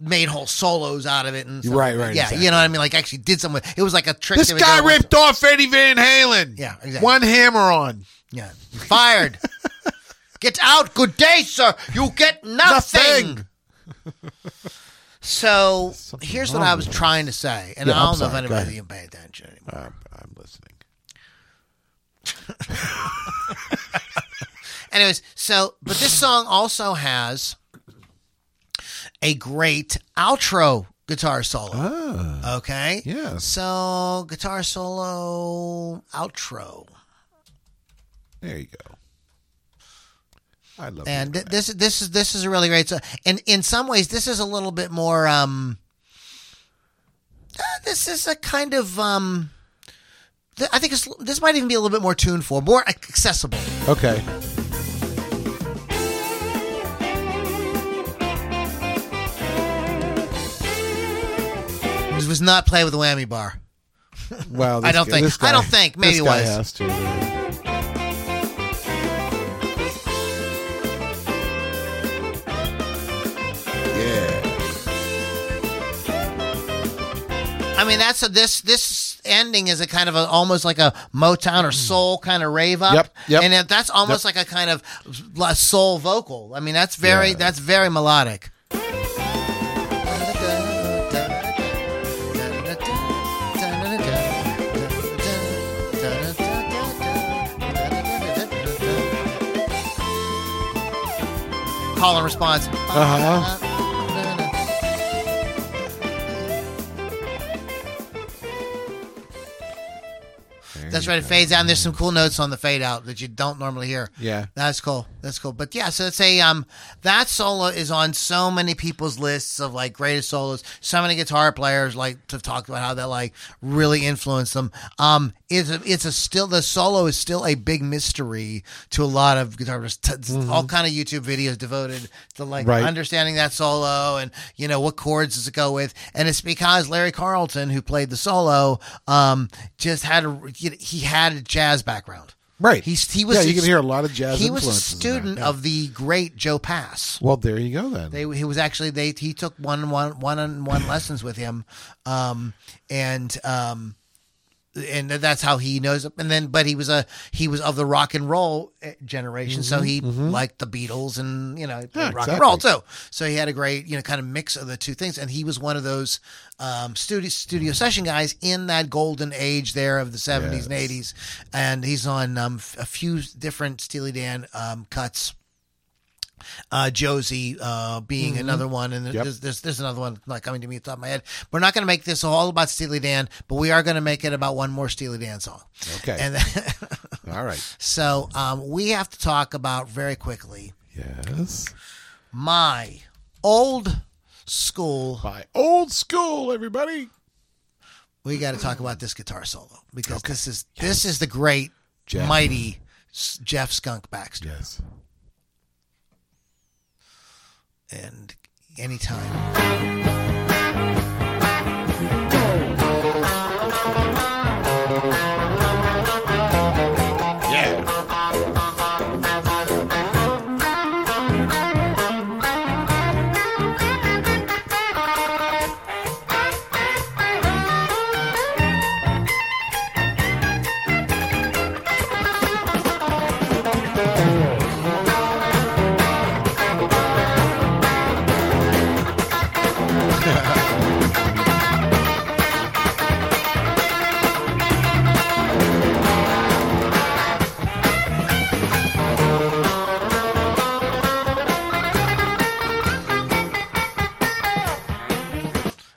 Speaker 1: made whole solos out of it. And stuff.
Speaker 2: Right, right,
Speaker 1: yeah.
Speaker 2: exactly.
Speaker 1: You know what I mean? Like actually did something. It was like a trick.
Speaker 2: This
Speaker 1: they would
Speaker 2: guy
Speaker 1: go with.
Speaker 2: ripped off Eddie Van Halen.
Speaker 1: Yeah, exactly.
Speaker 2: One hammer on.
Speaker 1: Yeah,
Speaker 2: [LAUGHS]
Speaker 1: fired. get out. Good day, sir. You get nothing.
Speaker 2: Nothing.
Speaker 1: So
Speaker 2: Something
Speaker 1: here's what
Speaker 2: wrong
Speaker 1: I was
Speaker 2: with
Speaker 1: trying to say, and
Speaker 2: Yeah,
Speaker 1: I
Speaker 2: I'm
Speaker 1: don't know
Speaker 2: sorry.
Speaker 1: if
Speaker 2: Go
Speaker 1: anybody's
Speaker 2: ahead.
Speaker 1: even paying attention anymore.
Speaker 2: I'm, I'm listening.
Speaker 1: Anyways, so but this song also has a great outro guitar solo.
Speaker 2: Ah.
Speaker 1: okay.
Speaker 2: yes.
Speaker 1: So guitar solo outro,
Speaker 2: There you go. I love
Speaker 1: and
Speaker 2: this
Speaker 1: th- this this is this is a really great song. And in some ways, this is a little bit more. um uh, This is a kind of. um th- I think it's, this might even be a little bit more tuned for, more accessible.
Speaker 2: guy. Okay.
Speaker 1: This was not played with a whammy bar.
Speaker 2: Wow.
Speaker 1: I
Speaker 2: this
Speaker 1: don't
Speaker 2: guy-
Speaker 1: think-
Speaker 2: this
Speaker 1: I
Speaker 2: guy-
Speaker 1: don't think. Maybe
Speaker 2: this
Speaker 1: it
Speaker 2: guy
Speaker 1: was.
Speaker 2: has to, yeah.
Speaker 1: I mean, that's a, this this ending is a kind of a almost like a Motown or soul kind of rave up.
Speaker 2: Yep, yep.
Speaker 1: And that- that's almost like a kind of la- soul vocal. I mean, that's very
Speaker 2: Yeah.
Speaker 1: that's very melodic. Call and response.
Speaker 2: Uh-huh. There
Speaker 1: That's
Speaker 2: you
Speaker 1: right. It
Speaker 2: go.
Speaker 1: fades out. And there's some cool notes on the fade out that you don't normally hear.
Speaker 2: Yeah.
Speaker 1: That's cool. That's cool. But yeah, so let's say um that solo is on so many people's lists of like greatest solos. So many guitar players like to talk about how that like really influenced them. Um, it's a, it's a still the solo is still a big mystery to a lot of guitarists. T- All kind of YouTube videos devoted to like
Speaker 2: Right.
Speaker 1: understanding that solo and you know what chords does it go with. And it's because Larry Carlton, who played the solo, um, just had a he had a jazz background.
Speaker 2: Right.
Speaker 1: He's, he was.
Speaker 2: Yeah, you can hear a lot of jazz
Speaker 1: He was a
Speaker 2: influences in there,
Speaker 1: student
Speaker 2: yeah.
Speaker 1: of the great Joe Pass.
Speaker 2: Well, there you go then.
Speaker 1: They, he was actually they he took one one one on one lessons with him, um, and um, and that's how he knows. it. And then, but he was a he was of the rock and roll eh, generation, so he liked the Beatles and you know he played
Speaker 2: Yeah,
Speaker 1: rock and roll too. So he had a great you know kind of mix of the two things, and he was one of those um, studio studio session guys in that golden age there of the seventies and
Speaker 2: Yes.
Speaker 1: eighties, and he's on um, f- a few different Steely Dan um, cuts uh, Josie uh, being another one, and
Speaker 2: Mm-hmm. Yep.
Speaker 1: there's, there's there's another one not coming to me at the top of my head. We're not going to make this all about Steely Dan, but we are going to make it about one more Steely Dan song.
Speaker 2: Okay.
Speaker 1: And
Speaker 2: All right.
Speaker 1: [LAUGHS] so um, we have to talk about very quickly
Speaker 2: Yes.
Speaker 1: my old school.
Speaker 2: By old school, everybody.
Speaker 1: We got to talk about this guitar solo because this is this is the great
Speaker 2: Jeff.
Speaker 1: mighty S- Jeff Skunk Baxter,
Speaker 2: Yes.
Speaker 1: and anytime
Speaker 2: Yeah.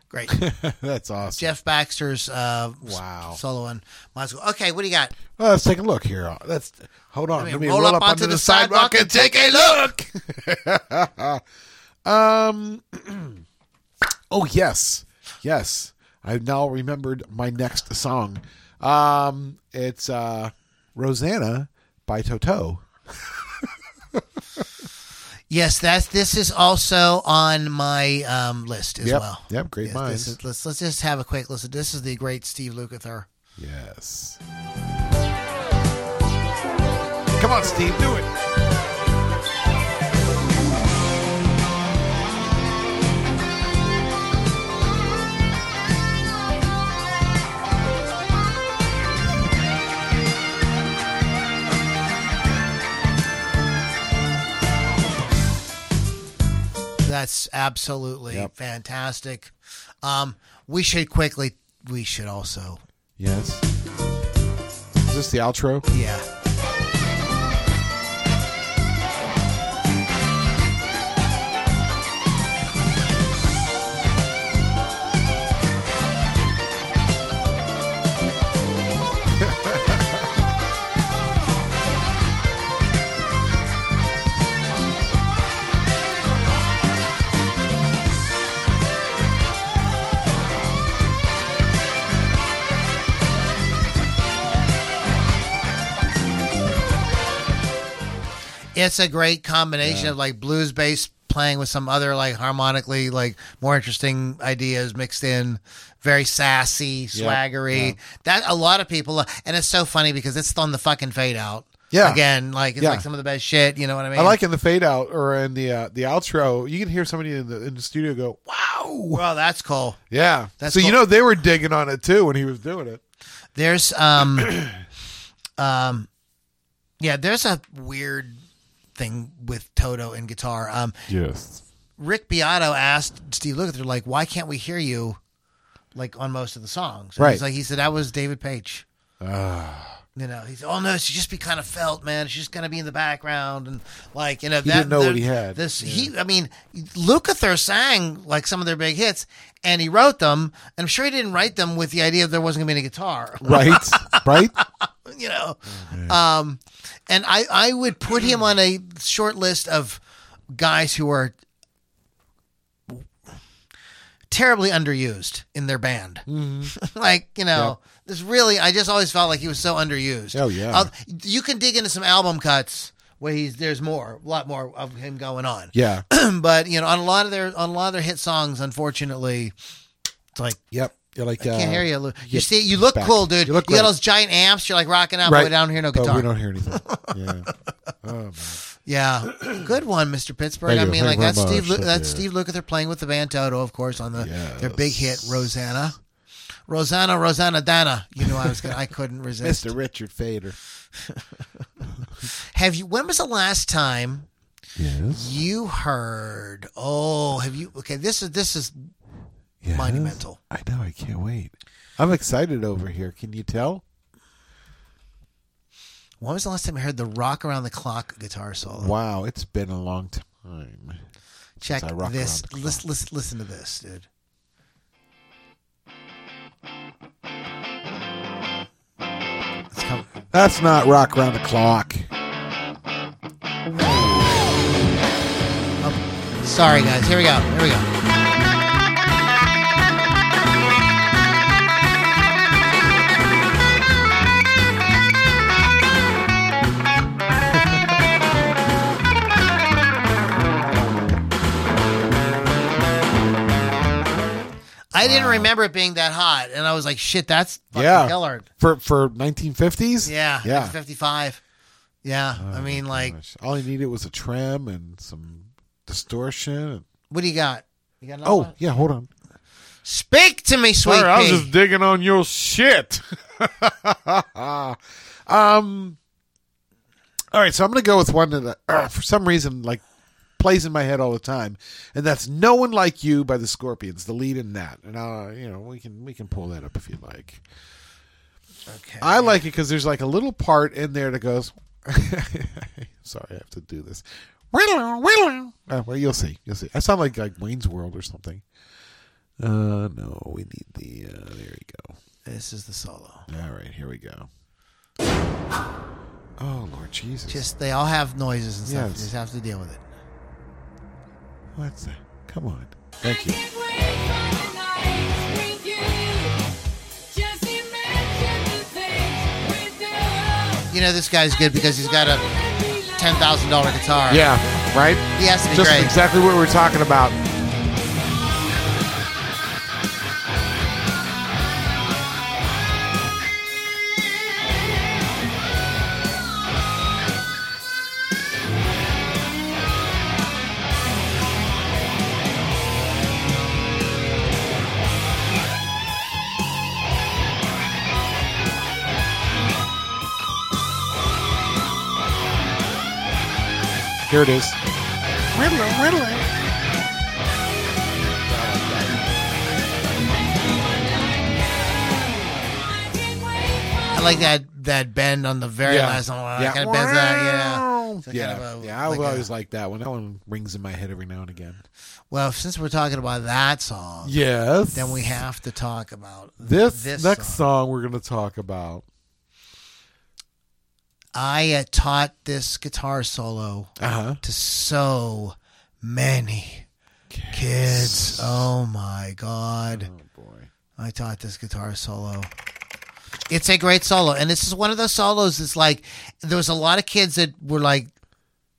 Speaker 1: great. [LAUGHS]
Speaker 2: [LAUGHS] That's awesome.
Speaker 1: Jeff Baxter's uh, s-
Speaker 2: Wow.
Speaker 1: solo on my school. Okay, what do you got?
Speaker 2: Well, let's take a look here. Let's hold on.
Speaker 1: me
Speaker 2: Let me
Speaker 1: roll
Speaker 2: roll,
Speaker 1: up
Speaker 2: up,
Speaker 1: onto
Speaker 2: onto
Speaker 1: the
Speaker 2: the sidewalk
Speaker 1: sidewalk
Speaker 2: and take a look. [LAUGHS] um. [CLEARS THROAT] oh yes, yes. I've now remembered my next song. Um, it's uh, Rosanna by Toto.
Speaker 1: Yes, that's this is also on my um, list as
Speaker 2: Yep.
Speaker 1: well.
Speaker 2: Yep. Great
Speaker 1: Yes,
Speaker 2: minds.
Speaker 1: this is, let's let's just have a quick listen. This is the great Steve Lukather.
Speaker 2: Yes. Come on, Steve, do it.
Speaker 1: That's absolutely
Speaker 2: Yep.
Speaker 1: fantastic. Um, we should quickly. We should also.
Speaker 2: Yes. Is this the outro?
Speaker 1: Yeah. It's a great combination of like blues bass playing with some other like harmonically like more interesting ideas mixed in very sassy swaggery that a lot of people and it's so funny because it's on the fucking fade out
Speaker 2: Yeah.
Speaker 1: again like it's
Speaker 2: Yeah.
Speaker 1: like some of the best shit you know what i mean
Speaker 2: I like in the fade out or in the uh, the outro, you can hear somebody in the in the studio go, "Wow!"
Speaker 1: well that's cool
Speaker 2: Yeah.
Speaker 1: That's
Speaker 2: so you
Speaker 1: cool.
Speaker 2: know they were digging on it too when he was doing it.
Speaker 1: There's
Speaker 2: [CLEARS THROAT]
Speaker 1: um um yeah, there's a weird thing with Toto and guitar. Um
Speaker 2: Yes.
Speaker 1: Rick Beato asked Steve Lukather like why can't we hear you like on most of the songs? And
Speaker 2: Right. Ah.
Speaker 1: He's like he said that was David Page. You know, he's oh no, it should just be kind of felt, man. It's just gonna be in the background and like you know that
Speaker 2: didn't know
Speaker 1: the-
Speaker 2: what he had.
Speaker 1: This he, I mean, Lukather sang like some of their big [LAUGHS] hits, and he wrote them. And I'm sure he didn't write them with the idea that there wasn't gonna be any guitar.
Speaker 2: Right. right?
Speaker 1: you know. Um, and I, I would put him on a short list of guys who are terribly underused in their band.
Speaker 2: Mm-hmm.
Speaker 1: [LAUGHS] like, you know, this really, I just always felt like he was so underused.
Speaker 2: Oh, yeah.
Speaker 1: Uh, you can dig into some album cuts where he's, there's more, a lot more of him going on.
Speaker 2: Yeah.
Speaker 1: [CLEARS THROAT] but, you know, on a lot of their, on a lot of their hit songs, unfortunately, it's like,
Speaker 2: Yep. You're like
Speaker 1: can't hear you. Lou. You
Speaker 2: Uh, yeah,
Speaker 1: see, you look
Speaker 2: back.
Speaker 1: cool, dude.
Speaker 2: You
Speaker 1: You,
Speaker 2: look
Speaker 1: got
Speaker 2: great.
Speaker 1: those giant amps. You're like rocking out,
Speaker 2: Right.
Speaker 1: but down here, no
Speaker 2: But oh,
Speaker 1: guitar.
Speaker 2: we don't
Speaker 1: [LAUGHS]
Speaker 2: hear anything. Yeah. Oh, man.
Speaker 1: Yeah, [CLEARS THROAT] good one, Mr. Pittsburgh.
Speaker 2: Thank
Speaker 1: I
Speaker 2: you.
Speaker 1: mean,
Speaker 2: Thank
Speaker 1: like
Speaker 2: you very
Speaker 1: that's Steve.
Speaker 2: much.
Speaker 1: Lu-
Speaker 2: Thank
Speaker 1: that's
Speaker 2: you.
Speaker 1: Steve Lukather playing with the Van Toto, of course, on the their big hit
Speaker 2: Yes.
Speaker 1: Rosanna, Rosanna, Rosanna, Dana. You know, I was gonna, I
Speaker 2: [LAUGHS]
Speaker 1: couldn't resist.
Speaker 2: Mr. Richard Fader.
Speaker 1: Have you? When was the last time
Speaker 2: Yes.
Speaker 1: you heard? Oh, have you? Okay, this is this is
Speaker 2: yes.
Speaker 1: monumental.
Speaker 2: I know. I can't wait. I'm excited over here. Can you tell?
Speaker 1: When was the last time you heard the rock around the clock guitar solo?
Speaker 2: Wow, it's been a long time.
Speaker 1: Check
Speaker 2: I rock
Speaker 1: this.
Speaker 2: around the
Speaker 1: Listen, listen, listen to this, dude. It's coming.
Speaker 2: That's not rock around the clock.
Speaker 1: Sorry, guys. Here we go. [LAUGHS] Here we go. I didn't remember it being that hot, and I was like, "Shit, that's fucking
Speaker 2: Yeah.
Speaker 1: killer."
Speaker 2: For for 1950s?
Speaker 1: Yeah,
Speaker 2: Yeah. Oh,
Speaker 1: 55. Yeah, I mean, like,
Speaker 2: Gosh, all he needed was a trim and some distortion.
Speaker 1: what do you got? You got another
Speaker 2: Oh,
Speaker 1: one?
Speaker 2: yeah, hold on.
Speaker 1: speak to me, sweet pea.
Speaker 2: digging on your shit. [LAUGHS] um All right, so I'm going to go with one that uh, for some reason like plays in my head all the time, and that's "No One Like You" by the Scorpions, the lead in that. And uh, you know, we can we can pull that up if you like.
Speaker 1: Okay.
Speaker 2: I like it because there's like a little part in there that goes. [LAUGHS] Sorry, I have to do this. Whittle, whittle. Uh, well, you'll see. You'll see. I sound like like Wayne's World or something. Uh, no, we need the. Uh, there we
Speaker 1: This is the solo.
Speaker 2: go. All right, here we go. Oh Lord Jesus!
Speaker 1: Just they all have noises and stuff.
Speaker 2: Yes.
Speaker 1: You just have to deal with it.
Speaker 2: What's that? Come on. Thank you.
Speaker 1: You know this guy's good because he's got a ten thousand dollar guitar.
Speaker 2: Yeah. Right.
Speaker 1: he has to be
Speaker 2: Just
Speaker 1: great.
Speaker 2: exactly what we we're talking about. Here it is.
Speaker 1: I like that that bend on the very last one. That kind of bends out. Yeah. It's
Speaker 2: yeah.
Speaker 1: kind of a-
Speaker 2: yeah, I
Speaker 1: like
Speaker 2: will
Speaker 1: a-
Speaker 2: always like that one. That one rings in my head every now and again.
Speaker 1: Well, since we're talking about that song,
Speaker 2: Yes.
Speaker 1: then we have to talk about
Speaker 2: this,
Speaker 1: this
Speaker 2: next
Speaker 1: song.
Speaker 2: song. we're going to talk about.
Speaker 1: I uh, taught this guitar solo
Speaker 2: Uh-huh.
Speaker 1: to so many kids. Oh my god.
Speaker 2: Oh boy.
Speaker 1: I taught this guitar solo. It's a great solo, and this is one of those solos. It's like there was a lot of kids that were like,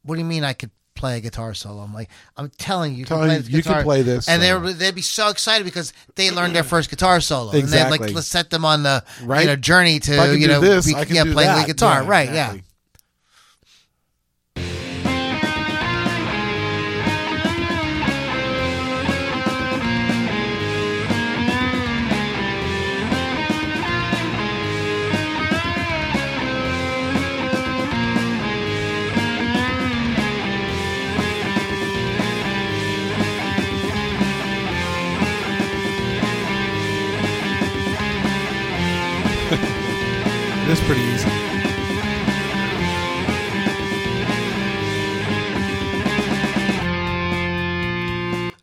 Speaker 1: "What do you mean I could play a guitar solo?" I'm like, "I'm telling you, you,
Speaker 2: Telling
Speaker 1: can, play
Speaker 2: you,
Speaker 1: this
Speaker 2: you can
Speaker 1: guitar."
Speaker 2: play this
Speaker 1: and they
Speaker 2: solo.
Speaker 1: were, they'd be so excited because they learned their first guitar solo, and they
Speaker 2: Exactly.
Speaker 1: like let's set them on the
Speaker 2: Right.
Speaker 1: you know, journey to
Speaker 2: If I can
Speaker 1: you
Speaker 2: do
Speaker 1: know
Speaker 2: this,
Speaker 1: be-
Speaker 2: I can
Speaker 1: yeah,
Speaker 2: do
Speaker 1: playing
Speaker 2: that.
Speaker 1: the guitar, right? Yeah.
Speaker 2: exactly. It is pretty easy.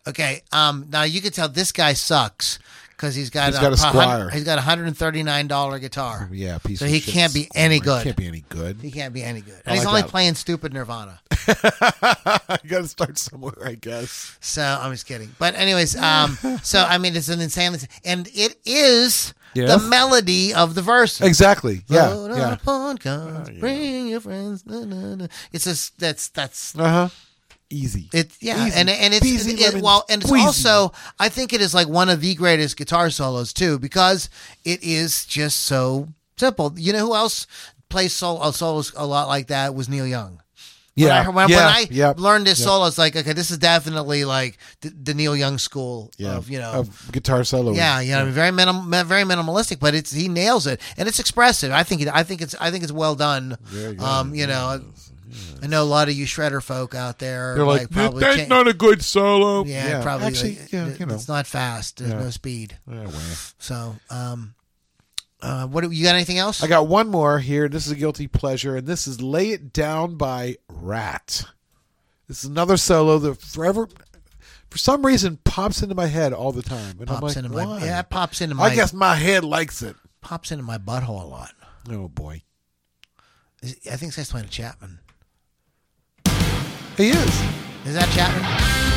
Speaker 1: Okay. Um. Now you can tell this guy sucks because he's got
Speaker 2: He's got a
Speaker 1: hun-
Speaker 2: Squire.
Speaker 1: He's got a hundred and thirty nine dollar guitar.
Speaker 2: Yeah, piece
Speaker 1: So
Speaker 2: of
Speaker 1: he
Speaker 2: shit.
Speaker 1: can't be any good.
Speaker 2: Can't be any good. [LAUGHS]
Speaker 1: He can't be any good, and
Speaker 2: I
Speaker 1: he's
Speaker 2: like
Speaker 1: only
Speaker 2: that.
Speaker 1: playing stupid Nirvana.
Speaker 2: I got to start somewhere, I guess.
Speaker 1: So I'm just kidding. But anyways,
Speaker 2: [LAUGHS]
Speaker 1: um, so I mean, it's an insanely, and it is
Speaker 2: Yeah.
Speaker 1: the melody of the verse.
Speaker 2: Exactly. Yeah.
Speaker 1: Load
Speaker 2: yeah. Oh,
Speaker 1: up on guns, bring your friends. na, na, na. It's just that's that's
Speaker 2: Uh huh. Easy.
Speaker 1: it. Yeah,
Speaker 2: Easy
Speaker 1: and and it's
Speaker 2: peasy
Speaker 1: it,
Speaker 2: lemon
Speaker 1: well, and it's
Speaker 2: squeezy.
Speaker 1: also I think it is like one of the greatest guitar solos too because it is just so simple. You know who else plays sol- uh, solos a lot like that was Neil Young. When I,
Speaker 2: yeah.
Speaker 1: when, when
Speaker 2: yeah.
Speaker 1: I
Speaker 2: yeah.
Speaker 1: learned this solo, it's like, okay, this is definitely like the, the Neil Young school
Speaker 2: yeah.
Speaker 1: of, you know,
Speaker 2: of guitar solo.
Speaker 1: yeah, you know, very minim, very minimalistic, but it's he nails it and it's expressive. I think it, I think it's I think it's well done.
Speaker 2: Very good.
Speaker 1: Um, you know, I know a lot of you shredder folk out there.
Speaker 2: They're like,
Speaker 1: probably
Speaker 2: that's
Speaker 1: can't-
Speaker 2: not a good solo.
Speaker 1: yeah, probably
Speaker 2: Actually,
Speaker 1: like,
Speaker 2: yeah,
Speaker 1: it-
Speaker 2: you know.
Speaker 1: it's not fast. There's
Speaker 2: Yeah.
Speaker 1: no speed.
Speaker 2: Yeah, well.
Speaker 1: So, um, uh, what do- you got? Anything else?
Speaker 2: I got one more here. This is a guilty pleasure, and this is "Lay It Down" by Rat. This is another solo that forever, for some reason, pops into my head all the time, and I'm
Speaker 1: pops
Speaker 2: like,
Speaker 1: into my
Speaker 2: why?
Speaker 1: yeah, it pops into my
Speaker 2: I guess my head likes it.
Speaker 1: pops into my butthole a lot.
Speaker 2: Oh boy,
Speaker 1: Is- I think that's playing a Chapman.
Speaker 2: he is.
Speaker 1: Is that Chapman?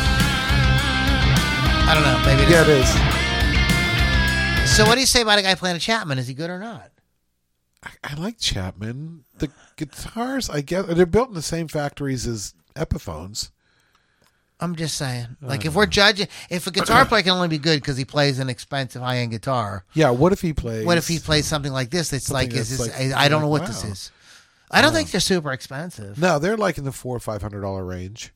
Speaker 1: I don't know. Maybe it is.
Speaker 2: Yeah, it is.
Speaker 1: So, what do you say about a guy playing a Chapman? Is he good or not?
Speaker 2: I, I like Chapman. The guitars, I guess, they're built in the same factories as Epiphones.
Speaker 1: I'm just saying. Like, if we're judging, if a guitar player can only be good because he plays an expensive high end guitar,
Speaker 2: Yeah. What if he plays?
Speaker 1: what if he plays something like this? It's like,
Speaker 2: that's
Speaker 1: is this,
Speaker 2: like-
Speaker 1: I, I don't know what
Speaker 2: like,
Speaker 1: this
Speaker 2: wow.
Speaker 1: is. I don't think they're super expensive.
Speaker 2: No, they're like in the four or five hundred dollar range.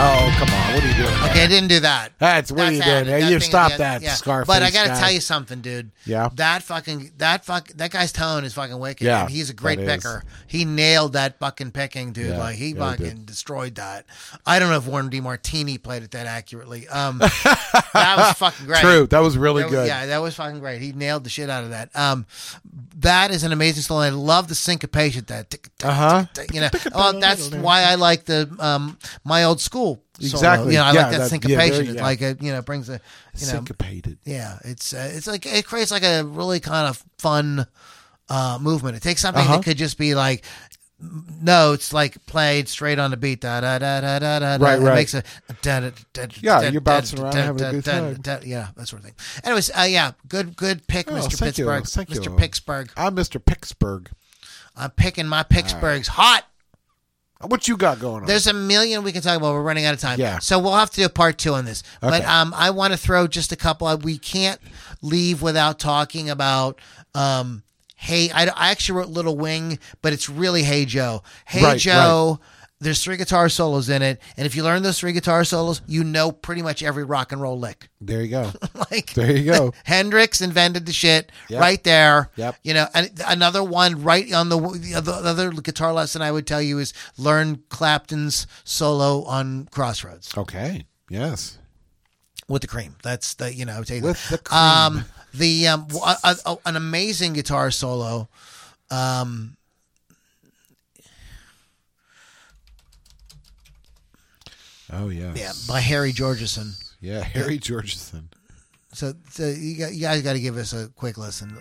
Speaker 2: Oh come on! What are you doing?
Speaker 1: Okay, I didn't do that.
Speaker 2: That's what you
Speaker 1: out.
Speaker 2: did. Hey,
Speaker 1: That
Speaker 2: you
Speaker 1: thing-
Speaker 2: stop
Speaker 1: yeah,
Speaker 2: that,
Speaker 1: yeah.
Speaker 2: Scarface.
Speaker 1: But I gotta
Speaker 2: guy.
Speaker 1: tell you something, dude.
Speaker 2: Yeah.
Speaker 1: That fucking that fuck that guy's tone is fucking wicked.
Speaker 2: Yeah,
Speaker 1: And he's a great
Speaker 2: that is.
Speaker 1: picker. He nailed that fucking picking, dude.
Speaker 2: Yeah,
Speaker 1: like he
Speaker 2: yeah, he did.
Speaker 1: fucking destroyed that. I don't know if Warren D. Martini played it that accurately. Um, that was fucking great.
Speaker 2: [LAUGHS] True, that was really
Speaker 1: That was-
Speaker 2: good.
Speaker 1: Yeah, that was fucking great. He nailed the shit out of that. Um, that is an amazing song. I love the syncopation. That tick, tick,
Speaker 2: Uh huh.
Speaker 1: tick, you know, well, that's why I like the um my old school. Solo.
Speaker 2: Exactly.
Speaker 1: You know, I
Speaker 2: Yeah,
Speaker 1: like that,
Speaker 2: that- yeah,
Speaker 1: syncopation.
Speaker 2: very-
Speaker 1: It
Speaker 2: yeah.
Speaker 1: like it, you know, brings a you know,
Speaker 2: Syncopated.
Speaker 1: yeah, it's uh, it's like it creates like a really kind of fun uh, movement. It takes something
Speaker 2: Uh-huh.
Speaker 1: that could just be like notes, like played straight on the beat. Da da da da da da. da.
Speaker 2: Right,
Speaker 1: it
Speaker 2: right.
Speaker 1: Makes a da, da, da, da,
Speaker 2: Yeah,
Speaker 1: da, da,
Speaker 2: you're bouncing
Speaker 1: da,
Speaker 2: around
Speaker 1: da,
Speaker 2: having a good
Speaker 1: da,
Speaker 2: time.
Speaker 1: da, Yeah, that sort of thing. Anyways, uh, yeah, good good pick,
Speaker 2: Oh,
Speaker 1: Mr.
Speaker 2: thank you,
Speaker 1: Pittsburgh,
Speaker 2: thank you.
Speaker 1: Mr. Pittsburgh.
Speaker 2: I'm Mr. Pittsburgh.
Speaker 1: I'm picking my Pittsburghs hot.
Speaker 2: What you got going on?
Speaker 1: There's a million we can talk about. We're running out of time.
Speaker 2: Yeah.
Speaker 1: So we'll have to do a part two on this. But
Speaker 2: Okay.
Speaker 1: um, I want to throw just a couple. We can't leave without talking about. Um, hey, I, I actually wrote Little Wing, but it's really Hey Joe. Hey
Speaker 2: Right,
Speaker 1: Joe. There's three guitar solos in it, and if you learn those three guitar solos, you know pretty much every rock and roll lick. [LAUGHS]
Speaker 2: there you go.
Speaker 1: like
Speaker 2: There you
Speaker 1: [LAUGHS]
Speaker 2: go.
Speaker 1: Hendrix invented the shit
Speaker 2: Yep.
Speaker 1: right there.
Speaker 2: Yep.
Speaker 1: You know, and another one right on the the other guitar lesson I would tell you is learn Clapton's solo on Crossroads
Speaker 2: Okay. Yes.
Speaker 1: with the cream. That's the you know I would take
Speaker 2: With the
Speaker 1: that.
Speaker 2: cream.
Speaker 1: um the um w- a- a- a- an amazing guitar solo. Um,
Speaker 2: Oh yes.
Speaker 1: yeah, by Harry Georgeson.
Speaker 2: Yeah. Harry Georgeson.
Speaker 1: So, so you, got, you guys got to give us a quick listen.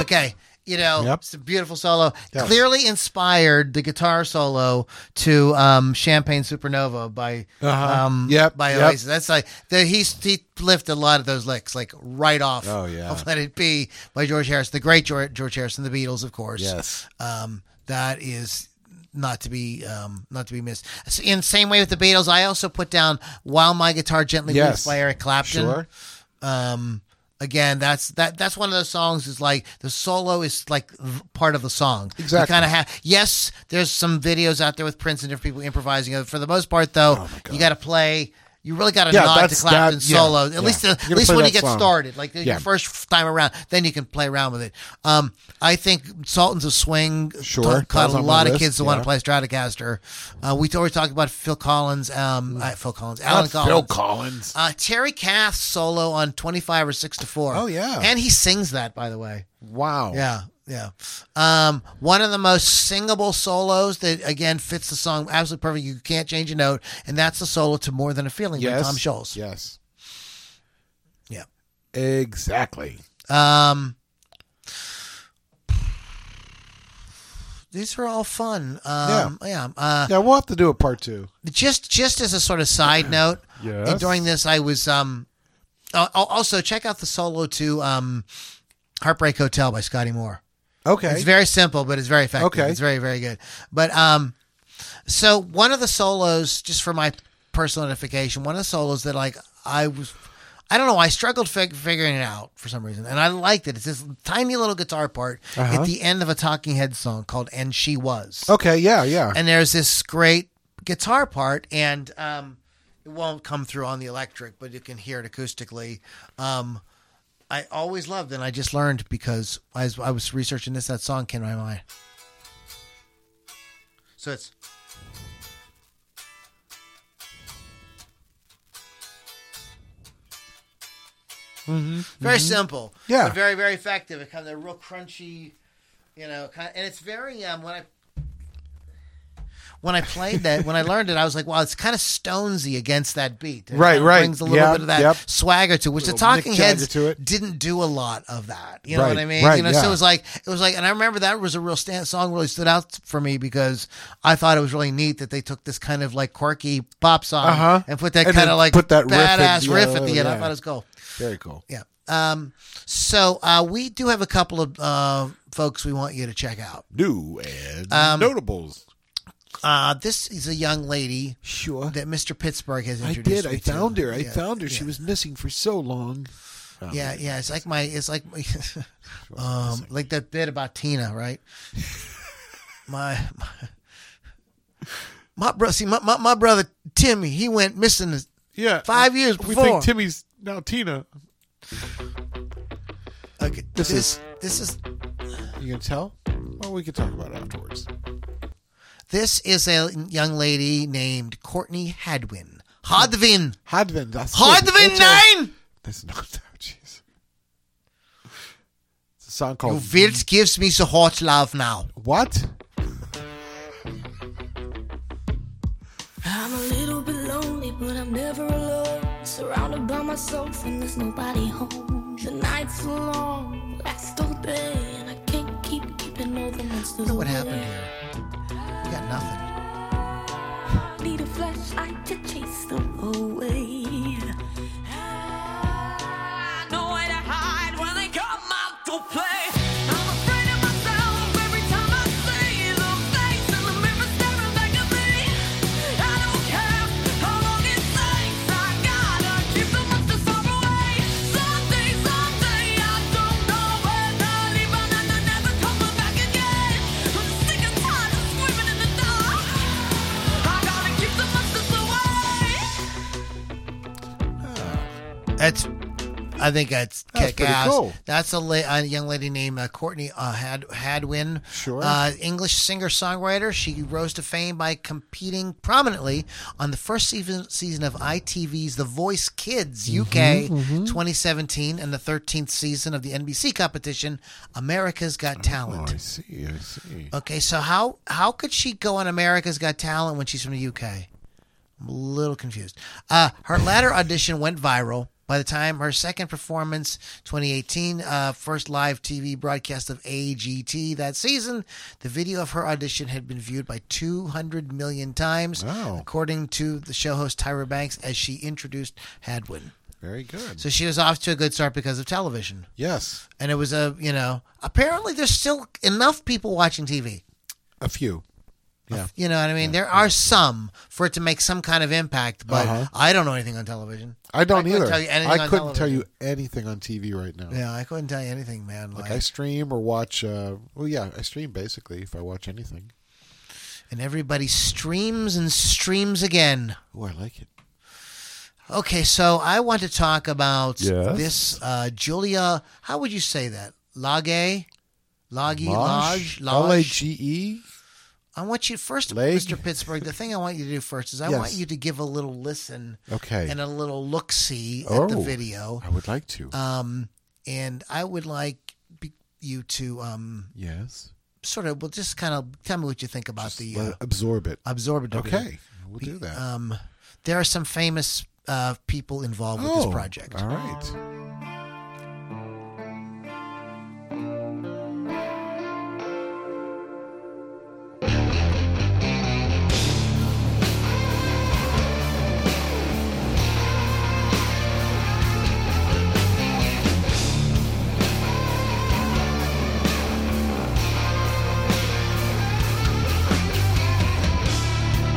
Speaker 1: Okay. You know,
Speaker 2: Yep.
Speaker 1: it's a beautiful solo.
Speaker 2: Yes.
Speaker 1: Clearly inspired the guitar solo to um, "Champagne Supernova" by
Speaker 2: Uh-huh.
Speaker 1: um,
Speaker 2: Yep,
Speaker 1: by
Speaker 2: yep.
Speaker 1: Oasis. That's like the, he's he lifted a lot of those licks like right off.
Speaker 2: Oh, yeah.
Speaker 1: of "Let It Be" by George Harrison, the great George, George Harrison, the Beatles, of course.
Speaker 2: Yes.
Speaker 1: Um, that is not to be um, not to be missed. S- In the same way with the Beatles, I also put down "While My Guitar Gently Weeps"
Speaker 2: Yes.
Speaker 1: by Eric Clapton.
Speaker 2: Sure.
Speaker 1: Um, again, that's that that's one of those songs is like the solo is like v- part of the song.
Speaker 2: Exactly.
Speaker 1: kind of have. Yes, there's some videos out there with Prince and different people improvising. it. For the most part, though, you got to play. You really got to
Speaker 2: Oh Yeah,
Speaker 1: nod to
Speaker 2: that's-
Speaker 1: Clapton
Speaker 2: that- yeah,
Speaker 1: solo. At
Speaker 2: yeah.
Speaker 1: least, uh,
Speaker 2: You
Speaker 1: at
Speaker 2: gotta
Speaker 1: least
Speaker 2: play
Speaker 1: when
Speaker 2: that
Speaker 1: you get
Speaker 2: song.
Speaker 1: started, like the
Speaker 2: Yeah.
Speaker 1: first time around, then you can play around with it. Um, I think Sultans of Swing
Speaker 2: Sure,
Speaker 1: ta-
Speaker 2: that
Speaker 1: caught
Speaker 2: was
Speaker 1: a
Speaker 2: on my
Speaker 1: lot of
Speaker 2: list,
Speaker 1: kids that want
Speaker 2: yeah.
Speaker 1: to play Stratocaster. Uh, we already talked about Phil Collins, um, uh, Phil Collins, Alan Collins,
Speaker 2: Collins.
Speaker 1: uh, Terry Kath's solo on 25 or 6 to 4.
Speaker 2: Oh, yeah.
Speaker 1: And he sings that, by the way.
Speaker 2: Wow.
Speaker 1: Yeah. Yeah. Um, one of the most singable solos that, again, fits the song absolutely perfect. You can't change a note. And that's the solo to More Than a Feeling by
Speaker 2: Yes.
Speaker 1: Tom Scholz.
Speaker 2: Yes.
Speaker 1: Yeah.
Speaker 2: Exactly.
Speaker 1: Um, these are all fun. Um, yeah. Uh,
Speaker 2: Yeah, we'll have to do a part two.
Speaker 1: just just as a sort of side note,
Speaker 2: Yes.
Speaker 1: and during this I was um al- al- also check out the solo to um Heartbreak Hotel by Scotty Moore.
Speaker 2: Okay.
Speaker 1: It's very simple, but it's very effective.
Speaker 2: Okay.
Speaker 1: It's very very good. But um so one of the solos just for my personal notification, one of the solos that like I was I don't know. I struggled fig- figuring it out for some reason, and I liked it. It's this tiny little guitar part
Speaker 2: Uh-huh.
Speaker 1: at the end of a Talking Heads song called "And She Was."
Speaker 2: okay. Yeah. Yeah.
Speaker 1: and there's this great guitar part and um it won't come through on the electric but you can hear it acoustically um i always loved and i just learned because as i was researching this that song came to my mind so it's Very simple,
Speaker 2: Mm-hmm. Yeah.
Speaker 1: But very, very effective. It kind of real crunchy, you know. Kind and it's very um, when I when I played that, when I learned it, I was like, wow, it's kind of stonesy against that beat. It
Speaker 2: Right,
Speaker 1: kinda
Speaker 2: right.
Speaker 1: Brings a little
Speaker 2: Yeah,
Speaker 1: bit of that
Speaker 2: yep.
Speaker 1: swagger to it, which the
Speaker 2: Little Mick
Speaker 1: Talking
Speaker 2: Jagger
Speaker 1: Heads
Speaker 2: to it.
Speaker 1: didn't do a lot of that. You know
Speaker 2: Right,
Speaker 1: what I mean?
Speaker 2: right,
Speaker 1: you know, so
Speaker 2: yeah.
Speaker 1: it was like it was like, and I remember that was a real stand, song really stood out for me because I thought it was really neat that they took this kind of like quirky pop song
Speaker 2: Uh-huh.
Speaker 1: and put that
Speaker 2: And
Speaker 1: kind
Speaker 2: then
Speaker 1: of like
Speaker 2: put that riff at
Speaker 1: badass
Speaker 2: the-
Speaker 1: riff at the, end. I
Speaker 2: yeah.
Speaker 1: thought it was cool.
Speaker 2: very cool.
Speaker 1: Yeah. Um, so uh, we do have a couple of uh, folks we want you to check out.
Speaker 2: New and
Speaker 1: Um,
Speaker 2: notables.
Speaker 1: Uh, this is a young lady
Speaker 2: Sure.
Speaker 1: that Mr. Pittsburgh has
Speaker 2: I
Speaker 1: introduced.
Speaker 2: did. I
Speaker 1: me to.
Speaker 2: found her. I
Speaker 1: Yeah,
Speaker 2: found her. She
Speaker 1: yeah.
Speaker 2: was missing for so long.
Speaker 1: Yeah, yeah. It's like my. It's like, my, [LAUGHS] um, like that bit about Tina,
Speaker 2: [LAUGHS]
Speaker 1: right? my, my, my brother. See, my, my my brother Timmy. He went missing. His,
Speaker 2: Yeah.
Speaker 1: Five years
Speaker 2: we
Speaker 1: before.
Speaker 2: think Timmy's now Tina.
Speaker 1: okay,
Speaker 2: This is-
Speaker 1: this is
Speaker 2: You can tell? Well, we can talk about it afterwards.
Speaker 1: this is a young lady named Courtney Hadwin. Hadwin.
Speaker 2: Hadvin. That's
Speaker 1: Hadwin
Speaker 2: It's a-
Speaker 1: nine.
Speaker 2: That's not. [LAUGHS] Oh, jeez. It's a song
Speaker 1: Du
Speaker 2: called
Speaker 1: willst gives me so hot love now.
Speaker 2: What?
Speaker 3: I'm a little bit lonely, but I'm never alone. Surrounded by myself and there's nobody home. The nights are long, but I still day, and I can't keep keeping all the monsters.
Speaker 1: Look what happened
Speaker 3: away.
Speaker 1: here. You got nothing.
Speaker 3: Need a flashlight to chase them away.
Speaker 4: I know where to hide when they come out to play. I'm afraid of myself every time I see the face in the mirror staring back at me. I don't care how long it takes. I gotta keep the monsters far away. Someday, someday, I don't know when they're leaving and they're never coming back again. I'm sick and tired of screaming in the dark. I gotta keep the monsters away.
Speaker 1: That's, I think that's,
Speaker 2: That's
Speaker 1: kick
Speaker 2: pretty
Speaker 1: ass.
Speaker 2: cool.
Speaker 1: That's a, la- a young lady named uh, Courtney uh, Had- Hadwin.
Speaker 2: Sure.
Speaker 1: Uh, English singer songwriter. She rose to fame by competing prominently on the first season, season of ITV's The Voice
Speaker 2: Mm-hmm,
Speaker 1: Kids UK 2017 and the 13th season of the NBC competition America's
Speaker 2: Oh,
Speaker 1: Got Talent.
Speaker 2: I see. I see.
Speaker 1: Okay, so how how could she go on America's Got Talent when she's from the UK? I'm a little confused. Uh, her latter audition went viral. By the time her second performance, 2018, uh, first live TV broadcast of AGT that season, the video of her audition had been viewed by 200 million times,
Speaker 2: Wow.
Speaker 1: according to the show host Tyra Banks, as she introduced Hadwin.
Speaker 2: Very good.
Speaker 1: So she was off to a good start because of television,
Speaker 2: yes.
Speaker 1: and it was a you know apparently there's still enough people watching TV.
Speaker 2: a few. Yeah.
Speaker 1: You know what I mean? There are some for it to make some kind of impact, but
Speaker 2: Uh-huh.
Speaker 1: I don't know anything on television.
Speaker 2: I don't
Speaker 1: couldn't
Speaker 2: either.
Speaker 1: tell you anything
Speaker 2: I
Speaker 1: on
Speaker 2: couldn't tell you anything on TV right now.
Speaker 1: Yeah, I couldn't tell you anything, man. Like,
Speaker 2: Oh. Like I stream or watch. Uh, well, yeah, I stream basically if I watch anything.
Speaker 1: and everybody streams and streams again.
Speaker 2: Oh, I like it.
Speaker 1: Okay, so I want to talk about
Speaker 5: Yes.
Speaker 1: this uh, Julia. How would you say that? Lage, Lage, Lodge,
Speaker 2: Lodge?
Speaker 1: Lodge.
Speaker 2: L A G E.
Speaker 1: I want you first,
Speaker 2: Leg?
Speaker 1: Mr. Pittsburgh. The thing I want you to do first is I
Speaker 2: [LAUGHS] Yes.
Speaker 1: want you to give a little listen
Speaker 2: Okay.
Speaker 1: and uh, a little look see at the
Speaker 2: Oh.
Speaker 1: video,
Speaker 2: I would like to.
Speaker 1: um, and I would like be- you to um,
Speaker 2: yes.
Speaker 1: sort of well, just kind of tell me what you think about the
Speaker 2: Let-
Speaker 1: uh,
Speaker 2: absorb it.
Speaker 1: absorb it.
Speaker 2: Okay, we'll do that.
Speaker 1: Um, there are some famous uh, people involved with this project.
Speaker 2: Oh, All right.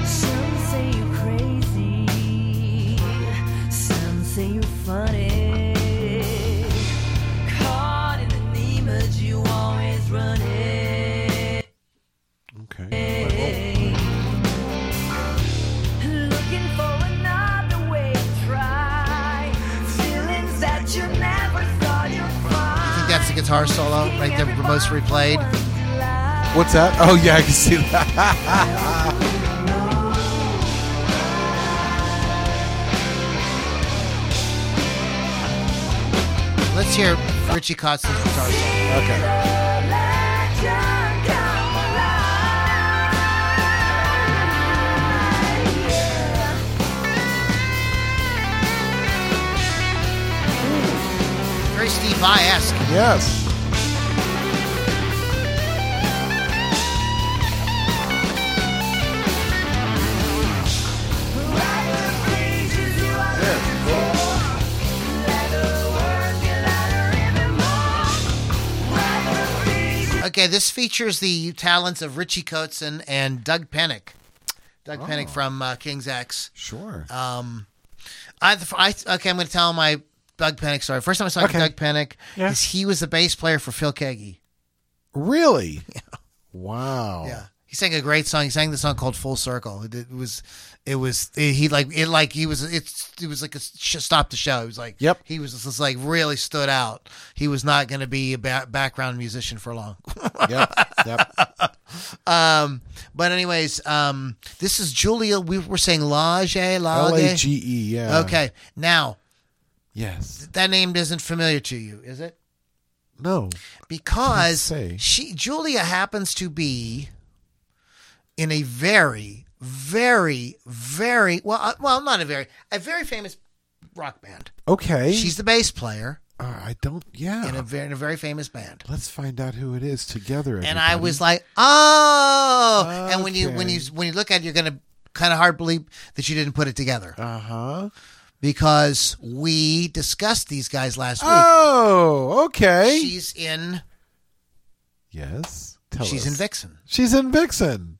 Speaker 6: Some say you're crazy, some say you're funny. Caught in an image you always run it.
Speaker 2: Okay.
Speaker 6: Looking for another way to try. Feelings that you never thought you'd
Speaker 1: I think
Speaker 6: find.
Speaker 1: that's the guitar solo right there, the most replayed.
Speaker 2: What's that? Oh yeah, I can see that.
Speaker 1: [LAUGHS] Let's hear Richie Cotson's guitar solo.
Speaker 2: Okay.
Speaker 1: Very Steve Vai esque.
Speaker 2: Yes.
Speaker 1: Okay, this features the talents of Richie Coatson and Doug Pennick. Doug Pennick
Speaker 2: Oh.
Speaker 1: from uh, King's X.
Speaker 2: Sure.
Speaker 1: Um, I, I okay, I'm going to tell my Doug Pennick story. First time I saw
Speaker 2: Okay.
Speaker 1: Doug Pennick
Speaker 2: Yeah.
Speaker 1: is he was the bass player for Phil Keggy. [LAUGHS]
Speaker 2: really? Wow.
Speaker 1: Yeah. He sang a great song. He sang the song called "Full Circle." It, it was, it was. It, he like it like he was. It's it was like a sh- stop the show. He was like,
Speaker 2: Yep.
Speaker 1: He was just like really stood out. He was not going to be a ba- background musician for
Speaker 2: [LAUGHS]
Speaker 1: long.
Speaker 2: Yep.
Speaker 1: [LAUGHS]
Speaker 2: Yep.
Speaker 1: um, but anyways, um, this is Julia. We were saying Lage,
Speaker 2: L A
Speaker 1: Lage.
Speaker 2: G E. Yeah.
Speaker 1: Okay, now
Speaker 2: Yes.
Speaker 1: that name isn't familiar to you, is it?
Speaker 2: No.
Speaker 1: because
Speaker 2: Can't say.
Speaker 1: she Julia happens to be in a very, very, very well, uh, well, not a very, a very famous rock band.
Speaker 2: Okay.
Speaker 1: She's the bass player
Speaker 2: Uh, I don't. Yeah.
Speaker 1: in a very, in a very famous band.
Speaker 2: Let's find out who it is together.
Speaker 1: And I
Speaker 2: everybody.
Speaker 1: was like, oh, and when you when
Speaker 2: Okay.
Speaker 1: you when you look at it, you're gonna kind of hard believe that you didn't put it together
Speaker 2: Uh huh.
Speaker 1: because we discussed these guys last week.
Speaker 2: Oh, okay.
Speaker 1: She's in,
Speaker 2: yes. Tell
Speaker 1: she's
Speaker 2: us.
Speaker 1: in Vixen.
Speaker 2: She's in Vixen.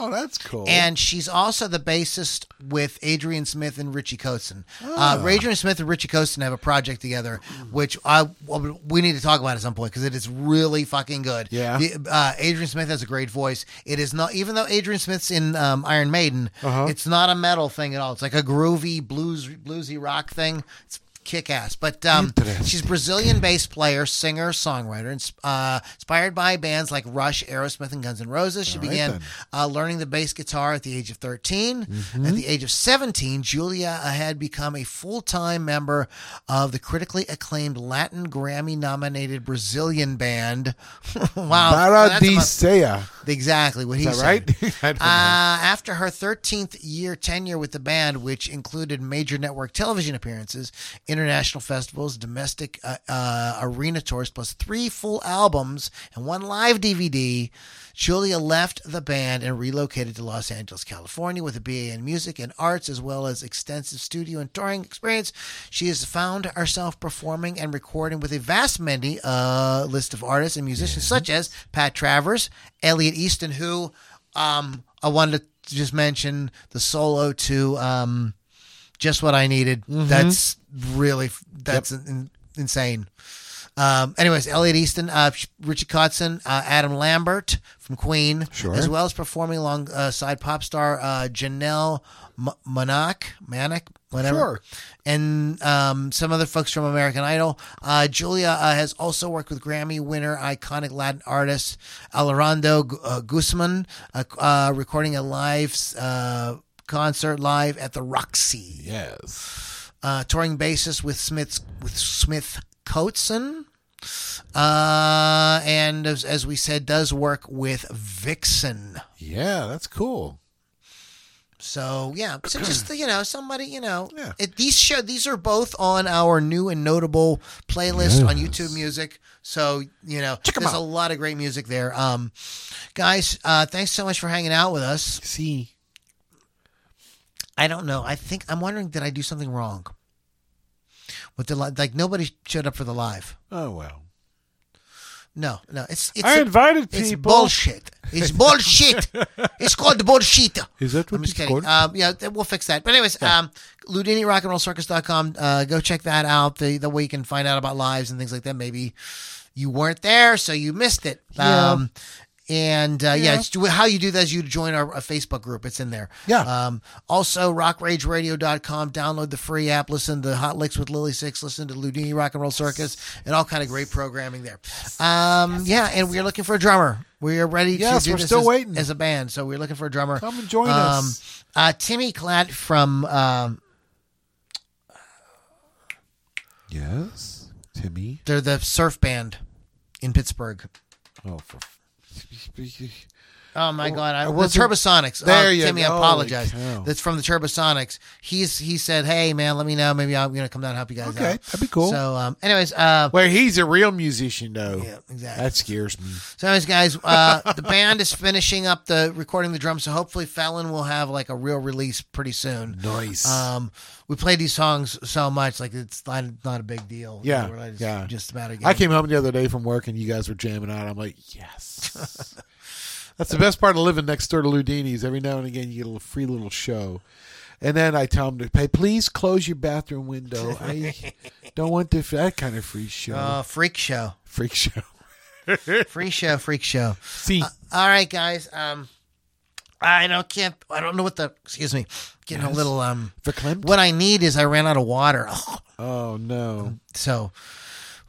Speaker 2: Oh, that's cool.
Speaker 1: And she's also the bassist with Adrian Smith and Richie Coatson.
Speaker 2: Ah.
Speaker 1: Uh, Adrian Smith and Richie Coatson have a project together, which I well, we need to talk about at some point because it is really fucking good.
Speaker 2: Yeah.
Speaker 1: The- uh, Adrian Smith has a great voice. It is not even though Adrian Smith's in um, Iron Maiden,
Speaker 2: Uh-huh.
Speaker 1: it's not a metal thing at all. It's like a groovy blues bluesy rock thing. It's kick ass. But um,
Speaker 2: Interesting.
Speaker 1: she's Brazilian bass player, singer, songwriter, and uh, inspired by bands like Rush, Aerosmith, and Guns N' Roses. She
Speaker 2: All right,
Speaker 1: began
Speaker 2: then.
Speaker 1: uh, learning the bass guitar at the age of 13.
Speaker 2: Mm-hmm.
Speaker 1: At the age of 17, Julia uh, had become a full time member of the critically acclaimed Latin Grammy nominated Brazilian band. [LAUGHS] wow. uh, that's about-
Speaker 2: Paradisea.
Speaker 1: exactly what he
Speaker 2: Is
Speaker 1: said.
Speaker 2: that right? [LAUGHS] I don't know.
Speaker 1: Uh, after her 13th year tenure with the band, which included major network television appearances, in international festivals, domestic uh, uh, arena tours, plus three full albums and one live DVD. Julia left the band and relocated to Los Angeles, California, with a BA in music and arts, as well as extensive studio and touring experience. She has found herself performing and recording with a vast many uh, list of artists and musicians, such as Pat Travers, Elliot Easton, who um, I wanted to just mention the solo to. Um, just what I needed.
Speaker 2: Mm-hmm.
Speaker 1: That's really that's in, insane. Um, anyways, Elliot Easton, uh, Richie Kotzen, uh, Adam Lambert from Queen,
Speaker 2: Sure.
Speaker 1: as well as performing alongside pop star uh, Janelle M- Monáe, Manak, whatever,
Speaker 2: Sure.
Speaker 1: and um, some other folks from American Idol. Uh, Julia uh, has also worked with Grammy winner, iconic Latin artist Alejandro Gu- uh, Guzman, uh, uh, recording a live uh, concert live at the Roxy
Speaker 2: Yes.
Speaker 1: uh, touring bassist with Smith's with Smith Coatson. Uh, and as, as we said, does work with Vixen.
Speaker 2: Yeah, that's cool.
Speaker 1: So yeah, so just you know, somebody you know,
Speaker 2: Yeah.
Speaker 1: it, these show these are both on our new and notable playlist on YouTube Music. So you know,
Speaker 2: Check 'em
Speaker 1: there's
Speaker 2: out.
Speaker 1: a lot of great music there. Um, guys, uh, thanks so much for hanging out with us.
Speaker 2: See.
Speaker 1: I don't know. I think I'm wondering did I do something wrong with the li- like nobody showed up for the live.
Speaker 2: Oh well.
Speaker 1: No, no, it's it's
Speaker 2: I invited
Speaker 1: it's
Speaker 2: people.
Speaker 1: bullshit. It's
Speaker 2: [LAUGHS]
Speaker 1: bullshit. it's called bullshit.
Speaker 2: Is that what
Speaker 1: I'm just
Speaker 2: it's
Speaker 1: kidding.
Speaker 2: called?
Speaker 1: Um, yeah, th- we'll fix that. But anyways, um, Ludini Rock and Roll Circus.com. Uh, go check that out. The the way you can find out about lives and things like that. Maybe you weren't there, so you missed it.
Speaker 2: Yeah.
Speaker 1: Um, and uh, yeah, it's, how you do that is you join our, our Facebook group. It's in there.
Speaker 2: Yeah.
Speaker 1: Um, also, rockrageradio.com. Download the free app. Listen to Hot Licks with Lily Six. Listen to Ludini Rock and Roll Circus and all kind of great programming there. Um, yeah, and we're looking for a drummer. We are ready
Speaker 2: Yes,
Speaker 1: to do
Speaker 2: we're
Speaker 1: this
Speaker 2: still
Speaker 1: as,
Speaker 2: waiting.
Speaker 1: as a band. So we're looking for a drummer.
Speaker 2: Come and join
Speaker 1: um,
Speaker 2: us.
Speaker 1: Uh, Timmy Klatt from um,
Speaker 2: Yes. Timmy.
Speaker 1: they're the surf band in Pittsburgh.
Speaker 2: Oh, for.
Speaker 1: Oh my god! I,
Speaker 2: I
Speaker 1: the
Speaker 2: wasn't-
Speaker 1: Turbosonics.
Speaker 2: There
Speaker 1: uh,
Speaker 2: you
Speaker 1: Timmy,
Speaker 2: go.
Speaker 1: I apologize.
Speaker 2: Holy cow.
Speaker 1: That's from the Turbosonics. He's he said, "Hey man, let me know. Maybe I'm gonna come down and help you guys
Speaker 2: Okay,
Speaker 1: out."
Speaker 2: that'd be cool.
Speaker 1: So, um, anyways, uh,
Speaker 2: Well, he's a real musician, though.
Speaker 1: Yeah, exactly.
Speaker 2: That scares me.
Speaker 1: So, anyways, guys, uh, the band is finishing up the recording the drums, so hopefully Fallon will have like a real release pretty soon.
Speaker 2: Nice.
Speaker 1: Um, we played these songs so much, like it's not, not a big deal.
Speaker 2: Yeah,
Speaker 1: We're just,
Speaker 2: yeah.
Speaker 1: just about again.
Speaker 2: I came home the other day from work and you guys were jamming out. I'm like,
Speaker 1: [LAUGHS]
Speaker 2: yes. That's the best part of living next door to Ludini's. Every now and again, you get a little free little show. And then I tell them to pay, please close your bathroom window. I
Speaker 1: [LAUGHS]
Speaker 2: don't want the, that kind of free show.
Speaker 1: Uh, freak show,
Speaker 2: freak show.
Speaker 1: freak show, freak show.
Speaker 2: See,
Speaker 1: All right, guys. Um, I don't can't. I don't know what the. Excuse me. Getting a little um.
Speaker 2: verklempt?
Speaker 1: What I need is I ran out of water. [LAUGHS]
Speaker 2: Oh, no.
Speaker 1: So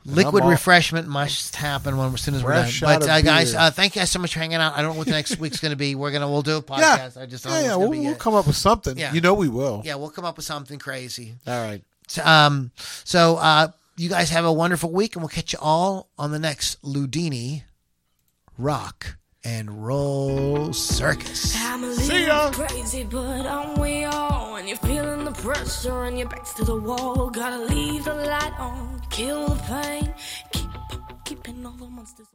Speaker 1: liquid
Speaker 2: all-
Speaker 1: refreshment must happen when as soon as we're done.
Speaker 2: Fresh shot
Speaker 1: But
Speaker 2: of
Speaker 1: uh, guys,
Speaker 2: beer.
Speaker 1: uh, thank you guys so much for hanging out. I don't know what the
Speaker 2: [LAUGHS]
Speaker 1: next week's going to be. We're gonna we'll do a
Speaker 2: Yeah.
Speaker 1: podcast. I just don't
Speaker 2: yeah,
Speaker 1: know
Speaker 2: yeah
Speaker 1: what's
Speaker 2: we'll,
Speaker 1: gonna be
Speaker 2: we'll
Speaker 1: yet.
Speaker 2: come up with something.
Speaker 1: Yeah.
Speaker 2: You know we will.
Speaker 1: Yeah, we'll come up with something crazy.
Speaker 2: All right.
Speaker 1: So, um, so uh, you guys have a wonderful week, and we'll catch you all on the next Ludini Rock and Roll Circus.
Speaker 3: I'm a little crazy, but aren't we all? And you're feeling the pressure and your back's to the wall. Gotta leave the light on, kill the pain, keep keeping all the monsters.